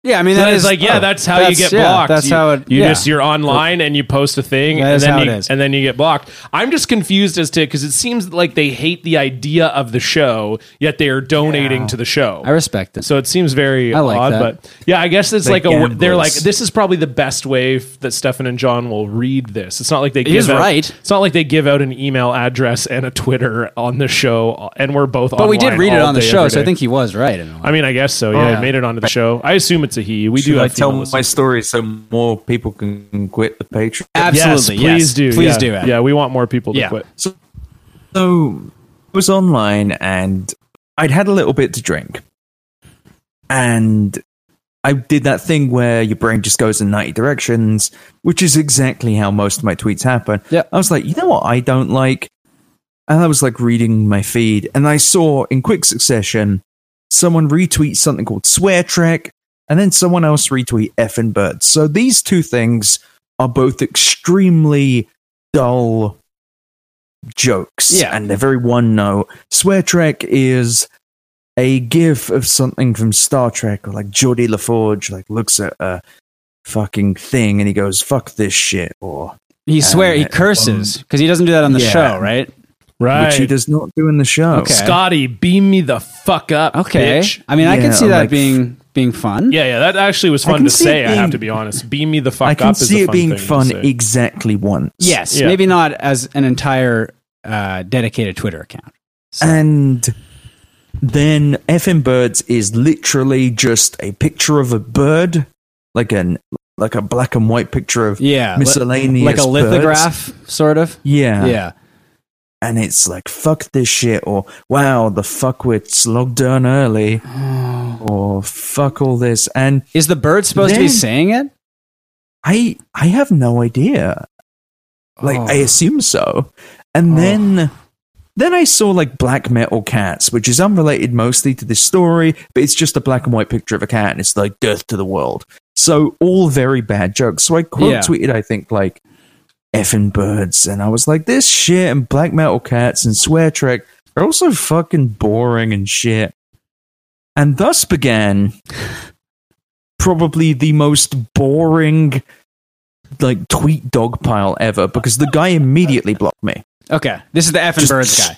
[SPEAKER 1] Yeah, I mean
[SPEAKER 2] That is Oh. like, yeah, that's how you get blocked.
[SPEAKER 1] oh, That's
[SPEAKER 2] you,
[SPEAKER 1] how it.
[SPEAKER 2] You
[SPEAKER 1] yeah.
[SPEAKER 2] just you're online and you post a thing,
[SPEAKER 1] That
[SPEAKER 2] and
[SPEAKER 1] is
[SPEAKER 2] then
[SPEAKER 1] how
[SPEAKER 2] you,
[SPEAKER 1] it is.
[SPEAKER 2] and then you get blocked. I'm just confused as to because it seems like they hate the idea of the show, yet they are donating to the show.
[SPEAKER 1] I respect this.
[SPEAKER 2] so it seems very
[SPEAKER 1] I like
[SPEAKER 2] odd,
[SPEAKER 1] that.
[SPEAKER 2] but yeah, I guess it's
[SPEAKER 3] They
[SPEAKER 2] like a w-
[SPEAKER 3] gamblers.
[SPEAKER 2] they're like this is probably the best way f- that Stefan and John will read this. It's not like they
[SPEAKER 1] He is
[SPEAKER 2] give out,
[SPEAKER 1] right.
[SPEAKER 2] It's not like they give out an email address and a Twitter on the show, and we're both.
[SPEAKER 1] But we did read it on the show, so I think he was right. In a way.
[SPEAKER 2] I mean, I guess so. Yeah,
[SPEAKER 1] yeah.
[SPEAKER 2] it made it onto the show. I assume it's a he. We do.
[SPEAKER 3] Should I
[SPEAKER 2] have
[SPEAKER 3] tell
[SPEAKER 2] female
[SPEAKER 3] my
[SPEAKER 2] listeners.
[SPEAKER 3] story so more people can quit the Patreon?
[SPEAKER 1] Absolutely.
[SPEAKER 2] Yes, please
[SPEAKER 1] yes.
[SPEAKER 2] do.
[SPEAKER 1] Please
[SPEAKER 2] yeah.
[SPEAKER 1] do. Ed.
[SPEAKER 2] Yeah, we want more people to
[SPEAKER 1] Yeah.
[SPEAKER 2] quit.
[SPEAKER 3] So, So I was online and I'd had a little bit to drink. And I did that thing where your brain just goes in 90 directions, which is exactly how most of my tweets happen.
[SPEAKER 1] Yeah.
[SPEAKER 3] I was like, you know what I don't like? And I was like reading my feed and I saw in quick succession someone retweet something called Swear Trek and then someone else retweet F and Birds. So these two things are both extremely dull jokes.
[SPEAKER 1] Yeah.
[SPEAKER 3] And they're very one note. Swear Trek is a gif of something from Star Trek or like Geordie LaForge like looks at a fucking thing and he goes, fuck this shit or
[SPEAKER 1] He swear he
[SPEAKER 3] Uh,
[SPEAKER 1] curses because he doesn't do that on the
[SPEAKER 3] yeah.
[SPEAKER 1] show, right?
[SPEAKER 2] Right.
[SPEAKER 3] which he does not do in the show.
[SPEAKER 1] Okay.
[SPEAKER 2] Scotty, beam me the fuck up.
[SPEAKER 1] Okay.
[SPEAKER 2] bitch.
[SPEAKER 1] I mean, I
[SPEAKER 3] Yeah,
[SPEAKER 1] can see that
[SPEAKER 3] like-
[SPEAKER 1] being being fun.
[SPEAKER 2] Yeah, yeah, that actually was
[SPEAKER 3] I
[SPEAKER 2] fun
[SPEAKER 3] can
[SPEAKER 2] to
[SPEAKER 3] see
[SPEAKER 2] say.
[SPEAKER 3] it
[SPEAKER 2] I have
[SPEAKER 3] being-
[SPEAKER 2] to be honest. Beam me the fuck
[SPEAKER 3] I
[SPEAKER 2] up
[SPEAKER 3] can
[SPEAKER 2] is
[SPEAKER 3] see
[SPEAKER 2] a
[SPEAKER 3] it
[SPEAKER 2] fun
[SPEAKER 3] being
[SPEAKER 2] thing to
[SPEAKER 3] fun
[SPEAKER 2] say.
[SPEAKER 3] exactly once.
[SPEAKER 1] Yes,
[SPEAKER 2] Yeah.
[SPEAKER 1] maybe not as an entire uh, dedicated Twitter account. So-
[SPEAKER 3] And then FM Birds is literally just a picture of a bird, like an like a black and white picture of
[SPEAKER 1] yeah, li-
[SPEAKER 3] miscellaneous
[SPEAKER 1] like a
[SPEAKER 3] birds.
[SPEAKER 1] lithograph, sort of.
[SPEAKER 3] Yeah.
[SPEAKER 1] yeah,
[SPEAKER 3] And it's like fuck this shit or wow the fuckwits logged on early or fuck all this and
[SPEAKER 1] is the bird supposed to be
[SPEAKER 3] Then-
[SPEAKER 1] saying it?
[SPEAKER 3] I I have no idea. Like
[SPEAKER 1] Oh.
[SPEAKER 3] I assume so. And
[SPEAKER 1] Oh.
[SPEAKER 3] then then I saw like black metal cats, which is unrelated mostly to this story, but it's just a black and white picture of a cat and it's like death to the world. So all very bad jokes. So I quote
[SPEAKER 1] Yeah.
[SPEAKER 3] tweeted I think like effing birds and I was like this shit and black metal cats and swear trek are also fucking boring and shit. And thus began probably the most boring like tweet dog pile ever because the guy immediately blocked me.
[SPEAKER 1] Okay, this is the effing
[SPEAKER 3] Just-
[SPEAKER 1] birds guy.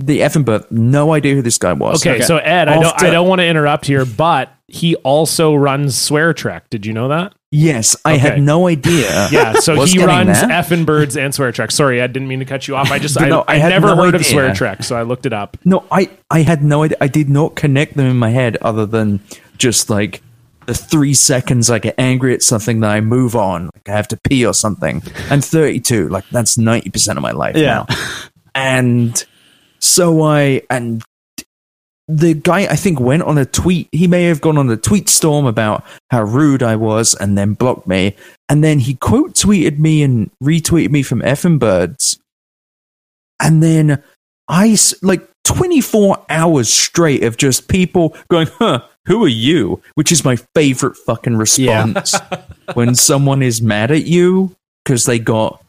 [SPEAKER 3] The effing bird, no idea who this guy was.
[SPEAKER 2] Okay, so Ed, I don't,
[SPEAKER 3] After-
[SPEAKER 2] I don't want to interrupt here, but he also runs Swear Trek. Did you know that?
[SPEAKER 3] Yes, I
[SPEAKER 2] Okay.
[SPEAKER 3] had no idea.
[SPEAKER 2] Yeah, so
[SPEAKER 3] Was
[SPEAKER 2] he
[SPEAKER 3] getting
[SPEAKER 2] runs
[SPEAKER 3] that.
[SPEAKER 2] effing birds and Swear Trek. Sorry, Ed, didn't mean to cut you off. I just I,
[SPEAKER 3] No, I
[SPEAKER 2] I,
[SPEAKER 3] had
[SPEAKER 2] never
[SPEAKER 3] no
[SPEAKER 2] heard of
[SPEAKER 3] idea.
[SPEAKER 2] Swear Trek, so I looked it up.
[SPEAKER 3] No, I I had no idea. I did not connect them in my head other than just like the three seconds I get angry at something, then I move on. Like I have to pee or something. I'm 32. Like that's 90 percent of my life
[SPEAKER 1] Yeah.
[SPEAKER 3] now. And so I and the guy I think went on a tweet. He may have gone on a tweet storm about how rude I was, and then blocked me. And then he quote tweeted me and retweeted me from effing birds. And then I s- like 24 hours straight of just people going, huh, who are you? Which is my favorite fucking response when someone is mad at you because they got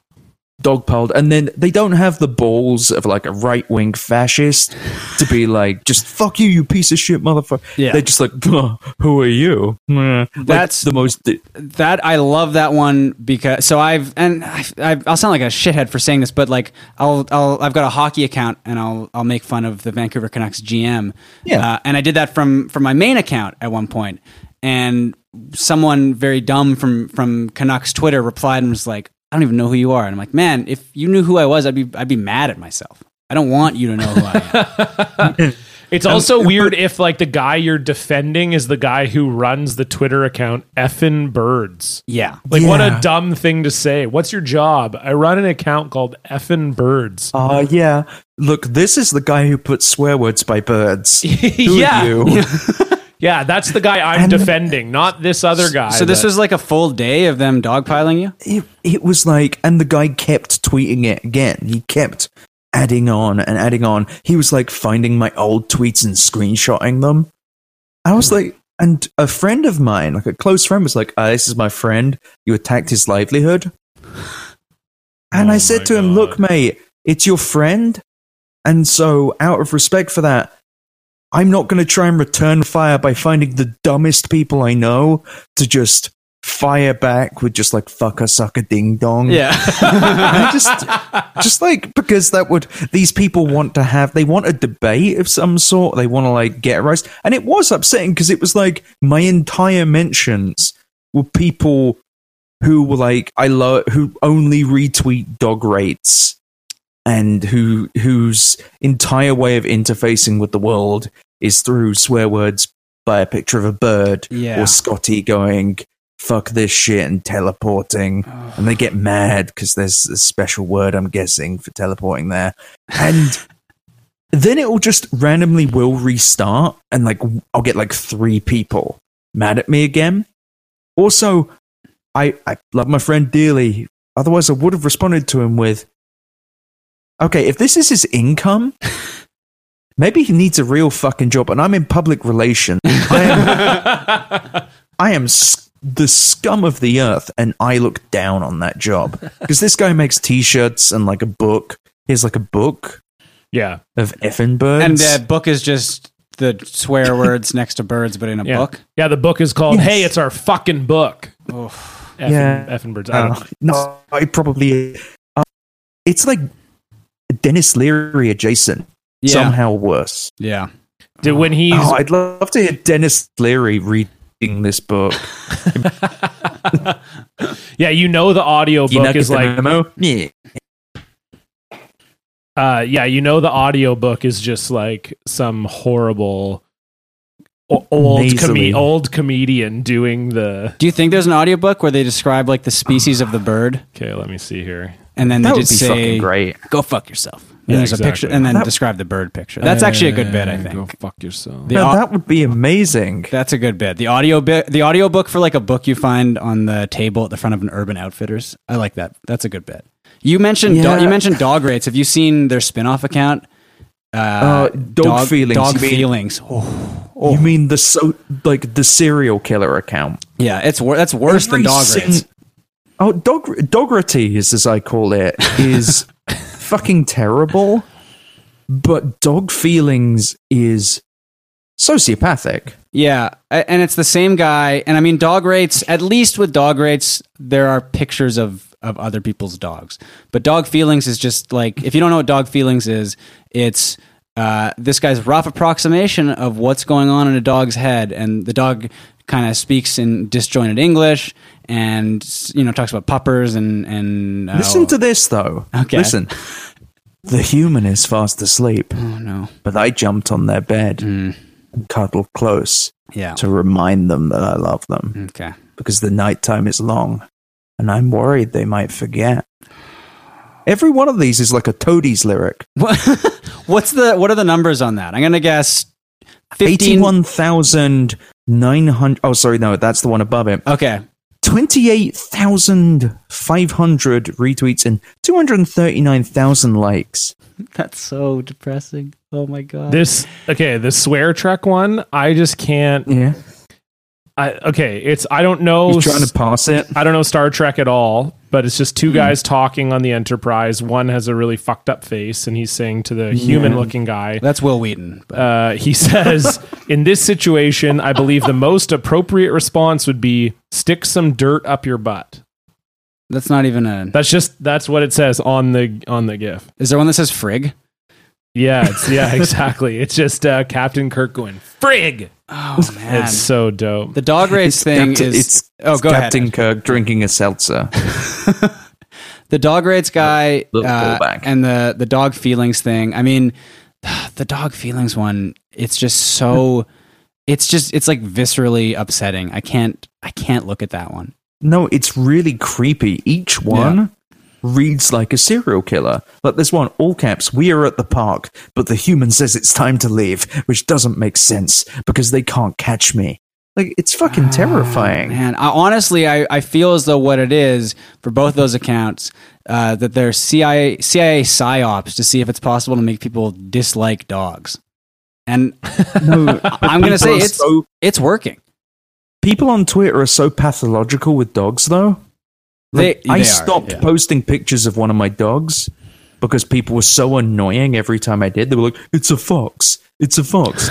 [SPEAKER 3] dogpiled. And then they don't have the balls of like a right wing fascist to be like, just fuck you, you piece of shit motherfucker.
[SPEAKER 1] Yeah.
[SPEAKER 3] They're just like, "Huh, who are you?
[SPEAKER 1] That's-
[SPEAKER 3] That's the most.
[SPEAKER 1] That I love that one because so I've and I, I, I'll sound like a shithead for saying this, but like I'll I'll I've got a hockey account and I'll I'll make fun of the Vancouver Canucks GM.
[SPEAKER 3] Yeah.
[SPEAKER 1] uh, and I did that from from my main account at one point, and someone very dumb from from Canucks Twitter replied and was like, "I don't even know who you are," and I'm like, "Man, if you knew who I was, I'd be I'd be mad at myself. I don't want you to know who I am."
[SPEAKER 2] It's also weird if like the guy you're defending is the guy who runs the Twitter account effing birds.
[SPEAKER 1] Yeah.
[SPEAKER 2] Like what a
[SPEAKER 3] Yeah.
[SPEAKER 2] dumb thing to say. What's your job? I run an account called effing birds.
[SPEAKER 3] Oh, yeah. Look, this is the guy who puts swear words by birds. Who
[SPEAKER 2] yeah.
[SPEAKER 3] are you?
[SPEAKER 2] Yeah, that's the guy I'm defending, not this other guy.
[SPEAKER 1] So this
[SPEAKER 2] that-
[SPEAKER 1] was like a full day of them dogpiling you.
[SPEAKER 3] it, it was like, and the guy kept tweeting it again. He kept adding on and adding on. He was like finding my old tweets and screenshotting them. I was like, and a friend of mine, like a close friend, was like, ah, "This is my friend. You attacked his livelihood." And
[SPEAKER 2] Oh
[SPEAKER 3] I said
[SPEAKER 2] my
[SPEAKER 3] to him, "Look,
[SPEAKER 2] God.
[SPEAKER 3] mate, it's your friend, and so out of respect for that." I'm not going to try and return fire by finding the dumbest people I know to just fire back with just like fucker sucker ding dong. I just just like because that would these people want to have they want a debate of some sort. They want to like get aroused. And it was upsetting because it was like my entire mentions were people who were like I love who only retweet dog rates and who whose entire way of interfacing with the world is through swear words by a picture of a bird
[SPEAKER 1] Yeah.
[SPEAKER 3] or Scotty going fuck this shit and teleporting. And they get mad because there's a special word, I'm guessing, for teleporting there. And then it will just randomly will restart and like I'll get like three people mad at me again. Also, I, I love my friend dearly. Otherwise, I would have responded to him with, okay, if this is his income, maybe he needs a real fucking job. And I'm in public relations. I am, I am s- the scum of the earth, and I look down on that job because this guy makes t-shirts and like a book. Here's like a book
[SPEAKER 2] yeah.
[SPEAKER 3] of effing birds.
[SPEAKER 1] And uh, the book is just the swear words next to birds, but in a
[SPEAKER 2] Yeah.
[SPEAKER 1] book.
[SPEAKER 2] Yeah, the book is called
[SPEAKER 3] Yes.
[SPEAKER 2] Hey, It's Our Fucking Book. Effing,
[SPEAKER 3] Yeah.
[SPEAKER 2] effing birds. I don't
[SPEAKER 3] Uh, no, it probably. Uh, it's like Dennis Leary adjacent,
[SPEAKER 1] Yeah.
[SPEAKER 3] somehow worse.
[SPEAKER 1] Yeah.
[SPEAKER 2] Did, when he's
[SPEAKER 3] Oh, I'd love to hear Dennis Leary reading this book.
[SPEAKER 2] yeah, you know the audio
[SPEAKER 3] You know,
[SPEAKER 2] book is
[SPEAKER 3] get the
[SPEAKER 2] like
[SPEAKER 3] memo? Yeah.
[SPEAKER 2] uh yeah, you know the audio book is just like some horrible o- old
[SPEAKER 3] Nasally.
[SPEAKER 2] com- old comedian doing the
[SPEAKER 1] Do you think there's an audiobook where they describe like the species of the bird
[SPEAKER 2] Okay, let me see here.
[SPEAKER 1] and then
[SPEAKER 3] That
[SPEAKER 1] they
[SPEAKER 3] would be
[SPEAKER 1] just say
[SPEAKER 3] fucking great.
[SPEAKER 1] go fuck yourself. And
[SPEAKER 2] Yeah,
[SPEAKER 1] there's
[SPEAKER 2] exactly.
[SPEAKER 1] a picture and then
[SPEAKER 3] That-
[SPEAKER 1] describe the bird picture. That's actually a good bit, I think.
[SPEAKER 2] Uh, Go fuck yourself.
[SPEAKER 1] The
[SPEAKER 3] no,
[SPEAKER 1] au-
[SPEAKER 3] that would be amazing.
[SPEAKER 1] that's a good bit. The audio bit the audio book for like a book you find on the table at the front of an urban outfitters. I like that. That's a good bit. You mentioned do-
[SPEAKER 3] Yeah.
[SPEAKER 1] you mentioned dog rates. Have you seen their spin-off account?
[SPEAKER 3] Uh, dog, feelings.
[SPEAKER 1] Dog
[SPEAKER 3] you, mean,
[SPEAKER 1] feelings. Oh,
[SPEAKER 3] you mean the so like the serial killer account?
[SPEAKER 1] yeah, it's wor- that's worse
[SPEAKER 3] Every
[SPEAKER 1] than dog
[SPEAKER 3] sing-
[SPEAKER 1] rates.
[SPEAKER 3] Oh, dog dogrities, as I call it, is fucking terrible. But dog feelings is sociopathic.
[SPEAKER 1] Yeah, a- and it's the same guy. And I mean, dog rates. At least with dog rates, there are pictures of of other people's dogs. But dog feelings is just like if you don't know what dog feelings is, it's uh, this guy's rough approximation of what's going on in a dog's head, and the dog kind of speaks in disjointed English, and s- you know talks about puppers and and uh,
[SPEAKER 3] Listen to this though.
[SPEAKER 1] Okay.
[SPEAKER 3] Listen. The human is fast asleep,
[SPEAKER 1] oh no
[SPEAKER 3] but I jumped on their bed
[SPEAKER 1] Hmm.
[SPEAKER 3] and cuddled close
[SPEAKER 1] yeah
[SPEAKER 3] to remind them that I love them.
[SPEAKER 1] okay
[SPEAKER 3] because the nighttime is long, and I'm worried they might forget. Every one of these is like a Toadies lyric.
[SPEAKER 1] what, what's the what are the numbers on that? I'm gonna guess 15
[SPEAKER 3] Eighty-one thousand nine hundred. Oh, sorry, no, that's the one above it.
[SPEAKER 1] Okay,
[SPEAKER 3] Twenty-eight thousand five hundred retweets and two hundred thirty-nine thousand likes.
[SPEAKER 1] That's so depressing. Oh my god.
[SPEAKER 2] This okay, the swear truck one, I just can't
[SPEAKER 3] Yeah,
[SPEAKER 2] I okay, it's I don't know
[SPEAKER 1] Oh,
[SPEAKER 3] he's trying to pass it.
[SPEAKER 2] I don't know Star Trek at all, but it's just
[SPEAKER 1] Hmm.
[SPEAKER 2] two guys talking on the Enterprise. One has a really fucked up face, and he's saying to the human looking guy,
[SPEAKER 1] That's Will Wheaton. But
[SPEAKER 2] uh, he says, In this situation, I believe the most appropriate response would be stick some dirt up your butt.
[SPEAKER 1] that's not even a.
[SPEAKER 2] That's just that's what it says on the on the GIF.
[SPEAKER 1] Is there one that says frig?
[SPEAKER 2] Yeah, it's, yeah, exactly. It's just uh, Captain Kirk going frig.
[SPEAKER 1] Oh man.
[SPEAKER 2] It's so dope.
[SPEAKER 1] the dog rates thing
[SPEAKER 3] Captain-
[SPEAKER 1] is
[SPEAKER 3] it's
[SPEAKER 1] oh
[SPEAKER 3] it's
[SPEAKER 1] go
[SPEAKER 3] Captain
[SPEAKER 1] ahead.
[SPEAKER 3] Kirk drinking a seltzer.
[SPEAKER 1] The dog rates guy
[SPEAKER 3] Little
[SPEAKER 1] uh,
[SPEAKER 3] pullback.
[SPEAKER 1] and the the dog feelings thing. I mean, the dog feelings one. It's just so. It's just it's like viscerally upsetting. I can't I can't look at that one.
[SPEAKER 3] No, it's really creepy. Each one reads like a serial killer. Like there's one, all caps, we are at the park, but the human says it's time to leave, which doesn't make sense because they can't catch me. Like it's fucking terrifying.
[SPEAKER 1] Man, I, honestly, I, I feel as though what it is for both those accounts uh, that they're CIA CIA psyops to see if it's possible to make people dislike dogs. And I- I'm going to say
[SPEAKER 3] People are
[SPEAKER 1] it's
[SPEAKER 3] so-
[SPEAKER 1] it's working.
[SPEAKER 3] people on Twitter are so pathological with dogs though. Like,
[SPEAKER 1] They-
[SPEAKER 3] I
[SPEAKER 1] they are,
[SPEAKER 3] stopped
[SPEAKER 1] yeah.
[SPEAKER 3] posting pictures of one of my dogs because people were so annoying every time I did. They were like, "It's a fox. It's a fox."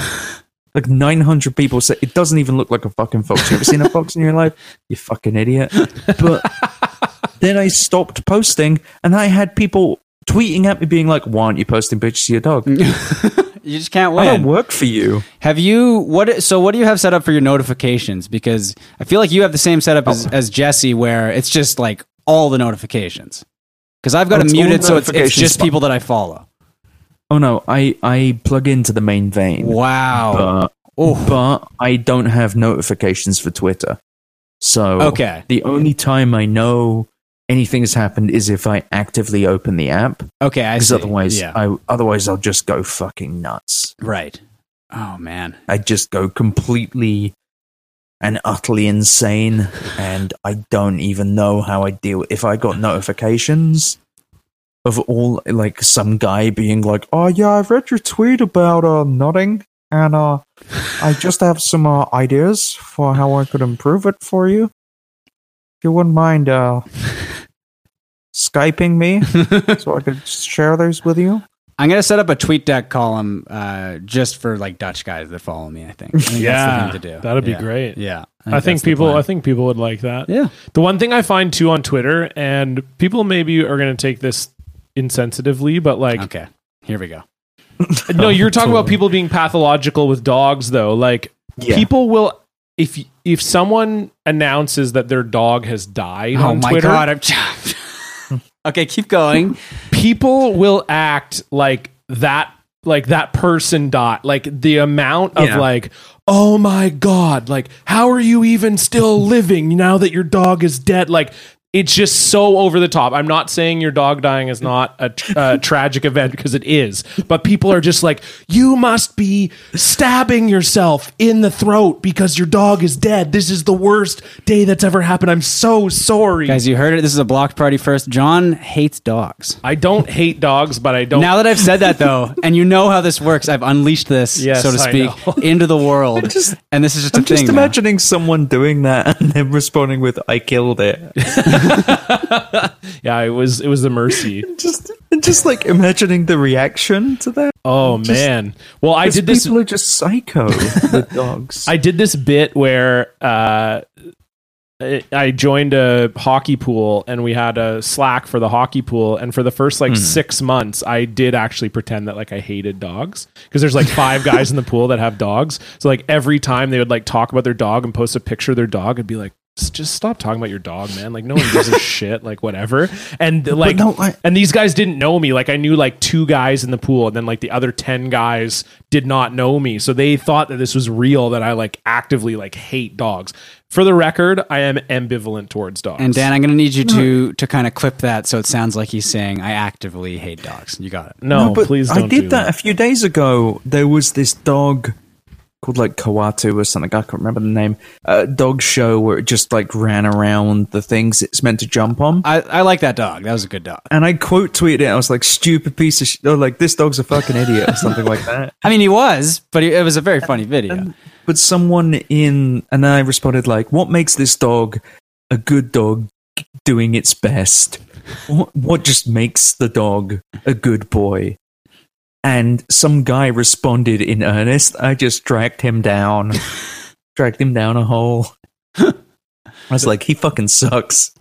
[SPEAKER 3] like 900 people said it doesn't even look like a fucking fox. You ever seen a fox in your life? You fucking idiot. But then I stopped posting and I had people tweeting at me being like, "Why aren't you posting pictures of your dog?
[SPEAKER 1] You just can't
[SPEAKER 3] I don't
[SPEAKER 1] win.
[SPEAKER 3] work for you."
[SPEAKER 1] Have you what? So what do you have set up for your notifications? Because I feel like you have the same setup as,
[SPEAKER 3] Oh.
[SPEAKER 1] as Jesse, where it's just like all the notifications. Because I've got
[SPEAKER 3] Oh,
[SPEAKER 1] it
[SPEAKER 3] it's all
[SPEAKER 1] muted, so it's, it's
[SPEAKER 3] notifications.
[SPEAKER 1] just people that I follow.
[SPEAKER 3] Oh no, I I plug into the main vein.
[SPEAKER 1] Wow.
[SPEAKER 3] But
[SPEAKER 1] oh,
[SPEAKER 3] but I don't have notifications for Twitter. So
[SPEAKER 1] Okay.
[SPEAKER 3] the only time I know anything has happened is if I actively open the app.
[SPEAKER 1] Okay, I
[SPEAKER 3] Because
[SPEAKER 1] see.
[SPEAKER 3] otherwise,
[SPEAKER 1] yeah,
[SPEAKER 3] I otherwise I'll just go fucking nuts.
[SPEAKER 1] right. Oh man,
[SPEAKER 3] I just go completely and utterly insane, and I don't even know how I deal. If I got notifications of all like some guy being like, "Oh yeah, I've read your tweet about uh nodding, and uh, I just have some uh, ideas for how I could improve it for you. If you wouldn't mind uh." Skyping me so I could share those with you.
[SPEAKER 1] I'm gonna set up a tweet deck column uh, just for like Dutch guys that follow me. I think. I think that's the
[SPEAKER 2] Yeah,
[SPEAKER 1] thing to do.
[SPEAKER 2] that'd be
[SPEAKER 1] Yeah.
[SPEAKER 2] great.
[SPEAKER 1] Yeah,
[SPEAKER 2] I think
[SPEAKER 1] that's the
[SPEAKER 2] people,
[SPEAKER 1] plan.
[SPEAKER 2] I think people would like that.
[SPEAKER 1] yeah,
[SPEAKER 2] The one thing I find too on Twitter, and people maybe are going to take this insensitively, but like,
[SPEAKER 1] okay. Here we go.
[SPEAKER 2] no, you're talking about people being pathological with dogs, though. Like,
[SPEAKER 3] Yeah.
[SPEAKER 2] people will if if someone announces that their dog has died
[SPEAKER 1] Oh
[SPEAKER 2] on
[SPEAKER 1] my
[SPEAKER 2] Twitter,
[SPEAKER 1] god, I'm. okay, keep going.
[SPEAKER 2] people will act like that like that person dot like the amount of
[SPEAKER 3] Yeah.
[SPEAKER 2] like oh my god like how are you even still living now that your dog is dead like it's just so over the top i'm not saying your dog dying is not a tr uh, tragic event because it is but people are just like you must be stabbing yourself in the throat because your dog is dead this is the worst day that's ever happened i'm so sorry
[SPEAKER 1] Guys, you heard it. This is a block party first. John hates dogs.
[SPEAKER 2] i don't hate dogs but i don't
[SPEAKER 1] Now that I've said that, though, and you know how this works, I've unleashed this,
[SPEAKER 2] Yes,
[SPEAKER 1] so to
[SPEAKER 2] I
[SPEAKER 1] speak,
[SPEAKER 2] know.
[SPEAKER 1] into the world.
[SPEAKER 3] just-
[SPEAKER 1] and this is just
[SPEAKER 3] I'm
[SPEAKER 1] a thing.
[SPEAKER 3] just
[SPEAKER 1] now.
[SPEAKER 3] imagining someone doing that and then responding with "I killed it."
[SPEAKER 2] yeah it was it was the mercy
[SPEAKER 3] just just like imagining the reaction to that.
[SPEAKER 2] Oh man! Well, I did this.
[SPEAKER 3] People are just psycho with dogs.
[SPEAKER 2] I did this bit where uh, I- I joined a hockey pool, and we had a Slack for the hockey pool. And for the first like six months, I did actually pretend that like I hated dogs because there's like five guys in the pool that have dogs. So like every time they would like talk about their dog and post a picture of their dog, I'd be like. "S- Just stop talking about your dog, man. Like no one gives a shit. Like whatever. And like,
[SPEAKER 3] no, I-
[SPEAKER 2] and these guys didn't know me. Like I knew like two guys in the pool, and then like the other ten guys did not know me. So they thought that this was real. That I like actively like hate dogs. For the record, I am ambivalent towards dogs.
[SPEAKER 1] And Dan, I'm going to need you to to kind of clip that so it sounds like he's saying, "I actively hate dogs." You got it.
[SPEAKER 2] no, Oh, please don't
[SPEAKER 3] I did
[SPEAKER 2] do
[SPEAKER 3] that
[SPEAKER 2] that.
[SPEAKER 3] a few days ago. There was this dog called like Kawatu or something. I can't remember the name. A dog show where it just like ran around the things it's meant to jump on.
[SPEAKER 1] I, I like that dog. That was a good dog.
[SPEAKER 3] and I quote tweeted it. I was like, "Stupid piece of shit," or like, "This dog's a fucking idiot," or something like that.
[SPEAKER 1] I mean, he was, but it it was a very funny video.
[SPEAKER 3] but someone in and then I responded like, "What makes this dog a good dog doing its best? What, what just makes the dog a good boy?" And some guy responded in earnest. I just dragged him down, dragged him down a hole. I was like, "He fucking sucks."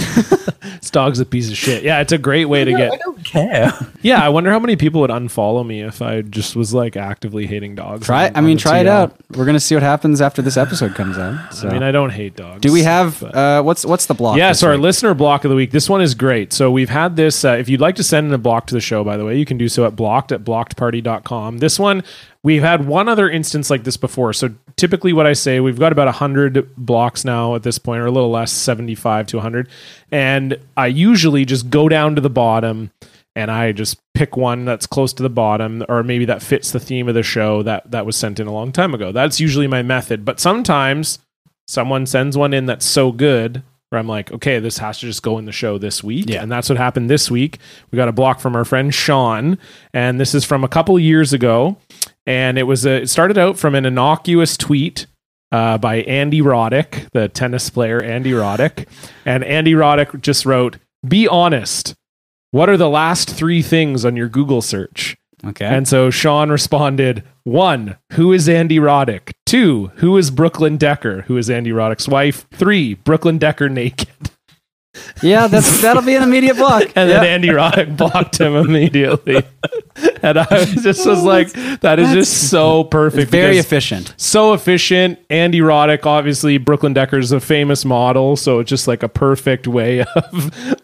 [SPEAKER 2] This dog's a piece of shit. Yeah, it's a great way to get.
[SPEAKER 3] I don't care.
[SPEAKER 2] Yeah, I wonder how many people would unfollow me if I just was like actively hating dogs.
[SPEAKER 1] Try,
[SPEAKER 2] on-
[SPEAKER 1] I
[SPEAKER 2] on
[SPEAKER 1] mean,
[SPEAKER 2] the
[SPEAKER 1] try it
[SPEAKER 2] TL.
[SPEAKER 1] out. We're going to see what happens after this episode comes out. So,
[SPEAKER 2] I mean, I don't hate dogs.
[SPEAKER 1] do we have
[SPEAKER 2] but-
[SPEAKER 1] uh, what's what's the block?
[SPEAKER 2] Yeah,
[SPEAKER 1] this
[SPEAKER 2] so our
[SPEAKER 1] week?
[SPEAKER 2] listener block of the week. This one is great. So we've had this. Uh, if you'd like to send in a block to the show, by the way, you can do so at blocked at blockedparty.com. This one, we've had one other instance like this before. So typically, what I say, we've got about 100 blocks now at this point, or a little less, 75 to 100. And I usually just go down to the bottom and I just pick one that's close to the bottom, or maybe that fits the theme of the show that that was sent in a long time ago. That's usually my method. But sometimes someone sends one in that's so good where I'm like, okay, this has to just go in the show this week.
[SPEAKER 1] Yeah.
[SPEAKER 2] And that's what happened this week. We got a block from our friend Sean, and this is from a couple years ago. And it was a, it started out from an innocuous tweet uh, by Andy Roddick, the tennis player Andy Roddick. And Andy Roddick just wrote, Be honest. What are the last three things on your Google search?
[SPEAKER 1] okay.
[SPEAKER 2] And so Sean responded one, who is Andy Roddick? Two, who is Brooklyn Decker, who is Andy Roddick's wife? Three, Brooklyn Decker naked.
[SPEAKER 1] yeah, that's that'll be an immediate block.
[SPEAKER 2] And then
[SPEAKER 1] Yeah.
[SPEAKER 2] Andy Roddick blocked him immediately. and I was just was like, that is just so perfect.
[SPEAKER 1] Very
[SPEAKER 2] because-
[SPEAKER 1] efficient.
[SPEAKER 2] so efficient and erotic. Obviously, Brooklyn Decker's a famous model, so it's just like a perfect way of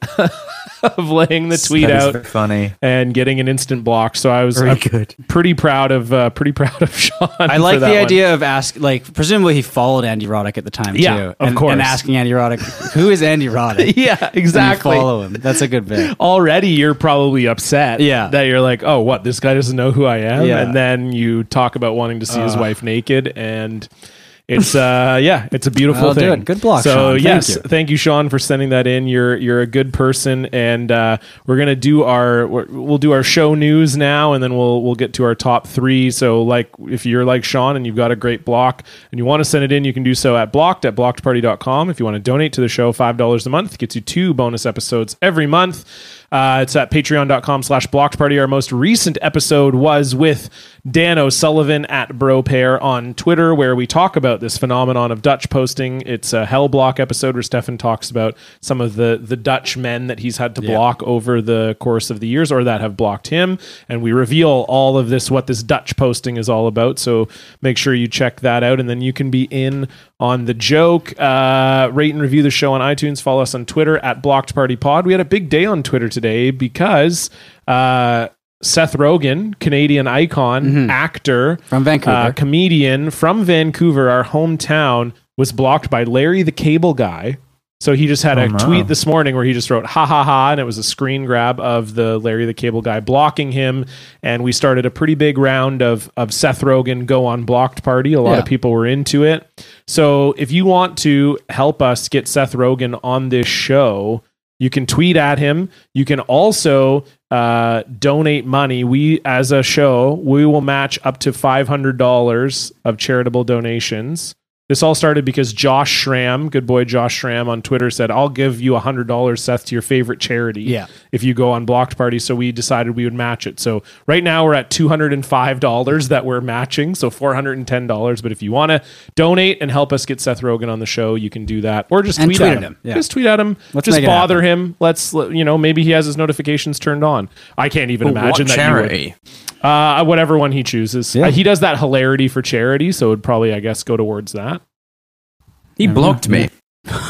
[SPEAKER 2] of laying the tweet
[SPEAKER 3] That is
[SPEAKER 2] out
[SPEAKER 3] very funny.
[SPEAKER 2] and getting an instant block. So I was
[SPEAKER 3] Very
[SPEAKER 2] I'm
[SPEAKER 3] good.
[SPEAKER 2] pretty proud of uh, pretty proud of Sean.
[SPEAKER 1] I like the idea of ask like presumably he followed Andy Roddick at the time
[SPEAKER 2] Yeah,
[SPEAKER 1] too.
[SPEAKER 2] of
[SPEAKER 1] and,
[SPEAKER 2] course.
[SPEAKER 1] And asking Andy Roddick, who is Andy Roddick?
[SPEAKER 2] Yeah,
[SPEAKER 1] And you
[SPEAKER 2] exactly.
[SPEAKER 1] follow him. That's a good bit.
[SPEAKER 2] Already, you're probably upset.
[SPEAKER 1] Yeah.
[SPEAKER 2] that you're like, oh, what? This guy doesn't know who I am.
[SPEAKER 1] Yeah.
[SPEAKER 2] And then you talk about wanting to see his wife naked, and it's uh, yeah, it's a beautiful
[SPEAKER 1] Well, do
[SPEAKER 2] thing.
[SPEAKER 1] it. Good block,
[SPEAKER 2] So
[SPEAKER 1] Sean. Thank
[SPEAKER 2] yes,
[SPEAKER 1] you.
[SPEAKER 2] thank you, Sean, for sending that in. You're you're a good person, and uh, we're gonna do our we're, we'll do our show news now, and then we'll we'll get to our top three. So like if you're like Sean and you've got a great block and you want to send it in, you can do so at blocked at blockedparty.com. If you want to donate to the show, five dollars a month gets you two bonus episodes every month. Uh, it's at patreon.com slash blocked party. Our most recent episode was with Dan O'Sullivan at Bro Pair on Twitter, where we talk about this phenomenon of Dutch posting. It's a hell block episode where Stefan talks about some of the, the Dutch men that he's had to block over the course of the years or that have blocked him. And we reveal all of this, what this Dutch posting is all about. So make sure you check that out. And then you can be in on the joke. Uh, rate and review the show on iTunes. Follow us on Twitter at Blocked Party Pod. We had a big day on Twitter today because uh, Seth Rogen, Canadian icon, actor
[SPEAKER 1] Mm-hmm. From Vancouver.
[SPEAKER 2] uh, comedian from Vancouver, our hometown, was blocked by Larry the Cable Guy. So he just had a tweet this morning where he just wrote "ha ha ha" and it was a screen grab of the Larry the Cable Guy blocking him, and we started a pretty big round of of Seth Rogen go on blocked party. A lot of
[SPEAKER 1] Yeah.
[SPEAKER 2] people were into it. So if you want to help us get Seth Rogen on this show, you can tweet at him. You can also uh, donate money. We, as a show, we will match up to five hundred dollars of charitable donations. This all started because Josh Schram, good boy Josh Schram on Twitter said, "I'll give you hundred dollars, Seth, to your favorite charity."
[SPEAKER 1] Yeah.
[SPEAKER 2] if you go on Blocked Party. So we decided we would match it. So right now we're at $205 that we're matching. So $410. But if you want to donate and help us get Seth Rogen on the show, you can do that. Or just
[SPEAKER 1] And
[SPEAKER 2] tweet,
[SPEAKER 1] tweet
[SPEAKER 2] at
[SPEAKER 1] at
[SPEAKER 2] him.
[SPEAKER 1] him. Yeah.
[SPEAKER 2] Just tweet at him.
[SPEAKER 1] Let's
[SPEAKER 2] just
[SPEAKER 1] make it
[SPEAKER 2] bother him. Let's, let- you know, maybe he has his notifications turned on. I can't even imagine that you would- uh, whatever one he chooses.
[SPEAKER 1] Yeah.
[SPEAKER 2] Uh, he does that hilarity for charity. So it would probably, I guess, go towards that.
[SPEAKER 3] He blocked me.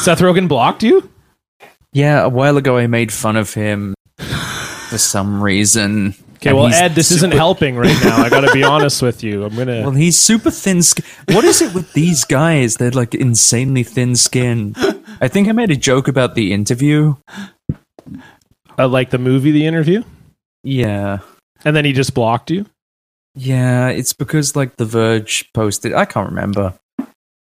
[SPEAKER 2] Seth Rogen blocked you?
[SPEAKER 3] Yeah, a while ago I made fun of him for some reason.
[SPEAKER 2] Okay,
[SPEAKER 3] And
[SPEAKER 2] well,
[SPEAKER 3] he's
[SPEAKER 2] Ed, this isn't
[SPEAKER 3] super-
[SPEAKER 2] helping right now. I got to be honest with you. I'm going to.
[SPEAKER 3] Well, he's super thin. Sk- what is it with these guys? They're like insanely thin skin. I think I made a joke about the interview.
[SPEAKER 2] uh, like the movie, the interview,
[SPEAKER 3] Yeah.
[SPEAKER 2] and then he just blocked you.
[SPEAKER 3] Yeah, it's because like The Verge posted. I can't remember.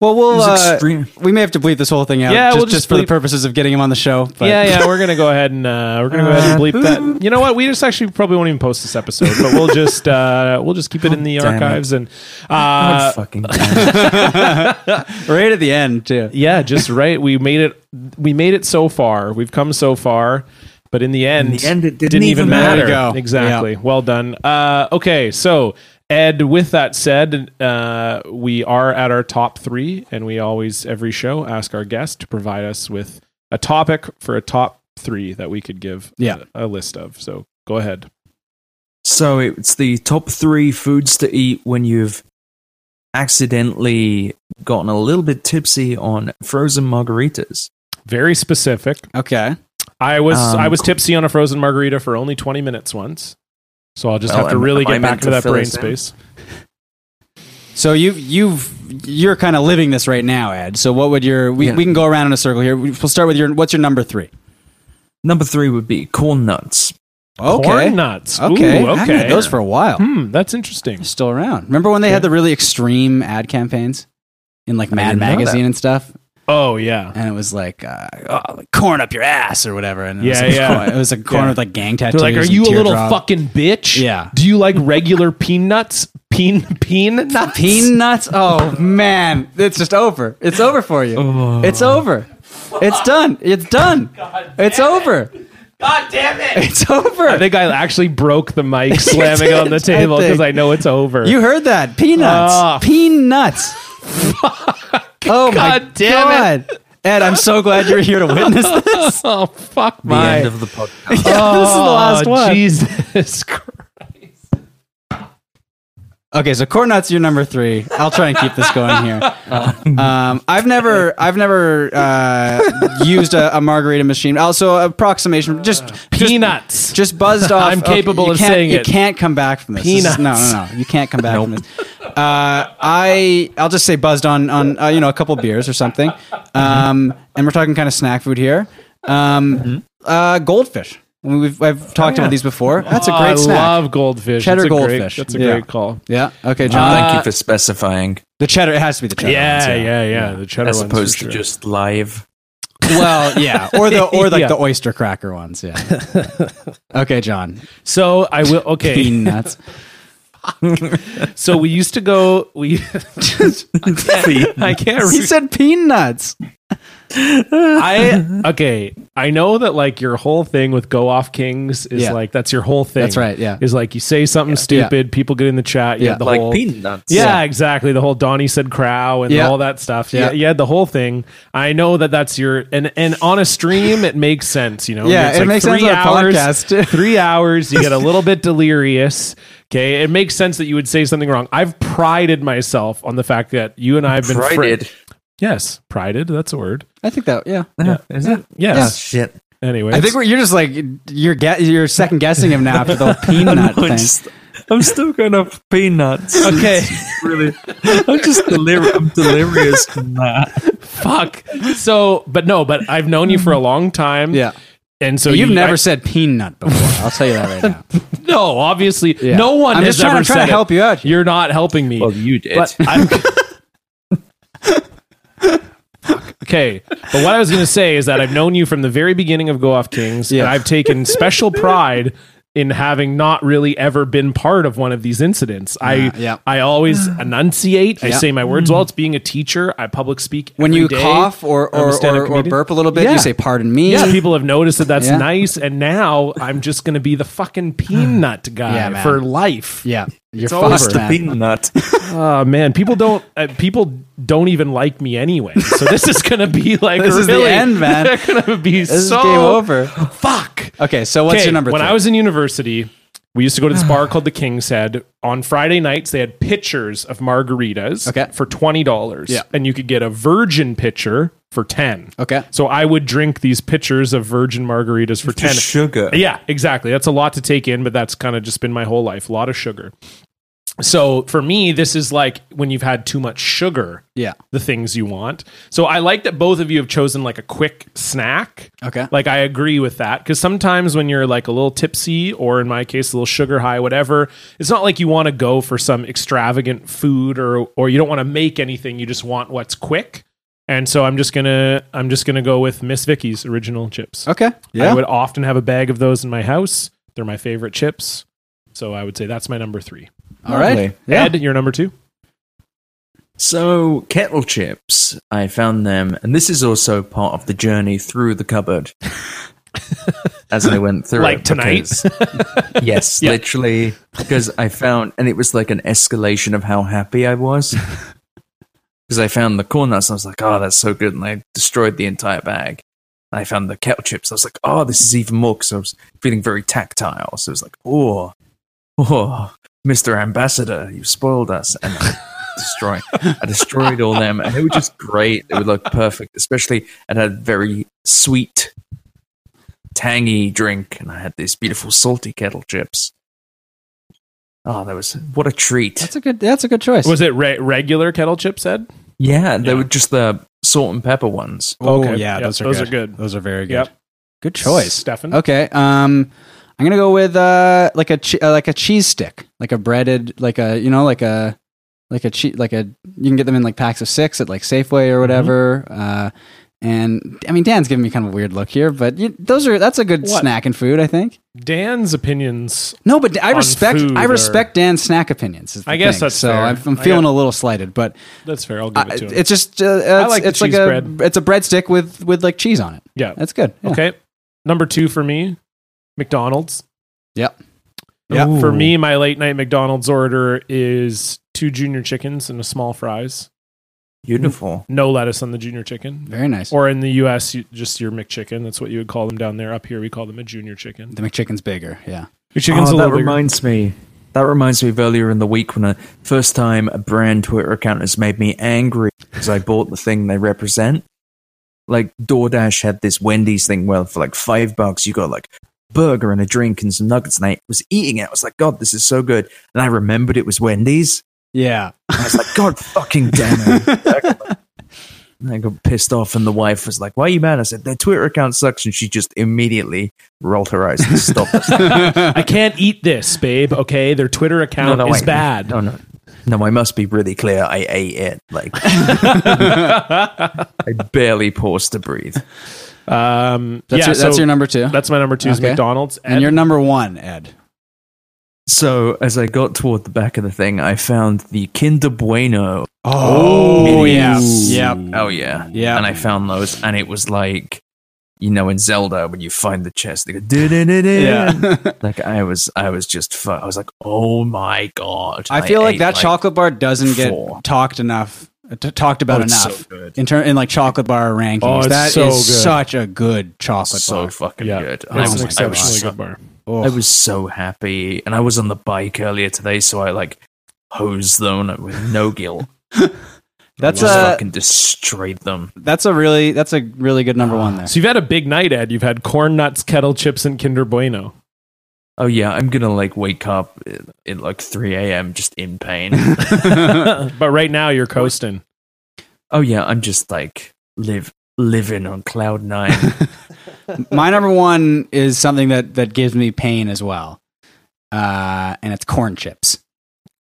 [SPEAKER 1] well, we'll
[SPEAKER 3] It was
[SPEAKER 1] uh,
[SPEAKER 3] extreme.
[SPEAKER 1] we may have to bleep this whole thing out.
[SPEAKER 2] Yeah,
[SPEAKER 1] just,
[SPEAKER 2] we'll
[SPEAKER 1] just
[SPEAKER 2] just
[SPEAKER 1] for the
[SPEAKER 2] bleep-
[SPEAKER 1] purposes of getting him on the show. But
[SPEAKER 2] Yeah, yeah, we're gonna go ahead and uh, we're gonna go ahead and bleep that. You know what? We just actually probably won't even post this episode, but we'll just uh, we'll just keep it in the
[SPEAKER 3] damn it.
[SPEAKER 2] archives and
[SPEAKER 3] God
[SPEAKER 2] uh,
[SPEAKER 3] fucking damn.
[SPEAKER 1] right at the end too.
[SPEAKER 2] yeah, just right. We made it. We made it so far. We've come so far, but in the end,
[SPEAKER 3] the end, it didn't even matter.
[SPEAKER 1] There we go.
[SPEAKER 2] Exactly. Well done. Uh, okay, so Ed, with that said, uh, we are at our top three, and we always every show ask our guest to provide us with a topic for a top three that we could give
[SPEAKER 1] Yeah.
[SPEAKER 2] a, a list of. So go ahead.
[SPEAKER 3] So it's the top three foods to eat when you've accidentally gotten a little bit tipsy on frozen margaritas.
[SPEAKER 2] Very specific.
[SPEAKER 1] Okay.
[SPEAKER 2] I was
[SPEAKER 3] Um,
[SPEAKER 2] I was tipsy on a frozen margarita for only twenty minutes once. So I'll just
[SPEAKER 3] Well,
[SPEAKER 2] have to
[SPEAKER 3] am-
[SPEAKER 2] really
[SPEAKER 3] am I
[SPEAKER 2] get back
[SPEAKER 3] meant
[SPEAKER 2] to
[SPEAKER 3] to
[SPEAKER 2] that
[SPEAKER 3] fill
[SPEAKER 2] brain
[SPEAKER 3] us in?
[SPEAKER 2] space.
[SPEAKER 1] So you you've you're kind of living this right now, Ed. So what would your we,
[SPEAKER 3] Yeah.
[SPEAKER 1] we can go around in a circle here. We'll start with your what's your number three?
[SPEAKER 3] Number three would be corn nuts.
[SPEAKER 1] Okay.
[SPEAKER 2] Corn nuts.
[SPEAKER 1] Okay.
[SPEAKER 2] Ooh,
[SPEAKER 1] I haven't had
[SPEAKER 2] okay.
[SPEAKER 1] those for a while.
[SPEAKER 2] Hmm, that's interesting.
[SPEAKER 1] They're still around. Remember when they had the really extreme ad campaigns in like Mad
[SPEAKER 3] didn't know that.
[SPEAKER 1] Magazine and stuff,
[SPEAKER 2] Oh yeah.
[SPEAKER 1] and it was like, uh, oh, like corn up your ass or whatever. And it
[SPEAKER 2] Yeah,
[SPEAKER 1] was like
[SPEAKER 2] yeah.
[SPEAKER 1] corn- it was like corn
[SPEAKER 2] Yeah.
[SPEAKER 1] with like gang tattoos.
[SPEAKER 2] They're like, "Are
[SPEAKER 1] and
[SPEAKER 2] you a little
[SPEAKER 1] teardrop."
[SPEAKER 2] fucking bitch?
[SPEAKER 1] Yeah.
[SPEAKER 2] Do you like regular peanuts? Peen peanuts?
[SPEAKER 1] peanuts? Oh man, it's just over. It's over for you.
[SPEAKER 2] Oh.
[SPEAKER 1] It's over. It's done. It's done. It's over.
[SPEAKER 5] God damn it!
[SPEAKER 1] It's over.
[SPEAKER 2] I think I actually broke the mic slamming on the
[SPEAKER 1] did, I
[SPEAKER 2] table because
[SPEAKER 1] think.
[SPEAKER 2] I know it's over.
[SPEAKER 1] you heard that? Peanuts.
[SPEAKER 2] Ah.
[SPEAKER 1] peanuts. oh my
[SPEAKER 2] God damn
[SPEAKER 1] god, Ed! I'm so glad you're here to witness this.
[SPEAKER 2] oh fuck
[SPEAKER 3] The
[SPEAKER 2] my!
[SPEAKER 3] end of the podcast.
[SPEAKER 1] this is the last
[SPEAKER 2] Oh,
[SPEAKER 1] one.
[SPEAKER 2] Jesus Christ!
[SPEAKER 1] Okay, so corn nuts, you're number three. I'll try and keep this going here. Um, I've never, I've never uh, used a, a margarita machine. Also, approximation, just
[SPEAKER 2] Peanuts.
[SPEAKER 1] just buzzed off.
[SPEAKER 2] I'm capable
[SPEAKER 1] you
[SPEAKER 2] of
[SPEAKER 1] can't-
[SPEAKER 2] saying
[SPEAKER 1] you
[SPEAKER 2] it.
[SPEAKER 1] can't come back from this. This is- no, no, no. You can't come back from this. Uh, I I'll just say buzzed on on uh, you know a couple beers or something. Um, and we're talking kind of snack food here. Um,
[SPEAKER 2] Mm-hmm.
[SPEAKER 1] uh, goldfish. We- We've I've talked about these before. That's a
[SPEAKER 2] Oh,
[SPEAKER 1] great
[SPEAKER 2] I
[SPEAKER 1] snack.
[SPEAKER 2] love goldfish.
[SPEAKER 1] Cheddar
[SPEAKER 2] That's a great-
[SPEAKER 1] goldfish.
[SPEAKER 2] that's a
[SPEAKER 1] Yeah.
[SPEAKER 2] great call.
[SPEAKER 1] yeah. Okay, John.
[SPEAKER 3] Thank you for specifying,
[SPEAKER 1] the cheddar. It has to be the cheddar. ones,
[SPEAKER 2] Uh, Yeah, yeah, yeah. The cheddar
[SPEAKER 3] as
[SPEAKER 2] ones
[SPEAKER 3] opposed
[SPEAKER 2] for
[SPEAKER 3] to
[SPEAKER 2] sure.
[SPEAKER 3] just live.
[SPEAKER 1] Well, yeah, or the or like
[SPEAKER 2] Yeah.
[SPEAKER 1] the oyster cracker ones. Yeah. okay, John.
[SPEAKER 2] So I will. Okay.
[SPEAKER 1] Bean nuts.
[SPEAKER 2] so we used to go. We. I can't.
[SPEAKER 1] he said peanuts.
[SPEAKER 2] I okay. I know that like your whole thing with go off kings is
[SPEAKER 1] Yeah.
[SPEAKER 2] like that's your whole thing.
[SPEAKER 1] That's right, yeah.
[SPEAKER 2] is like you say something stupid, people get in the chat. You
[SPEAKER 1] Yeah.
[SPEAKER 2] yeah, the
[SPEAKER 3] like
[SPEAKER 2] whole,
[SPEAKER 3] peanuts.
[SPEAKER 2] Yeah, exactly. The whole Donnie said crow and
[SPEAKER 1] Yeah.
[SPEAKER 2] all that stuff.
[SPEAKER 1] Yeah.
[SPEAKER 2] Yeah, yeah, the whole thing. I know that that's your and and on a stream it makes sense. You know,
[SPEAKER 1] Yeah, it makes sense on a
[SPEAKER 2] hours.
[SPEAKER 1] podcast.
[SPEAKER 2] three hours, you get a little bit delirious. Okay, it makes sense that you would say something wrong. I've prided myself on the fact that you and I have been fri-
[SPEAKER 3] Fried.
[SPEAKER 2] yes, prided. That's a word.
[SPEAKER 1] I think that. Yeah.
[SPEAKER 3] Is it?
[SPEAKER 2] Yes.
[SPEAKER 3] Shit.
[SPEAKER 2] Anyway,
[SPEAKER 1] I think we're, you're just like you're ga- you're second guessing him now after the whole peanut
[SPEAKER 3] I'm,
[SPEAKER 1] thing.
[SPEAKER 3] just- I'm still going off peanuts.
[SPEAKER 2] Okay.
[SPEAKER 3] really, I'm just delir- I'm delirious from that.
[SPEAKER 2] Fuck. So, but no, but I've known you for a long time.
[SPEAKER 1] Yeah.
[SPEAKER 2] And so
[SPEAKER 1] So you've
[SPEAKER 2] you-
[SPEAKER 1] never
[SPEAKER 2] I-
[SPEAKER 1] said peanut before. I'll tell you that right now.
[SPEAKER 2] no, obviously,
[SPEAKER 1] Yeah.
[SPEAKER 2] no one
[SPEAKER 1] I'm
[SPEAKER 2] has
[SPEAKER 1] just trying,
[SPEAKER 2] ever
[SPEAKER 1] I'm trying
[SPEAKER 2] said
[SPEAKER 1] to
[SPEAKER 2] it.
[SPEAKER 1] help you out.
[SPEAKER 2] You're not helping me.
[SPEAKER 3] Well, you did.
[SPEAKER 2] but I'm. Fuck. okay. But what I was going to say is that I've known you from the very beginning of Go Off Kings,
[SPEAKER 1] Yeah.
[SPEAKER 2] and I've taken special pride in having not really ever been part of one of these incidents. I
[SPEAKER 1] yeah.
[SPEAKER 2] I always enunciate. I
[SPEAKER 1] Yeah. Mm-hmm.
[SPEAKER 2] say my words well. It's being a teacher. I public speak
[SPEAKER 1] when
[SPEAKER 2] every
[SPEAKER 1] you
[SPEAKER 2] day.
[SPEAKER 1] cough or
[SPEAKER 2] I'm a
[SPEAKER 1] or,
[SPEAKER 2] stand-up
[SPEAKER 1] or, or
[SPEAKER 2] comedian.
[SPEAKER 1] burp a little bit,
[SPEAKER 2] Yeah.
[SPEAKER 1] you say "Pardon me."
[SPEAKER 2] Yeah, people have noticed that that's
[SPEAKER 1] Yeah.
[SPEAKER 2] nice, and now I'm just going to be the fucking peanut guy
[SPEAKER 1] Yeah, man.
[SPEAKER 2] for life.
[SPEAKER 1] Yeah. You're
[SPEAKER 3] What's
[SPEAKER 1] fucked,
[SPEAKER 3] the
[SPEAKER 1] man.
[SPEAKER 3] peanut?
[SPEAKER 2] Oh man, people don't uh, people don't even like me anyway. So this is going to be like
[SPEAKER 1] This is the
[SPEAKER 2] really,
[SPEAKER 1] end, man.
[SPEAKER 2] They're going to be
[SPEAKER 1] This is
[SPEAKER 2] so
[SPEAKER 1] game over.
[SPEAKER 2] Fuck.
[SPEAKER 1] Okay, so what's
[SPEAKER 2] Okay,
[SPEAKER 1] your number?
[SPEAKER 2] When
[SPEAKER 1] three?
[SPEAKER 2] I was in university, we used to go to this bar called the King's Head. On Friday nights, they had pitchers of margaritas
[SPEAKER 1] Okay.
[SPEAKER 2] for twenty dollars,
[SPEAKER 1] Yeah.
[SPEAKER 2] and you could get a virgin pitcher for ten.
[SPEAKER 1] okay.
[SPEAKER 2] So I would drink these pitchers of virgin margaritas for ten.
[SPEAKER 3] Just sugar.
[SPEAKER 2] Yeah, exactly. That's a lot to take in, but that's kind of just been my whole life. A lot of sugar. So for me, this is like when you've had too much sugar,
[SPEAKER 1] Yeah.
[SPEAKER 2] the things you want. So I like that both of you have chosen like a quick snack.
[SPEAKER 1] Okay.
[SPEAKER 2] Like I agree with that because sometimes when you're like a little tipsy or in my case a little sugar high, whatever, it's not like you want to go for some extravagant food or or you don't want to make anything. You just want what's quick. And so I'm just gonna I'm just gonna go with Miss Vicky's original chips.
[SPEAKER 1] Okay. Yeah.
[SPEAKER 2] I would often have a bag of those in my house. They're my favorite chips. So I would say that's my number three.
[SPEAKER 1] All right.
[SPEAKER 3] Lovely.
[SPEAKER 1] Yeah.
[SPEAKER 2] Ed, your number two?
[SPEAKER 3] So kettle chips, I found them, and this is also part of the journey through the cupboard. As I went through,
[SPEAKER 2] Like
[SPEAKER 3] it,
[SPEAKER 2] tonight?
[SPEAKER 3] because- yes,
[SPEAKER 2] Yeah.
[SPEAKER 3] literally, because I found, and it was like an escalation of how happy I was, because I found the corn nuts, and I was like, "Oh, that's so good," and I destroyed the entire bag. And I found the kettle chips, I was like, "Oh, this is even more," because I was feeling very tactile, so it was like, "Oh, oh, Mr. Ambassador, you've spoiled us. And I destroyed, I destroyed all them. And they were just great. They were like perfect, especially it had very sweet, tangy drink. And I had these beautiful salty kettle chips. Oh, that was what a treat.
[SPEAKER 1] That's a good. That's a good choice.
[SPEAKER 2] Was it re- regular kettle chips, Ed?
[SPEAKER 3] yeah, they
[SPEAKER 2] Yeah.
[SPEAKER 3] were just the salt and pepper ones.
[SPEAKER 1] oh
[SPEAKER 2] okay.
[SPEAKER 1] yeah,
[SPEAKER 2] Yeah,
[SPEAKER 1] those are
[SPEAKER 2] those
[SPEAKER 1] good.
[SPEAKER 2] are good.
[SPEAKER 1] Those are very good.
[SPEAKER 2] Yep.
[SPEAKER 1] Good choice.
[SPEAKER 2] Stefan.
[SPEAKER 1] Okay. Um, I'm gonna go with uh, like a che- uh, like a cheese stick, like a breaded, like a you know, like a like a che- like a you can get them in like packs of six at like Safeway
[SPEAKER 2] Mm-hmm.
[SPEAKER 1] or whatever. Uh, and I mean, Dan's giving me kind of a weird look here, but you, those are that's a good
[SPEAKER 2] What?
[SPEAKER 1] snack and food, I think.
[SPEAKER 2] Dan's opinions.
[SPEAKER 1] No, but I
[SPEAKER 2] On
[SPEAKER 1] respect
[SPEAKER 2] food
[SPEAKER 1] I
[SPEAKER 2] or-
[SPEAKER 1] respect Dan's snack opinions. is the
[SPEAKER 2] I guess
[SPEAKER 1] thing.
[SPEAKER 2] that's
[SPEAKER 1] so.
[SPEAKER 2] fair.
[SPEAKER 1] I'm, I'm
[SPEAKER 2] I
[SPEAKER 1] feeling
[SPEAKER 2] got-
[SPEAKER 1] a little slighted, but
[SPEAKER 2] That's fair. I'll
[SPEAKER 1] I,
[SPEAKER 2] give it to him.
[SPEAKER 1] it's just uh, it's,
[SPEAKER 2] like the
[SPEAKER 1] it's like
[SPEAKER 2] cheese
[SPEAKER 1] a
[SPEAKER 2] bread.
[SPEAKER 1] it's a breadstick with with like cheese on it.
[SPEAKER 2] yeah.
[SPEAKER 1] That's good. Yeah.
[SPEAKER 2] Okay. Number two for me, McDonald's.
[SPEAKER 1] Yep. Yep.
[SPEAKER 2] For me, my late night McDonald's order is two junior chickens and a small fries.
[SPEAKER 3] Beautiful.
[SPEAKER 2] No lettuce on the junior chicken.
[SPEAKER 1] Very nice.
[SPEAKER 2] Or in the US, you, just your McChicken. That's what you would call them down there. Up here, we call them a junior chicken.
[SPEAKER 1] the McChicken's bigger. Yeah.
[SPEAKER 2] Your chicken's a
[SPEAKER 3] Oh, that
[SPEAKER 2] little bigger.
[SPEAKER 3] reminds me. That reminds me of earlier in the week when the first time a brand Twitter account has made me angry because I bought the thing they represent. Like DoorDash had this Wendy's thing where for like five bucks you got like burger and a drink and some nuggets and I was eating it. I was like, God, this is so good. And I remembered it was Wendy's.
[SPEAKER 1] Yeah.
[SPEAKER 3] And I was like, God fucking damn it. And I got pissed off, and the wife was like, "Why are you mad?" I said, "Their Twitter account sucks," and she just immediately rolled her eyes and stopped. us.
[SPEAKER 2] I can't eat this, babe. Okay, their Twitter account is
[SPEAKER 3] wait.
[SPEAKER 2] bad.
[SPEAKER 3] No, no, no. I must be really clear. I ate it. Like I barely paused to breathe.
[SPEAKER 2] Um,
[SPEAKER 1] That's,
[SPEAKER 2] yeah,
[SPEAKER 1] your, that's
[SPEAKER 2] so
[SPEAKER 1] your number two.
[SPEAKER 2] That's my number two is
[SPEAKER 1] Okay.
[SPEAKER 2] McDonald's.
[SPEAKER 1] and your number one, Ed.
[SPEAKER 3] So as I got toward the back of the thing, I found the Kinder Bueno.
[SPEAKER 1] Oh, yeah.
[SPEAKER 3] minis.
[SPEAKER 1] Yep.
[SPEAKER 3] Oh yeah,
[SPEAKER 1] Yeah.
[SPEAKER 3] And I found those, and it was like, you know, in Zelda when you find the chest, they go, "Du-du-du-du." Like I was, I was just, fu- I was like, oh my god.
[SPEAKER 1] I feel like
[SPEAKER 3] ate,
[SPEAKER 1] that chocolate bar doesn't
[SPEAKER 3] four.
[SPEAKER 1] get talked enough, uh, t- talked about
[SPEAKER 3] Oh, it's
[SPEAKER 1] enough
[SPEAKER 3] so good.
[SPEAKER 1] in turn in like chocolate bar rankings.
[SPEAKER 2] Oh, it's
[SPEAKER 1] that
[SPEAKER 2] so
[SPEAKER 1] is
[SPEAKER 2] good.
[SPEAKER 1] such a good chocolate
[SPEAKER 3] so
[SPEAKER 1] bar.
[SPEAKER 3] fucking
[SPEAKER 2] yeah,
[SPEAKER 3] good. Oh And I
[SPEAKER 2] it's
[SPEAKER 3] was,
[SPEAKER 2] an
[SPEAKER 3] I was
[SPEAKER 2] exceptionally
[SPEAKER 3] so
[SPEAKER 2] good bar.
[SPEAKER 1] Oh.
[SPEAKER 3] I was so happy, and I was on the bike earlier today, so I like hosed them with no guilt.
[SPEAKER 1] that's uh,
[SPEAKER 3] just
[SPEAKER 1] a
[SPEAKER 3] fucking destroyed them.
[SPEAKER 1] that's a really that's a really good number one there.
[SPEAKER 3] Ah.
[SPEAKER 2] So you've had a big night, Ed. You've had corn nuts, kettle chips, and Kinder Bueno.
[SPEAKER 3] Oh yeah, I'm gonna like wake up at, at like 3 a.m. just in pain.
[SPEAKER 2] but right now you're coasting.
[SPEAKER 3] oh yeah, I'm just like live living on cloud nine.
[SPEAKER 1] My number one is something that that gives me pain as well, uh, and it's corn chips.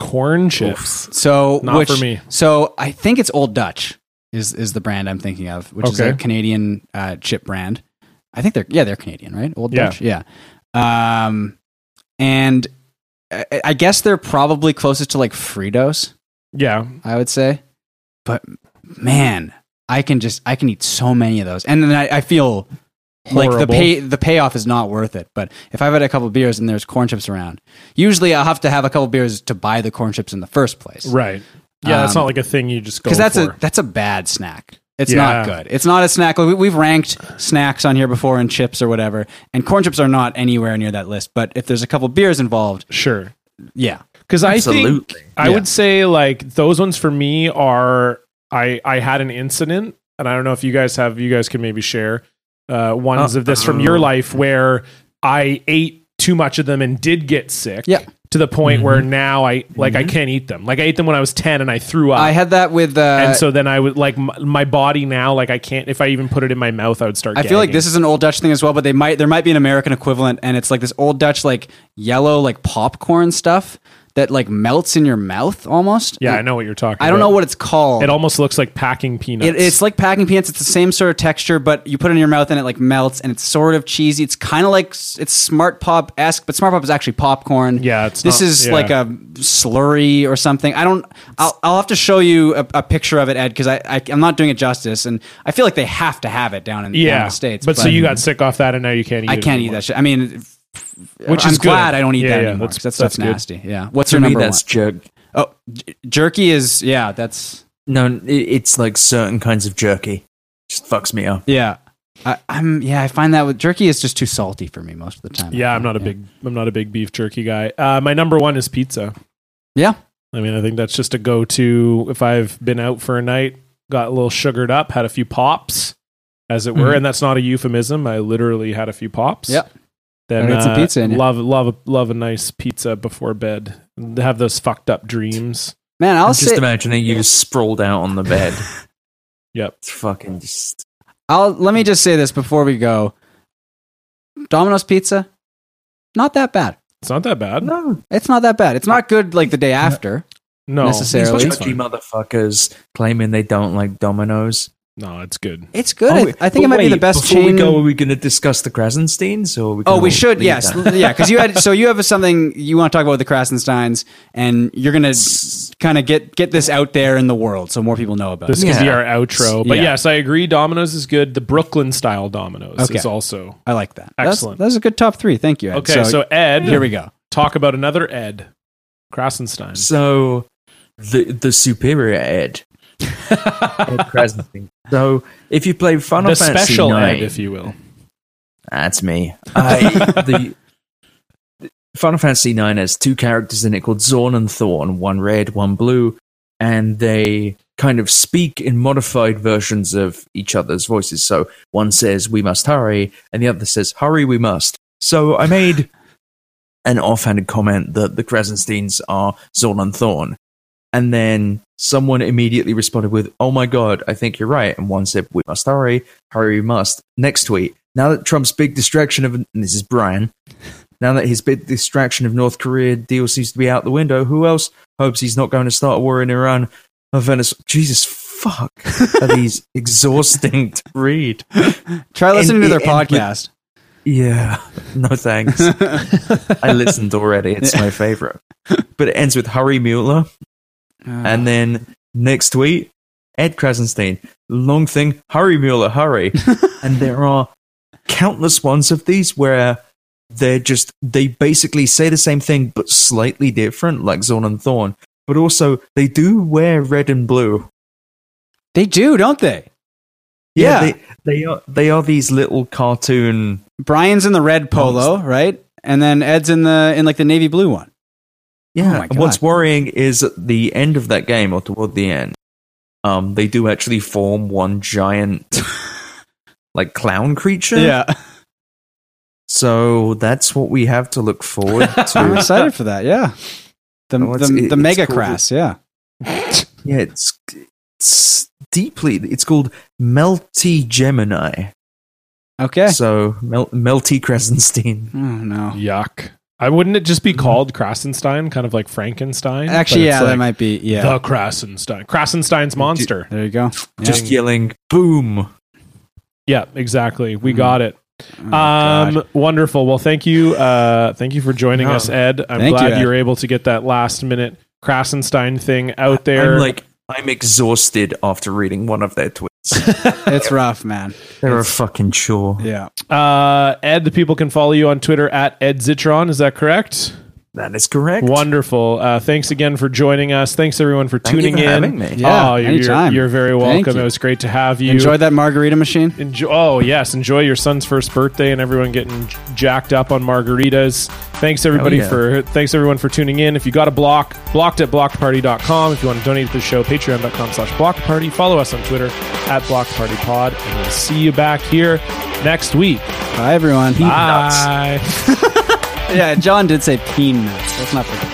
[SPEAKER 2] Corn chips.
[SPEAKER 1] So
[SPEAKER 2] Not
[SPEAKER 1] which,
[SPEAKER 2] for me.
[SPEAKER 1] So I think it's Old Dutch is is the brand I'm thinking of, which is a
[SPEAKER 2] Okay.
[SPEAKER 1] Canadian uh, chip brand. I think they're yeah they're Canadian, right? Old
[SPEAKER 2] Yeah.
[SPEAKER 1] Dutch, yeah. Um, and I, I guess they're probably closest to like Fritos,
[SPEAKER 2] Yeah.
[SPEAKER 1] I would say. But man, I can just I can eat so many of those, and then I, I feel like the
[SPEAKER 2] Horrible.
[SPEAKER 1] pay the payoff is not worth it. But if I've had a couple beers and there's corn chips around, usually I'll have to have a couple beers to buy the corn chips in the first place
[SPEAKER 2] Right. Yeah, that's
[SPEAKER 1] Um,
[SPEAKER 2] not like a thing you just go
[SPEAKER 1] because that's
[SPEAKER 2] for.
[SPEAKER 1] a that's a bad snack. It's
[SPEAKER 2] Yeah.
[SPEAKER 1] not good. It's not a snack. We, we've ranked snacks on here before and chips or whatever, and corn chips are not anywhere near that list. But if there's a couple beers involved,
[SPEAKER 2] sure.
[SPEAKER 1] yeah,
[SPEAKER 2] Because I think
[SPEAKER 3] Absolutely.
[SPEAKER 2] I
[SPEAKER 1] Yeah.
[SPEAKER 2] would say like those ones for me are I I had an incident and I don't know if you guys have you guys can maybe share uh, ones of this from your
[SPEAKER 3] Uh-oh.
[SPEAKER 2] life where I ate too much of them and did get sick.
[SPEAKER 1] Yeah.
[SPEAKER 2] To the point where now I like I can't eat them. Like I ate them when I was ten and I threw up.
[SPEAKER 1] I had that with. Uh,
[SPEAKER 2] and so then I would like my, my body now like I can't if I even put it in my mouth I would start.
[SPEAKER 1] I feel like
[SPEAKER 2] gagging.
[SPEAKER 1] this is an old Dutch thing as well, but they might there might be an American equivalent, and it's like this old Dutch like yellow like popcorn stuff that like melts in your mouth almost.
[SPEAKER 2] Yeah, I know what you're talking.
[SPEAKER 1] I don't
[SPEAKER 2] about.
[SPEAKER 1] know what it's called.
[SPEAKER 2] it almost looks like packing peanuts.
[SPEAKER 1] It, it's like packing peanuts. It's the same sort of texture, but you put it in your mouth and it like melts, and it's sort of cheesy. It's kind of like s- it's smart pop esque, but smart pop is actually popcorn.
[SPEAKER 2] Yeah, it's
[SPEAKER 1] this
[SPEAKER 2] not-
[SPEAKER 1] is
[SPEAKER 2] yeah.
[SPEAKER 1] like a slurry or something. I don't. I'll, I'll have to show you a, a picture of it, Ed, because I, I I'm not doing it justice, and I feel like they have to have it down in, down in
[SPEAKER 2] yeah,
[SPEAKER 1] the states.
[SPEAKER 2] But, so you got sick off that and now you can't eat.
[SPEAKER 1] I
[SPEAKER 2] it
[SPEAKER 1] can't eat
[SPEAKER 2] anymore.
[SPEAKER 1] that shit. I mean.
[SPEAKER 2] Which
[SPEAKER 1] I'm
[SPEAKER 2] is good.
[SPEAKER 1] glad I don't eat
[SPEAKER 2] Yeah,
[SPEAKER 1] that
[SPEAKER 2] yeah,
[SPEAKER 1] anymore.
[SPEAKER 2] that's-
[SPEAKER 1] That's, that's,
[SPEAKER 2] that's good.
[SPEAKER 1] nasty. Yeah. What's
[SPEAKER 3] For
[SPEAKER 1] your
[SPEAKER 3] me,
[SPEAKER 1] number
[SPEAKER 3] that's jerk.
[SPEAKER 1] one? Oh, j- jerky is yeah. That's
[SPEAKER 3] No, it, it's like certain kinds of jerky. Just fucks me up.
[SPEAKER 1] yeah. I, I'm yeah. I find that with jerky is just too salty for me most of the time.
[SPEAKER 2] Yeah, I'm not a big I'm not a big beef jerky guy. Uh, my number one is pizza.
[SPEAKER 1] Yeah.
[SPEAKER 2] I mean, I think that's just a go to if I've been out for a night, got a little sugared up, had a few pops, as it were,
[SPEAKER 1] Mm-hmm.
[SPEAKER 2] and that's not a euphemism. I literally had a few pops.
[SPEAKER 1] Yep.
[SPEAKER 2] Then
[SPEAKER 1] Gotta get some
[SPEAKER 2] uh,
[SPEAKER 1] pizza in ya.
[SPEAKER 2] love love love a nice pizza before bed. Have those fucked up dreams.
[SPEAKER 1] Man, I'll
[SPEAKER 3] I'm just
[SPEAKER 1] say
[SPEAKER 3] imagining you just sprawled out on the bed.
[SPEAKER 2] Yep.
[SPEAKER 3] It's fucking just
[SPEAKER 1] I'll let me just say this before we go. Domino's pizza, not that bad.
[SPEAKER 2] It's not that bad. No,
[SPEAKER 1] It's not that bad. It's not good like the day after. Necessarily.
[SPEAKER 2] It's fine.
[SPEAKER 3] judgy motherfuckers claiming they don't like Domino's.
[SPEAKER 2] No, it's good.
[SPEAKER 1] It's good.
[SPEAKER 2] Oh,
[SPEAKER 1] I- I, think it
[SPEAKER 3] but
[SPEAKER 1] might be the
[SPEAKER 3] wait,
[SPEAKER 1] best
[SPEAKER 3] before
[SPEAKER 1] chain.
[SPEAKER 3] we go, are we going to discuss the Krasensteins? Or are we
[SPEAKER 1] oh,
[SPEAKER 3] gonna
[SPEAKER 1] we should.
[SPEAKER 3] leave
[SPEAKER 1] Yes,
[SPEAKER 3] that?
[SPEAKER 1] yeah. Because you had so you have something you want to talk about with the Krasensteins, and you're gonna kind of get get this out there in the world so more people know about
[SPEAKER 2] This
[SPEAKER 1] it.
[SPEAKER 2] could be
[SPEAKER 3] Yeah.
[SPEAKER 2] our outro. But
[SPEAKER 1] Yeah.
[SPEAKER 2] yes, I agree. Domino's is good. The Brooklyn style Domino's
[SPEAKER 1] Okay.
[SPEAKER 2] is also
[SPEAKER 1] I like that. That's-
[SPEAKER 2] Excellent.
[SPEAKER 1] That's, a good top three. Thank you. Ed.
[SPEAKER 2] okay. So, Ed,
[SPEAKER 1] here we go.
[SPEAKER 2] talk about another Ed Krasenstein.
[SPEAKER 3] So, the the superior Ed, Ed Krasenstein. So, if you play Final
[SPEAKER 2] the
[SPEAKER 3] Fantasy
[SPEAKER 2] special
[SPEAKER 3] IX,
[SPEAKER 2] Ed, if you will.
[SPEAKER 3] that's me. I, the, Final Fantasy IX has two characters in it called Zorn and Thorn, one red, one blue, and they kind of speak in modified versions of each other's voices. So one says, We must hurry, and the other says, Hurry, we must. So I made an offhanded comment that the Krasensteins are Zorn and Thorn. And then someone immediately responded with, Oh my God, I think you're right. And one said, We must hurry, hurry, we must. Next tweet. Now that Trump's big distraction of, and this is Brian, now that his big distraction of North Korea deal seems to be out the window, who else hopes he's not going to start a war in Iran or Venezuela? Jesus fuck. Are these exhausting to read?
[SPEAKER 1] Try listening to
[SPEAKER 3] And-
[SPEAKER 1] their
[SPEAKER 3] and with-
[SPEAKER 1] podcast.
[SPEAKER 3] Yeah. No thanks. I listened already. It's my favorite. But it ends with Harry Mueller.
[SPEAKER 1] Oh.
[SPEAKER 3] And then next tweet, Ed Krasenstein. Long thing, Harry Mueller, hurry. and there are countless ones of these where they're just, they basically say the same thing, but slightly different, like Zorn and Thorn. But also, they do wear red and blue.
[SPEAKER 1] they do, don't they? Yeah.
[SPEAKER 3] they, they, are, they are these little cartoon
[SPEAKER 1] Brian's in the red polo, right? And then Ed's in the in like the navy blue one.
[SPEAKER 3] Yeah.
[SPEAKER 1] Oh my
[SPEAKER 3] and What's
[SPEAKER 1] God.
[SPEAKER 3] worrying is at the end of that game, or toward the end, um, they do actually form one giant, like clown creature. So that's what we have to look forward
[SPEAKER 1] I'm
[SPEAKER 3] to.
[SPEAKER 1] excited for that. Yeah, the
[SPEAKER 3] Oh, it's-
[SPEAKER 1] the,
[SPEAKER 3] it-
[SPEAKER 1] the
[SPEAKER 3] it's
[SPEAKER 1] mega
[SPEAKER 3] called-
[SPEAKER 1] crass. Yeah,
[SPEAKER 3] yeah, it's, it's deeply. It's called Melty Gemini.
[SPEAKER 1] okay.
[SPEAKER 3] So Mel- Melty Krasenstein.
[SPEAKER 1] Oh no,
[SPEAKER 2] Yuck. I wouldn't it just be called Krasenstein, kind of like Frankenstein?
[SPEAKER 1] actually,
[SPEAKER 2] But
[SPEAKER 1] yeah,
[SPEAKER 2] it's
[SPEAKER 1] that
[SPEAKER 2] like
[SPEAKER 1] might be. Yeah,
[SPEAKER 2] The Krasenstein. Krasenstein's monster.
[SPEAKER 1] there you go. Yeah.
[SPEAKER 3] Just yelling, boom.
[SPEAKER 2] Yeah, exactly. We
[SPEAKER 1] Mhm.
[SPEAKER 2] got it.
[SPEAKER 1] Oh, God.
[SPEAKER 2] Um, wonderful. Well, thank you. Uh, thank you for joining
[SPEAKER 3] No.
[SPEAKER 2] us, Ed. I'm
[SPEAKER 1] Thank
[SPEAKER 2] glad
[SPEAKER 1] you,
[SPEAKER 2] you,
[SPEAKER 1] Ed.
[SPEAKER 2] were able to get that last minute Krasenstein thing out there.
[SPEAKER 3] I'm like, I'm exhausted after reading one of their tweets.
[SPEAKER 1] it's rough, man.
[SPEAKER 3] They're a fucking chore.
[SPEAKER 1] Yeah,
[SPEAKER 2] uh, Ed, the people can follow you on Twitter at Ed Zitron. Is that correct?
[SPEAKER 3] That is correct.
[SPEAKER 2] Wonderful. Uh, thanks again for joining us. Thanks everyone for
[SPEAKER 3] Thank you
[SPEAKER 2] tuning
[SPEAKER 3] for
[SPEAKER 2] in.
[SPEAKER 3] having me.
[SPEAKER 1] Yeah,
[SPEAKER 2] oh, you're,
[SPEAKER 1] anytime.
[SPEAKER 2] you're very
[SPEAKER 1] Thank
[SPEAKER 2] welcome.
[SPEAKER 1] you.
[SPEAKER 2] It was great to have you.
[SPEAKER 1] enjoy that margarita machine.
[SPEAKER 2] Enjoy, oh yes, enjoy your son's first birthday and everyone getting j- jacked up on margaritas. Thanks everybody
[SPEAKER 3] yeah.
[SPEAKER 2] for thanks everyone for tuning in. If you got a block, blocked at blockedparty.com. If you want to donate to the show, patreon.com slash blockedparty. Follow us on Twitter at blockedpartypod. And we'll see you back here next week.
[SPEAKER 1] Bye, everyone.
[SPEAKER 2] Bye.
[SPEAKER 1] Yeah, John did say peanuts. Let's not forget.